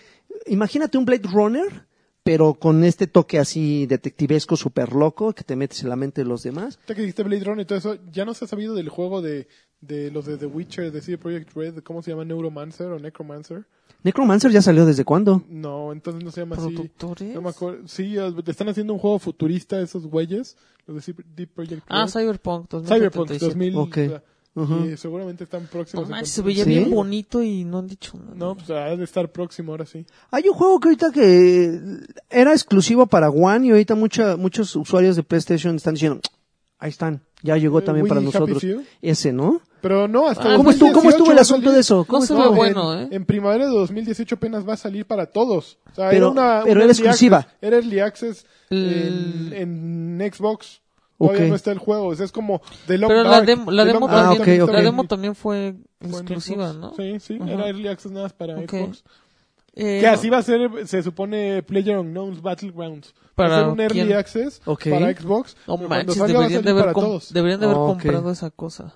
imagínate un Blade Runner, pero con este toque así detectivesco, súper loco, que te metes en la mente de los demás.
Ya que dijiste Blade Runner y todo eso, ¿ya no se ha sabido del juego de, de los de The Witcher, de CD Projekt Red, cómo se llama? ¿Neuromancer o Necromancer?
Necromancer ya salió desde cuándo?
No, entonces no se llama así.
¿Productores?
No me acuerdo. Sí, eh, están haciendo un juego futurista esos güeyes, los de CD Projekt Red.
¿Eh?
Ah, Cyberpunk 2077.
Cyberpunk 2000.
Ok.
o sea,
Ujú.
y seguramente están
No
próximos. a
manches, se veía
encontrar-
¿Sí?
bien bonito y no han dicho nada.
No, pues ha de estar próximo ahora sí.
Hay un juego que ahorita que era exclusivo para One y ahorita mucha- muchos usuarios de PlayStation están diciendo, ahí están, ya llegó
Eh,
también para
Wii Happy pues
nosotros.
Few.
Ese, ¿no?
Pero no, hasta.
Ah,
¿Cómo estuvo, cómo estuvo
2018
el
va a
asunto
salir.
de eso? ¿Cómo
No se
estuvo?
ve bueno, ¿eh?
En primavera de 2018 apenas va a salir para todos. O sea, era
Pero-
una.
pero
una
era
early
exclusiva.
access- Era Early Access
El-
en, en Xbox. Todavía
Ok.
no está el juego. O sea, es como The Long
Pero la
Dark.
demo, la
The
demo
Long Dark
Ah, ok,
también,
ok.
La
también
demo también fue
fue en
exclusiva,
Xbox.
¿no?
Sí, sí.
Ajá.
Era Early Access nada más para
Ok.
Xbox.
Eh,
Que así va a ser, se supone, PlayerUnknown's Battlegrounds. Para
¿Para
va a ser un Early
quién?
Access
Ok.
para Xbox.
No
pero cuando
manches,
salga va a
deberían de
salir
haber,
para
com-
todos.
deberían de haber
Ah, ok.
comprado esa cosa.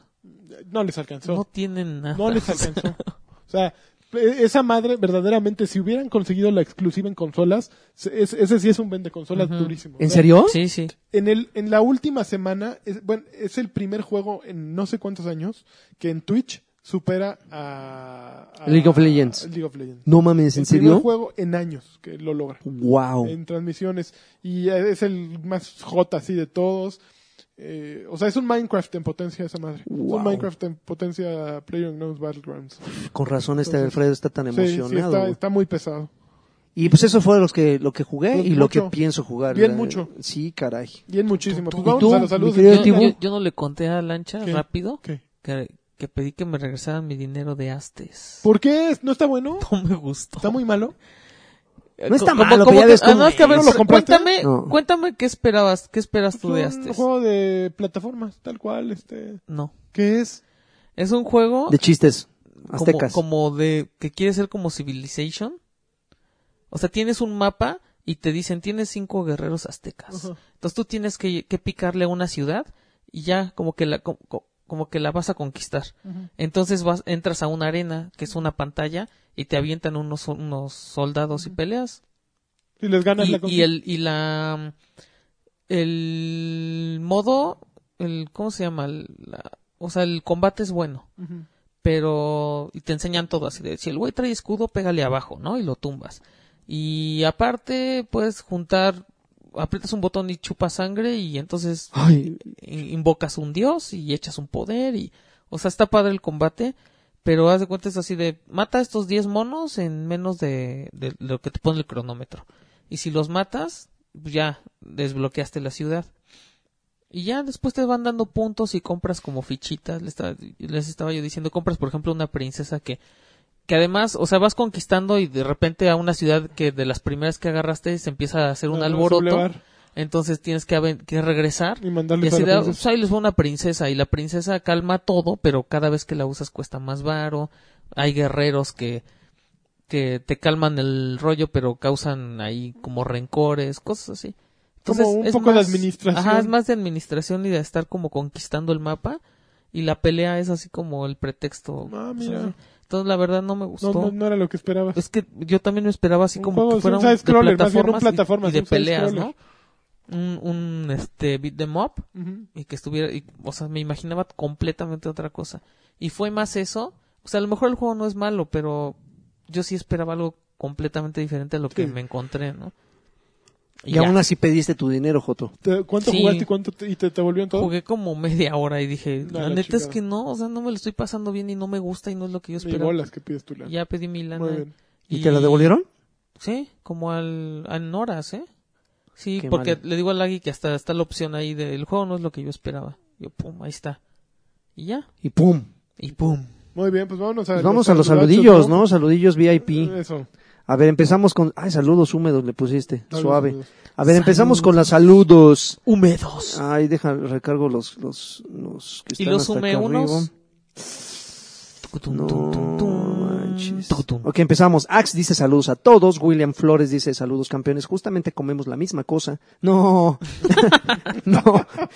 No les alcanzó.
No tienen nada.
No les alcanzó. O sea, e- esa madre, verdaderamente, si hubieran conseguido la exclusiva en consolas, se- es- ese sí es un vende consolas durísimo.
¿En
O sea,
serio?
Sí, sí.
En, el, en la última semana, es, bueno, es el primer juego en no sé cuántos años que en Twitch supera a. a-
League of Legends.
League of Legends.
No mames, ¿en
el primer
serio?
juego en años que lo logra
Oh.
Wow.
en transmisiones y es el más J así de todos. Eh, o sea, es un Minecraft en potencia esa madre. Es
Wow.
un Minecraft en potencia PlayerUnknown's Battlegrounds.
Con razón este
Entonces-
Alfredo está tan
Sí, este- sí,
emocionado.
está, está muy pesado.
Y pues eso fue los que, lo que jugué
Bien
y lo
mucho.
que pienso jugar.
Bien
Eh,
mucho.
Sí, caray.
Bien muchísimo. Pues
¿Y
vamos
tú,
a los saludos.
mi querido
Yo,
Tibu?
yo- yo no le conté a Lancha
¿Qué?
rápido
¿Qué?
que, que pedí que me regresaran mi dinero de Astes.
¿Por qué? ¿No está bueno?
No me gustó.
¿Está muy malo?
No está malo, pero ya ves cómo
además que a ver,
es. ¿No lo compraste?
cuéntame,
No.
cuéntame qué esperabas, qué esperas
Es
tú de
un
Astes.
juego de plataformas, tal cual. este
No,
¿Qué es?
es un juego
De chistes
como,
aztecas.
como de que quiere ser como Civilization. O sea, tienes un mapa y te dicen tienes cinco guerreros aztecas.
Ajá.
Entonces tú tienes que, que picarle a una ciudad y ya como que la co- co- como que la vas a conquistar.
Ujú.
Entonces vas, entras a una arena que es una pantalla y te avientan unos unos soldados y peleas.
Si les ganas
y,
la
y el y la el modo el cómo se llama La- o sea el combate es bueno
Ujú.
pero y te enseñan todo así de si el güey trae escudo pégale abajo no y lo tumbas y aparte puedes juntar aprietas un botón y chupa sangre y entonces
Ay,
in- invocas un dios y echas un poder y o sea está padre el combate pero haz de cuenta es así de mata a estos 10 monos en menos de, de lo que te pone el cronómetro y si los matas pues ya desbloqueaste la ciudad y ya después te van dando puntos y compras como fichitas les estaba, les estaba yo diciendo compras por ejemplo una princesa que que además, o sea, vas conquistando y de repente a una ciudad que de las primeras que agarraste se empieza a hacer un
Ah, no,
alboroto,
sublevar
entonces tienes que, aven- que regresar
Y
y
mandarles a
así
la
de,
princesa.
"Pues ahí les va una princesa y la princesa calma todo, pero cada vez que la usas cuesta más varo. Hay guerreros que, que te calman el rollo, pero causan ahí como rencores, cosas así. Entonces,
Como un
es
poco de
más-
administración.
Ajá, es más de administración y de estar como conquistando el mapa. Y la pelea es así como el pretexto.
Ah, mira.
Entonces, la verdad no me
No,
gustó.
no, no era lo que esperabas.
Es que yo también me esperaba así
Un
como
juego,
que fuera
un
un, de
side-scroller, más bien, un
plataformas, y-
plataformas,
y, de
un
peleas,
side-scroller.
¿no? Un, un este beat them up
Ujú.
y que estuviera, y, o sea, me imaginaba completamente otra cosa. Y fue más eso, o sea, a lo mejor el juego no es malo, pero yo sí esperaba algo completamente diferente a lo que
Sí.
me encontré, ¿no?
y
ya.
aún así pediste tu dinero, Joto.
¿Te- ¿Cuánto
Sí.
jugaste y cuánto te, y te, te volvió en todo?
Jugué como media hora y dije,
No,
la
la
neta es
chingada.
que no, o sea, no me lo estoy pasando bien y no me gusta y no es lo que yo
Y
esperaba.
bolas que pides tú, la.
Ya pedí mi lana.
Muy bien.
¿Y, te la devolvieron?
Sí, como al, en horas, ¿eh? Sí,
Qué
porque
mal.
le digo a Lagui que hasta está la opción ahí del juego, no es lo que yo esperaba. Yo, pum, ahí está. Y ya,
Y pum.
y pum.
Muy bien, pues vámonos a
Pues vamos a los saludillos, ¿no? Saludillos VIP.
Eso.
A ver, empezamos con... Ay, saludos húmedos le pusiste.
Saludos
Suave.
húmedos.
A ver, empezamos
Saludos.
con los saludos.
Húmedos.
Ay, deja, recargo los, los, los que
Y
están
los
hasta acá
sume unos.
arriba.
Tucutum, tum, tum,
No
tum.
manches.
Tucutum.
Ok, empezamos. Ax dice saludos a todos. William Flores dice saludos campeones. Justamente comemos la misma cosa. No. no.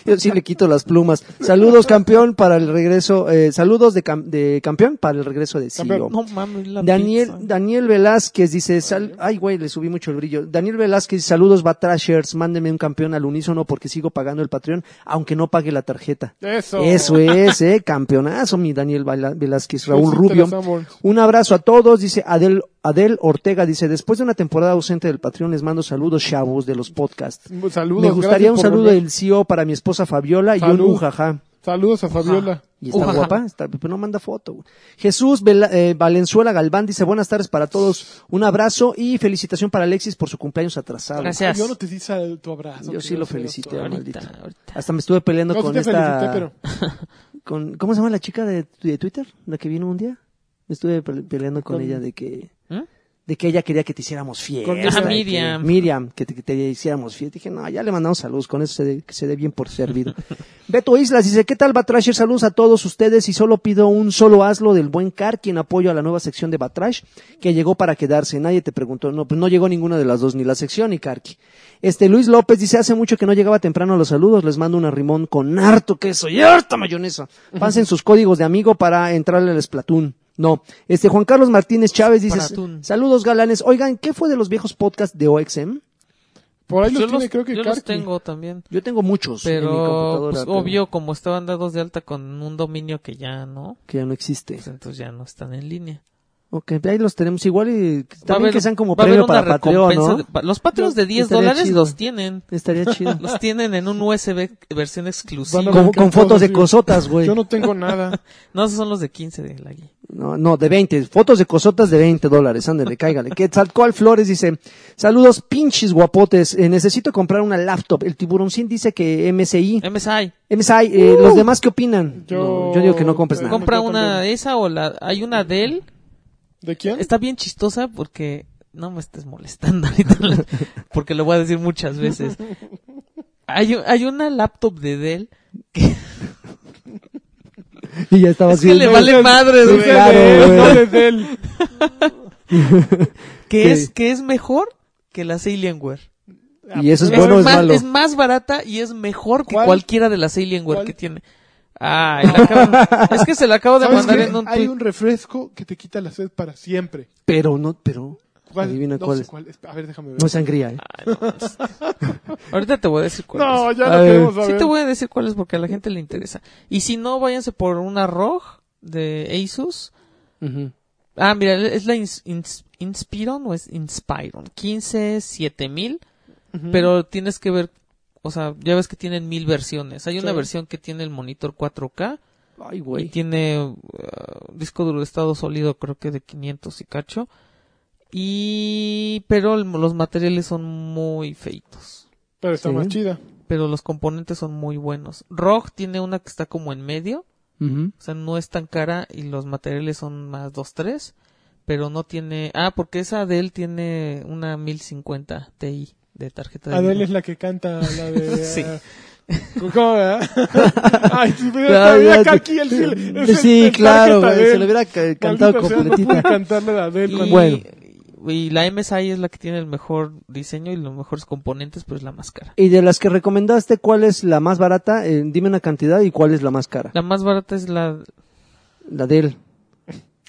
Yo sí le quito las plumas. Saludos campeón para el regreso. eh, saludos de, cam- de campeón para el regreso de Sio.
Campeón.
No mames, la
Daniel,
pizza.
Daniel Velázquez dice, sal- ay güey, le subí mucho el brillo. Daniel Velázquez, saludos Batrashers, mándenme un campeón al unísono porque sigo pagando el Patreon, aunque no pague la tarjeta.
Eso.
Eso es, eh, campeonazo, mi Daniel Vela- Velázquez, Raúl
Sí, te
Rubio.
las amo.
Un abrazo a todos, dice Adel, Adel Ortega, dice, después de una temporada ausente del Patreon, les mando saludos, chavos, de los podcasts.
Saludos.
Me gustaría
gracias
un
por
saludo
volver.
del CEO para mi esposa Fabiola y
Salud.
un ujaja.
Saludos
Ah,
a Fabiola.
Y está
Ujaja.
guapa, está, pero no manda foto. güey. Jesús Vela- eh, Valenzuela Galván dice buenas tardes para todos, un abrazo y felicitación para Alexis por su cumpleaños atrasado.
Gracias.
Yo no te di sal- tu abrazo.
Yo
qué
sí lo
grosero
felicité,
soy.
hermano.
Ahorita,
maldito.
ahorita.
Hasta me estuve peleando
No, sí
con
te felicité,
esta,
pero...
con, ¿cómo se llama la chica de, de Twitter? La que vino un día. Me estuve pe- peleando con, ella de que,
¿Mm?
de que ella quería que te hiciéramos fiesta.
Con esa
de que-
Miriam.
Miriam, que te, que te hiciéramos fiesta. Dije, no, ya le mandamos saludos, con eso se dé se dé bien por servido. Beto Islas dice, ¿qué tal Batrasher? Saludos a todos ustedes y solo pido un solo hazlo del buen Car, quien apoyo a la nueva sección de Batrash, que llegó para quedarse. Nadie te preguntó, no, pues no llegó ninguna de las dos, ni la sección ni Karki. Este Luis López dice, hace mucho que no llegaba temprano a los saludos, les mando una rimón con harto queso y harta mayonesa. Pasen sus códigos de amigo para entrarle al Splatoon. No, este Juan Carlos Martínez Chávez dice,
Splatoon.
saludos galanes. Oigan, ¿qué fue de los viejos podcasts de OXM?
Por ahí los
yo
tiene,
los,
creo que
yo los
Karki.
tengo también.
Yo tengo muchos en mi
Pero,
computadora.
pues,
pero
obvio, como estaban dados de alta con un dominio que ya no,
Que ya no existe.
pues entonces ya no están en línea.
Ok, ahí los tenemos igual y
Va a
también
haber-
que sean como
va a haber
premio
una
para Patreon,
recompensa
¿no?
de- pa- los Patreons de 10
Estaría
dólares
chido.
los tienen.
Estaría chido.
Los tienen en un USB versión
Van a
exclusiva.
Con,
ver qué
con fotos de
sí.
cosotas, güey.
Yo no tengo nada.
No, esos son los de 15 de la guía.
No, no, de 20. Fotos de cosotas de 20 dólares. Ándale, cáigale. Quetzalcoatl Flores dice, saludos pinches guapotes. Eh, necesito comprar una laptop. El tiburoncín dice que MSI.
MSI.
MSI, eh,
Uh.
¿los demás qué opinan?
Yo-
No, Ah, yo digo que no compres
Eh,
nada.
Compra
yo
una
también.
esa o la... Hay una Dell.
¿De quién?
Este,
Está bien chistosa porque... No me estés molestando ahorita. la- Porque lo voy a decir muchas veces. Hay, un- hay una laptop de Dell.
Y ya estaba
Es que le vale madres,
Sí,
güey.
es
claro,
de él,
güey.
no es de él.
Sí.
Que es, que es mejor que las Alienware.
Y eso es
Ah,
bueno o es
más,
malo.
más barata y es mejor que
¿Cuál?
cualquiera de las Alienware
¿Cuál?
que tiene. Ah, la acabo- es que se la acabo de
¿Sabes
mandar
qué?
en un
Hay
tweet.
un refresco que te quita la sed para siempre.
Pero no, pero
¿Cuál?
Adivina
no
cuál
sé
es.
cuál es. A ver, déjame ver.
no es sangría, ¿eh?
Ay, no, es- Ahorita te voy a decir cuál
No,
es.
ya
A
no
ver.
queremos saber.
Sí te voy a decir cuál es porque a la gente le interesa. Y si no, váyanse por una ROG de Asus.
Ujú.
Ah, mira, es la Ins- Ins- Inspiron o es Inspiron. 15, 7000.
Ujú.
Pero tienes que ver, o sea, ya ves que tienen mil versiones. Hay una
Sí.
versión que tiene el monitor 4K
Ay,
y
güey.
tiene uh, disco duro de estado sólido, creo que de 500 y cacho. Y pero el- los materiales son muy feitos,
Pero está
Sí.
más chida.
pero los componentes son muy buenos. ROG tiene una que está como en medio,
Ujú.
o sea, no es tan cara y los materiales son más 2 3, pero no tiene, ah, porque esa Dell tiene una 1050 Ti de tarjeta de
Adele
video.
es la que canta la de. ah,
Sí.
¿Cómo, verdad? Ay, si hubiera
Ay,
todavía
ay,
acá aquí el, el- el-
sí,
el
claro,
target
güey.
Adele.
Se le hubiera ca- cantado
Maldita sea, No
completita.
pude cantarle la de
Y,
él.
Bueno.
y la MSI es la que tiene el mejor diseño y los mejores componentes, pero es la más cara.
Y de las que recomendaste, ¿cuál es la más barata? Eh, dime una cantidad y cuál es la más cara.
La más barata es la...
La de él.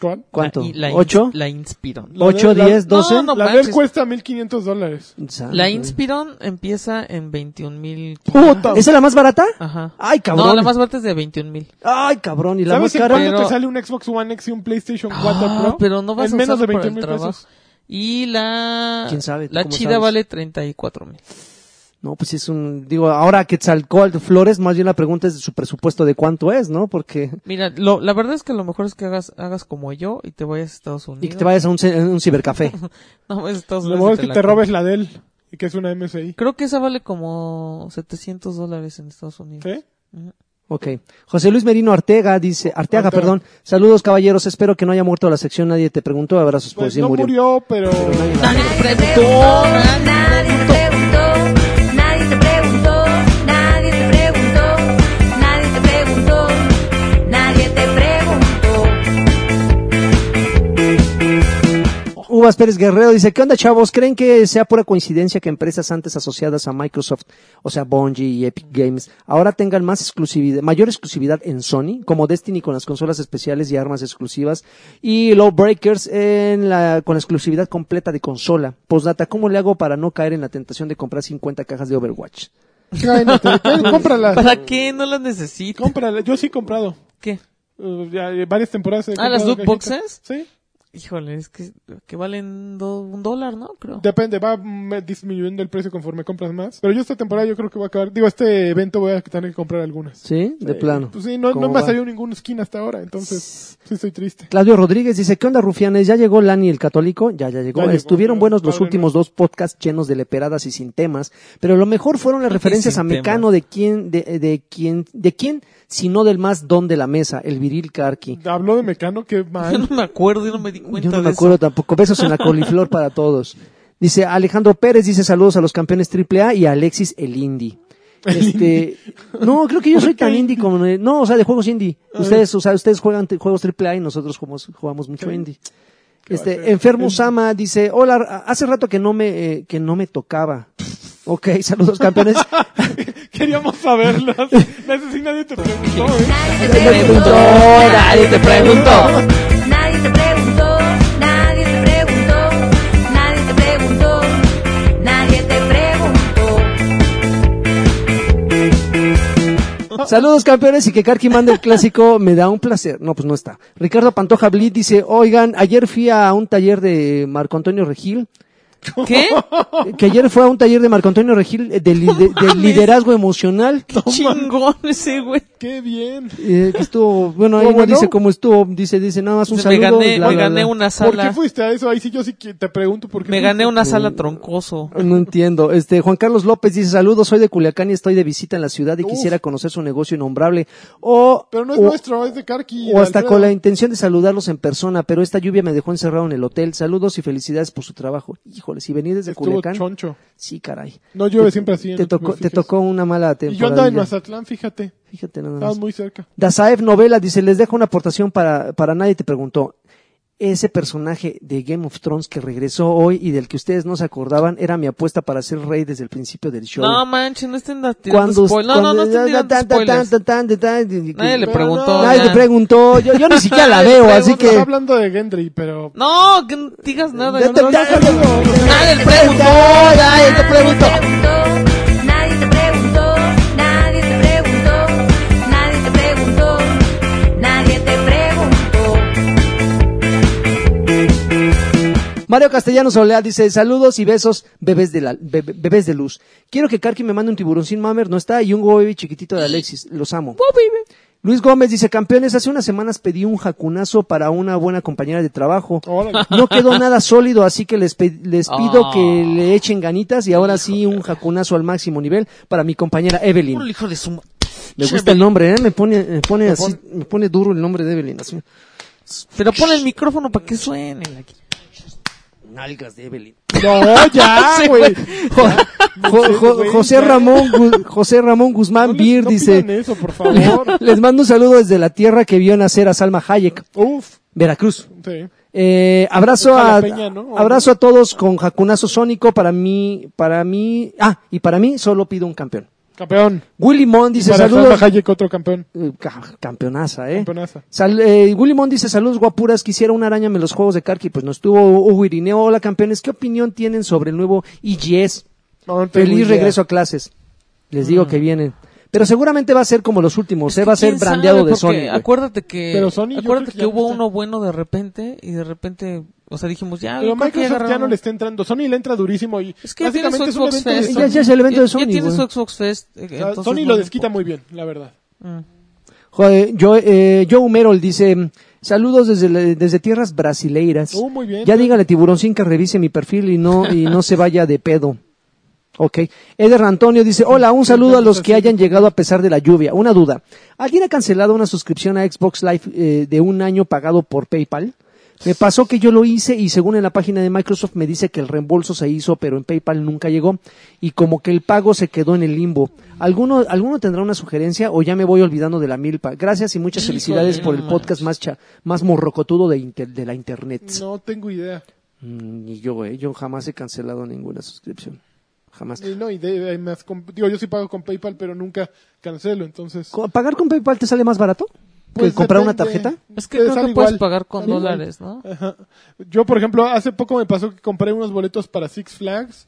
¿Cuál?
¿Cuánto?
La, Ah, y la,
¿Ocho?
Ins- la Inspiron.
La
¿Ocho,
de- la-
diez,
No,
doce?
no,
la de
manches.
él cuesta 1500 dólares.
Santo.
La Inspiron empieza en 21.000.
Puta.
¿Esa es la más barata?
Ajá.
Ay, Ah, cabrón.
No, la más barata es de 21.000.
Ay, cabrón. ¿Y la más
¿Sabes en
cara?
cuánto
Pero-
te sale un Xbox One X y un PlayStation 4
Ah,
Pro?
pero no vas
en
a
menos de
usar para
20
el
mil
trabajo.
pesos.
Y la...
¿Quién sabe? ¿Tú
La
cómo
chida
sabes?
vale 34.000.
No, pues es un... Digo, ahora que de Flores, más bien la pregunta es de su presupuesto de cuánto es, ¿no? Porque...
Mira, lo- la verdad es que lo mejor es que hagas, hagas como yo y te vayas a Estados Unidos.
Y que te vayas a un, ce- a un cibercafé.
No, vayas a Estados
Lo
Unidos.
mejor
y
es que
la
te
compres.
robes la de él y que es una MSI.
Creo que esa vale como 700 dólares en Estados Unidos.
¿Sí?
Ok. José Luis Merino Artega dice... Arteaga,
Arteaga.
perdón. Saludos, caballeros. Espero que no haya muerto la sección. Nadie te preguntó. Abrazos. Pues,
Pues
sí
no murió, pero...
Nadie te preguntó, nadie te preguntó, nadie te preguntó, nadie te preguntó, nadie te preguntó, nadie te preguntó.
Uvas Pérez Guerrero dice, ¿qué onda chavos? ¿Creen que sea pura coincidencia que empresas antes asociadas a Microsoft, o sea Bungie y Epic Games, ahora tengan más exclusividad, mayor exclusividad en Sony, como Destiny con las consolas especiales y armas exclusivas, y Lawbreakers en la, con la exclusividad completa de consola? Postdata, ¿cómo le hago para no caer en la tentación de comprar 50 cajas de Overwatch?
Cállate, cállate, cómprala.
¿Para qué? No las necesito.
Cómprala. Yo sí he comprado.
¿Qué?
Uh, ya, eh, varias temporadas. he
Ah, ¿las
comprado
loot boxes?
cajitas. Sí.
Híjole, es que, que valen do- un dólar, ¿no? Creo.
Depende, va mm, disminuyendo el precio conforme compras más. Pero yo esta temporada yo creo que voy a acabar. Digo, este evento voy a tener que comprar algunas.
¿Sí? De plano.
Pues sí, no,
¿Cómo
no me ha
va?
salido ningún skin hasta ahora, entonces sí estoy triste.
Claudio Rodríguez dice, ¿qué onda, rufianes? ¿Ya llegó Lani el católico? Ya, ya llegó.
Ya llegó,
Estuvieron
ya,
buenos los
padre,
últimos dos podcasts llenos de leperadas y sin temas, pero lo mejor fueron las
Y
referencias
sin
a Mecano de quién, de, de quién, de quién, sino del más don de la mesa, el viril Karki.
Habló de Mecano, qué
Yo no
mal.
me acuerdo, yo no me di cuenta
Yo no
de
me acuerdo tampoco. Besos en la coliflor para todos. Dice Alejandro Pérez, dice saludos a los campeones AAA y a Alexis el Indy. Este, no, creo que yo soy tan indie como, no, o sea, de juegos indie. Ustedes, o sea, ustedes juegan te- juegos AAA y nosotros jugamos, jugamos mucho indie. Este, enfermo Sama dice, hola, ra- hace rato que no me, eh, que no me tocaba. Ok, saludos campeones.
Queríamos saberlas. Eso sí nadie te preguntó, ¿eh?
Nadie te preguntó, nadie te preguntó, nadie te preguntó, nadie te preguntó, nadie te preguntó, nadie te preguntó.
Saludos campeones y que Karki mande el clásico me da un placer. No, pues no está. Ricardo Pantoja Blit dice, oigan, ayer fui a un taller de Marco Antonio Regil, eh,
¿Qué?
que ayer fue a un taller de Marco Antonio Regil eh, de, li- de- de
mames.
liderazgo emocional.
Qué chingón ese güey.
¡Qué bien!
Eh, que estuvo, bueno, ahí
¿Cómo
no
no?
dice cómo estuvo, dice, dice nada más un
Me
saludo.
gané-
bla,
me
bla,
gané
bla.
una
¿Por qué
sala.
fuiste a eso? Ahí sí yo sí que te pregunto por qué
Me
fuiste.
gané una sala troncoso.
Ah, No entiendo. Este, Juan Carlos López dice, saludos, soy de Culiacán y estoy de visita en la ciudad y
Uf.
quisiera conocer su negocio innombrable. O,
Pero no es
o-
nuestro, es de Karki.
o
de
hasta
Alfredo.
con la intención de saludarlos en persona, pero esta lluvia me dejó encerrado en el hotel. Saludos y felicidades por su trabajo. Híjole, si venís desde
Estuvo
Culiacán,
choncho.
sí, caray.
No llueve siempre así.
Te
no
tocó, te
fijes.
tocó una mala
Y yo andaba en
temporada.
Mazatlán, fíjate.
Fíjate nada
Estaba
más.
muy cerca.
Dazaev Novela dice, les dejo una aportación para, para nadie te preguntó. Ese personaje de Game of Thrones que regresó hoy y del que ustedes no se acordaban era mi apuesta para ser rey desde el principio del show.
No manches, no estén da- tirando
cuando,
spoilers. No, no, no
cuando-
estén tirando
tan, tan,
spoilers.
tan, tan, tan, tan, tan,
Nadie
que-
le
Pero
preguntó.
no.
nadie
ya.
te preguntó, yo, yo ni siquiera la
Nadie
veo,
te
así
Estaba
que...
hablando de Gendry, pero...
No, que no digas nada.
Ya te-
no,
ya
no,
te-
no, no, no. Nadie le preguntó, nadie te preguntó.
Nadie te preguntó, nadie te preguntó, nadie te preguntó, nadie te preguntó.
Mario Castellanos Olea dice, saludos y besos, bebés de, la, bebe- bebés de luz. Quiero que Karki me mande un tiburón sin mamer, no está, y un baby chiquitito de Alexis, los amo. Luis Gómez dice, campeones, hace unas semanas pedí un jacunazo para una buena compañera de trabajo.
Órale.
No quedó nada sólido, así que les, pe- les pido
Ah.
que le echen ganitas y ahora sí un jacunazo al máximo nivel para mi compañera
Puro
Evelyn.
hijo de su ma-
Me gusta el nombre, ¿eh? me pone, me pone así, me pone duro el nombre de Evelyn. Así.
Pero pon el micrófono para que suene. aquí.
Nalgas de Evelyn.
No, ya,
Sí,
güey.
Jo- Ah, Jo- Jo- José Ramón Gu- José Ramón Guzmán
No le-
Beer
no
dice
pidan eso, por favor.
les mando un saludo desde la tierra que vio nacer a Salma Hayek
Uf,
Veracruz
sí.
Eh, abrazo a
Jalapeña, ¿no?
abrazo a todos con jacunazo sónico para mí para mí ah y para mí solo pido un campeón
Campeón.
Willy Mon
Y
dice
para
saludos
Salma Hayek, otro campeón.
Eh, ca- campeonaza eh
Campeonaza.
Sal- eh, Willy Mon dice, saludos guapuras, quisiera una araña en los juegos de Karki, pues no estuvo Hugo Irineo, hola campeones, ¿qué opinión tienen sobre el nuevo IGS?
No, no tengo
Feliz
idea.
regreso a clases. Les digo que vienen. Pero seguramente va a ser como los últimos, ¿eh? va a ser
Mm. ¿Quién sabe?
brandeado de
Porque
Sony. güey.
Acuérdate que,
Pero Sony yo creo
acuérdate
que
que,
ya
hubo
está.
uno bueno de repente y de repente, o sea, dijimos ya.
Pero
creo que
Microsoft ya no
agarraron-
le está entrando. Sony le entra durísimo y
Es que ya tiene su
básicamente es un
Xbox
evento de
Fest.
Ya-
Sony.
ya es el evento
ya-
de Sony,
Ya tiene
güey.
su Xbox Fest. eh,
O sea,
entonces,
Sony lo
bueno,
desquita muy bien, la verdad.
Mm.
Joder, yo, eh, Joe Merol dice, saludos desde, la- desde tierras brasileiras.
Oh, muy bien.
ya dígale tiburón sin que revise mi perfil y no, y no se vaya de pedo. Ok. Eder Antonio dice, hola, un saludo a los que hayan llegado a pesar de la lluvia. Una duda. ¿Alguien ha cancelado una suscripción a Xbox Live eh, de un año pagado por PayPal? Me pasó que yo lo hice y según en la página de Microsoft me dice que el reembolso se hizo, pero en PayPal nunca llegó y como que el pago se quedó en el limbo. ¿Alguno, alguno tendrá una sugerencia o ya me voy olvidando de la milpa? Gracias y muchas felicidades por el podcast más, cha- más morrocotudo de, inter- de la internet.
No tengo idea.
Mm, Ni yo, eh. Yo jamás he cancelado ninguna suscripción. Jamás.
Eh, No, y de- hay más comp- digo, yo sí pago con PayPal, pero nunca cancelo, entonces.
Co- ¿Pagar con PayPal te sale más barato? ¿Que
Pues
comprar una
depende.
tarjeta?
Es que
Eh,
creo
sale
que puedes
igual.
pagar con
Sale igual.
dólares, ¿no?
Ajá. Yo, por ejemplo, hace poco me pasó que compré unos boletos para Six Flags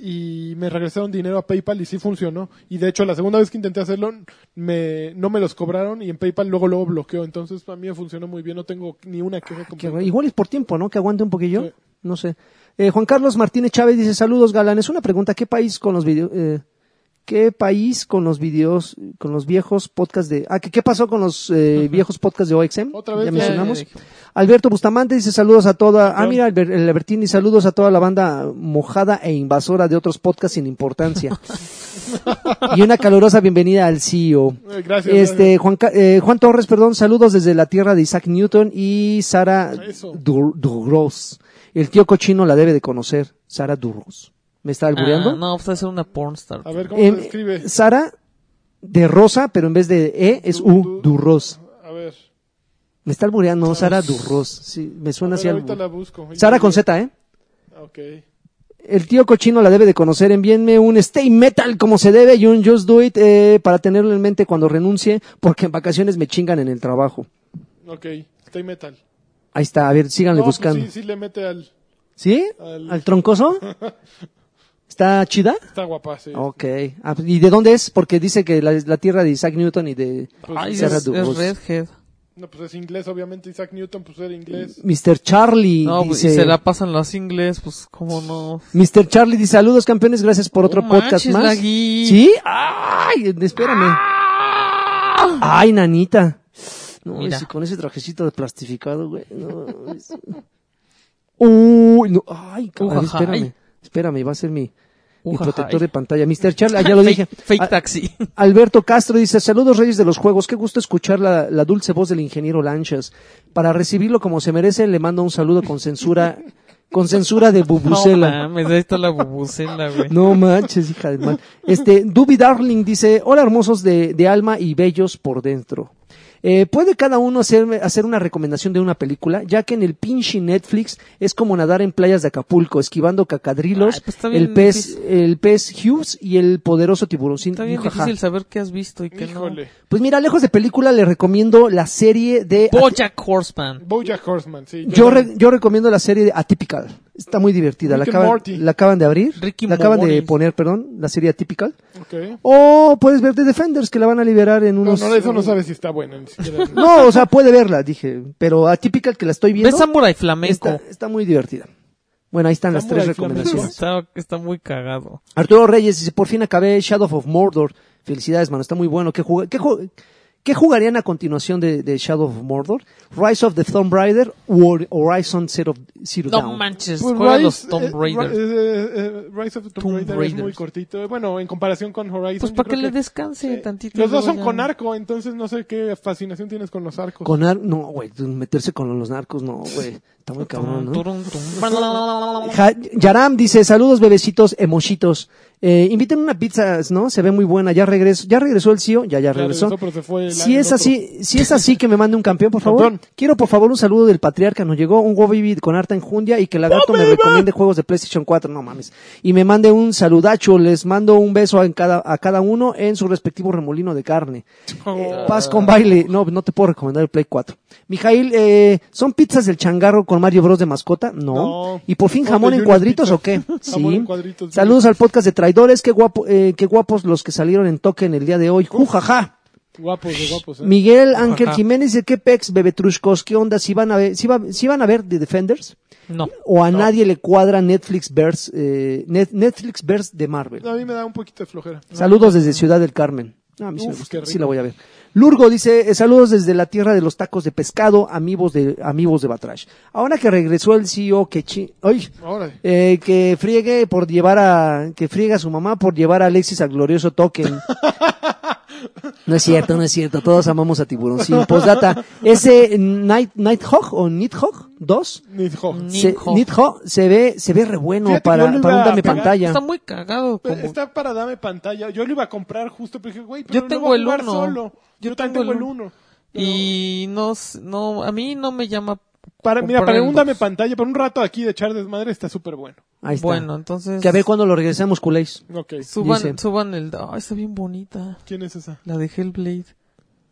y me regresaron dinero a PayPal y sí funcionó. Y de hecho, la segunda vez que intenté hacerlo, me, no me los cobraron y en PayPal luego luego bloqueó. Entonces, a mí me funcionó muy bien, no tengo ni una queja con
Que-
PayPal.
igual es por tiempo, ¿no? Que aguante un poquillo.
Sí.
No sé. Eh, Juan Carlos Martínez Chávez dice, saludos, galanes. Una pregunta, ¿qué país con los videos... ¿Qué país con los videos, con los viejos podcasts de... Ah, ¿qué, qué pasó con los eh, viejos podcasts de OXM?
Otra vez,
ya
ya,
mencionamos.
ya, ya
Alberto Bustamante dice saludos a toda... Ah,
Perdón.
mira, Albert- el Albertini, saludos a toda la banda mojada e invasora de otros podcasts sin importancia. y una calurosa bienvenida al E CEO.
Eh, Gracias.
Este, Juan, Ca- eh, Juan Torres, perdón, saludos desde la tierra de Isaac Newton y Sara
Eso.
Dur- Durros. El tío cochino la debe de conocer, Sara Durros. ¿Me está albureando?
Ah, no, pues va a ser una pornstar. pues.
gracias. A ver cómo
Em,
se escribe.
Sara de Rosa, pero en vez de E es
Du-
U,
du-
Durros.
A ver.
Me está albureando, Sara Durros. Sí, me
A
suena
ver,
así
ahorita la
algo.
busco.
Sara con Z, ¿eh?
Ok.
El tío cochino la debe de conocer. Envíenme un stay metal como se debe y un just do it eh, para tenerlo en mente cuando renuncie, porque en vacaciones me chingan en el trabajo.
Ok. Stay metal.
Ahí Ah, está, a ver, síganle
No, pues
buscando.
sí, sí le mete pues al.
¿Sí?
Al-
¿Al troncoso? ¿Está chida?
Está guapa, sí.
Ok. Ah, ¿Y de dónde es? Porque dice que la, la tierra de Isaac Newton y de
Pues,
Ay, es,
Sarah
es
Douglas.
Redhead.
No, pues es inglés, obviamente. Isaac Newton, pues era inglés.
Mr. Charlie.
No, pues, y
dice,
se la pasan los ingles, pues cómo no.
Mr. Charlie dice, saludos campeones, gracias por otro
No
podcast
manches,
más.
Lagui.
¿Sí? ¡Ay! Espérame. Ah, ¡Ay, nanita! No,
Ah. Mira.
ese- con ese trajecito de plastificado, güey. No, es- Uy, no. ¡Ay, cabrón!
Ujajay.
Espérame. Espérame, va a ser mi, mi
Ujajay.
protector de pantalla. Mr. Charlie, ah, ya lo dije.
Fake, fake
Ah,
taxi.
Alberto Castro dice, saludos Reyes de los Juegos, qué gusto escuchar la, la dulce voz del ingeniero Lanchas. Para recibirlo como se merece, le mando un saludo con censura, con censura de
No
bubucela.
mames, ahí está la bubucela, güey.
No manches, hija de mal. Este, Duby Darling dice, hola hermosos de, de alma y bellos por dentro. Eh, ¿Puede cada uno hacerme, hacer una recomendación de una película? Ya que en el pinche Netflix es como nadar en playas de Acapulco, esquivando cacadrilos,
Ay, pues está bien
el pez,
difícil.
el pez Hughes y el poderoso tiburón. Sin-
Está bien
jaja.
difícil saber qué has visto y qué
Híjole.
Pues mira, lejos de película, le recomiendo la serie de.
no. Bojack Horseman.
Bojack Horseman, sí.
Yo, re- yo recomiendo la serie de Atypical. Está muy divertida. La
Rick and
acaban,
Morty.
la acaban de abrir.
Rick and
la acaban de
Morty.
poner, perdón, la serie Atypical.
Ok.
O puedes ver The Defenders, que la van a liberar en
No,
unos.
no, de eso no sabes si está buena, ni siquiera.
No, o sea, puede verla, dije. Pero Atypical, que la estoy
¿Ves
viendo,
Samurai Flamenco?
está,
Está,
está muy divertida. Bueno, ahí están las
Samurai
tres
Flamenco.
recomendaciones.
está, muy cagado.
Arturo Reyes dice, por fin acabé Shadow of Mordor. Felicidades, mano, está muy bueno. ¿Qué, jug- qué, ju- qué jugarían a continuación de, de Shadow of Mordor? ¿Rise of the Tomb Raider o Horizon Zero, Zero
No
Dawn?
manches,
Pues
juega
Rise-
los
eh,
Tomb Raiders.
Ri- eh, eh, Rise of the Tomb,
Tomb
Raider es muy
Raiders.
cortito. Bueno, en comparación con Horizon.
pues
yo
para que
creo
le
que-
descanse tantito.
Los dos
luego
son
ya.
con arco, entonces no sé qué fascinación tienes con los arcos.
Con ar- no, güey, tú meterse con los narcos, no, güey. Está muy cabrón, ¿no?
Turun, turun.
Ja- Yaram dice, saludos bebecitos, emochitos. Eh, inviten una pizza, ¿no? Se ve muy buena. Ya regresó, ya regresó el CEO, ya, ya
Ya
regresó.
regresó, pero se fue el-
si
el
es
otro.
así, si es así que me mande un campeón, por favor.
Campeón.
Quiero por favor un saludo del patriarca. Nos llegó un Wobibi con harta enjundia y que el lagarto me recomiende juegos de PlayStation 4, no mames. Y me mande un saludacho, les mando un beso a en cada, a cada uno en su respectivo remolino de carne.
Oh.
Eh, Paz con baile. No, no te puedo recomendar el Play 4. Mijail, eh, ¿son pizzas del changarro con Mario Bros de mascota? No.
No.
¿Y por fin
Son
jamón
de
en
Junior
cuadritos
Pizza.
o qué?
Jamón
Sí.
en cuadritos.
Saludos al podcast de traidores. Qué, guapo, eh, qué guapos los que salieron en toque en el día de hoy. Jujaja.
Guapos, de guapos. ¿eh?
Miguel Ángel Jiménez dice, ¿qué pex, bebetruscos? ¿Qué onda? ¿Si van a ver, si va- si van a ver The Defenders?
No.
¿O a nadie le cuadra Netflix Verse, eh, Net- Netflix Verse de Marvel?
No, A mí me da un poquito de flojera.
Saludos desde Ciudad del Carmen. No, a mí sí, me
Uf,
gusta,
qué
sí
rico.
la voy a ver. Lurgo dice, eh, saludos desde la tierra de los tacos de pescado, amigos de, amigos de Batrash. Ahora que regresó el CEO que chi, ay,
Ahora.
eh, que friegue por llevar a, que friega a su mamá por llevar a Alexis al glorioso token. No es cierto, no es cierto, todos amamos a Tiburón. Sí, postdata, ese Night, Nighthawk o Nidhogg 2,
Ni- jo.
se,
Nidhogg.
Nidhogg se ve, se ve re bueno
Fíjate que yo
para,
le
para un
iba a
dame
pegar,
pantalla.
Está muy cagado.
Pero
como-
Está para dame pantalla. Yo lo iba a comprar justo, pero dije, güey, pero
Yo
lo
tengo
voy a
el
jugar
uno.
solo. Yo, también tengo el uno. Pero
Y no, s- no, a mí no me llama.
para, mira,
comprar
para
el
un
dos.
dame pantalla, para un rato aquí de echar desmadre está súper bueno.
Ahí está.
Bueno, entonces.
Que a ver cuando lo regresamos, culéis.
Ok.
Suban,
Dice-
suban el. Ay, está bien bonita.
¿Quién es esa?
La de Hellblade.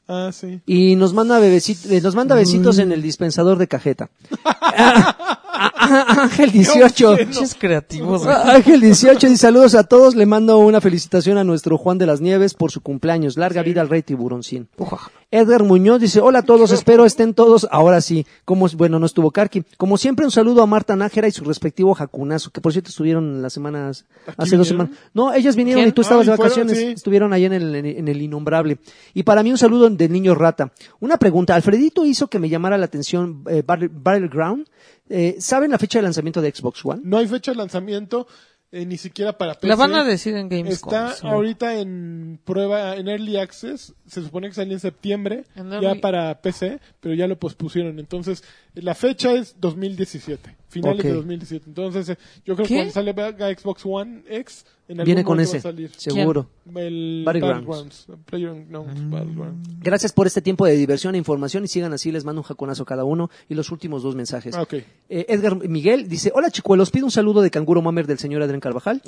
Ah, sí.
Y nos manda, bebecit- eh, nos manda besitos
Mm.
en el dispensador de cajeta. Ah, ah, ah, Ángel 18.
Pinches creativos, güey.
Ah, Ángel 18 y saludos a todos. Le mando una felicitación a nuestro Juan de las Nieves por su cumpleaños. Larga vida al rey tiburoncín.
Ujaja.
Edgar Muñoz dice, hola a todos, espero estén todos, ahora sí, como, bueno, no estuvo Karki. Como siempre, un saludo a Marta Nájera y su respectivo jacunazo, que por cierto estuvieron las semanas, hace dos
vinieron?
semanas. No, ellas vinieron
¿Quién?
y tú estabas
Ah,
de
y fueron,
vacaciones,
sí.
estuvieron ahí en el, en el Innombrable. Y para mí un saludo del niño rata. Una pregunta, Alfredito hizo que me llamara la atención eh, Battle- Battleground. Eh, ¿Saben la fecha de lanzamiento de Xbox One?
No hay fecha de lanzamiento, eh, ni siquiera para PC.
La van a decir en Gamescom.
Está
sí.
ahorita en prueba, en Early Access. Se supone que salió en septiembre,
En
ya
early-
para PC, pero ya lo pospusieron. Entonces, eh, la fecha es 2017, finales
Ok.
de 2017. Entonces, eh, yo creo
¿Qué?
que cuando sale a Xbox One X, en algún
Viene con
momento va
ese,
a salir.
seguro.
El
Battlegrounds.
Battlegrounds. Playgrounds,
Mm.
Battlegrounds.
Gracias por este tiempo de diversión e información y sigan así, les mando un jacunazo cada uno y los últimos dos mensajes.
Ah, ok.
Eh, Edgar Miguel dice, hola chicuelos, pido un saludo de Canguro Mamer del señor Adrián Carvajal,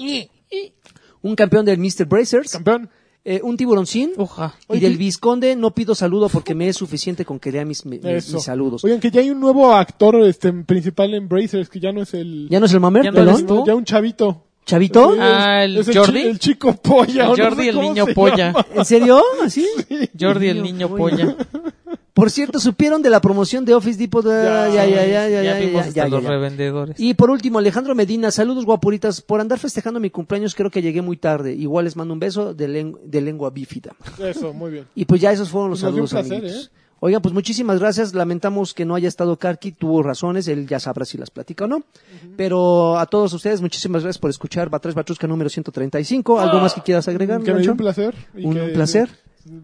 un campeón del Mr. Bracers,
Campeón.
eh, un tiburoncín
Uja.
y del Visconde no pido saludo porque me es suficiente con que lea mis, mis- mis
Eso.
saludos.
Oigan, que ya hay un nuevo actor este, principal en Brazers, que ya no es el...
¿Ya no es el Mamer?
Ya no eres
pelón?
tú.
ya un chavito.
¿Chavito?
Ah, el
Es chi-
Jordi.
El chico polla. o no
Jordi
sé
el
cómo
niño
se
polla.
llama.
¿En serio? ¿Así?
Jordi el niño polla.
Por cierto, supieron de la promoción de Office Depot. Ya, ya, ya, ya, ya, ya,
vimos
ya,
hasta
ya,
los
ya.
revendedores.
Y por último, Alejandro Medina, saludos guapuritas. Por andar festejando mi cumpleaños creo que llegué muy tarde. Igual les mando un beso de, len- de lengua bífida.
Eso, muy bien.
Y pues ya esos fueron los
Pues nos dio un
saludos,
placer,
amiguitos. Oigan, pues muchísimas gracias. Lamentamos que no haya estado Karki, tuvo razones, él ya sabrá si las platica o no. Pero a todos ustedes, muchísimas gracias por escuchar Batres Batrusca número 135. ¿Algo más que quieras agregar?
Ah, Que me
Nacho?
dio un placer. y
Un
que-
placer.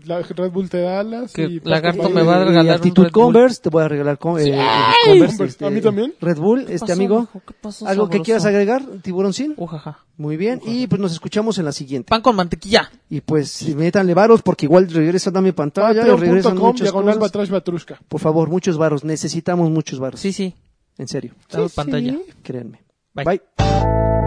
La Red Bull te da alas.
Que
y
Lagarto
Paco
me va a
Baile.
regalar
Y
un
actitud
Red Bull.
Converse, te voy a regalar con- eh, eh, Converse.
Converse, ¿a mí también?
Red Bull, este
pasó,
amigo.
mijo? ¿Qué pasó,
¿Algo que
sabroso?
quieras agregar, Tiburón Sin?
Ujaja.
Muy bien, y pues nos escuchamos en la siguiente.
Pan con mantequilla.
Y pues métanle varos porque igual regresan a mi pantalla,
Patreon.com,
regresan muchas
diagonal
cosas.
Batrash Batrushka.
Por favor, muchos varos, necesitamos muchos varos.
Sí, sí.
En serio,
Dame pantalla.
créanme.
Bye.
Bye.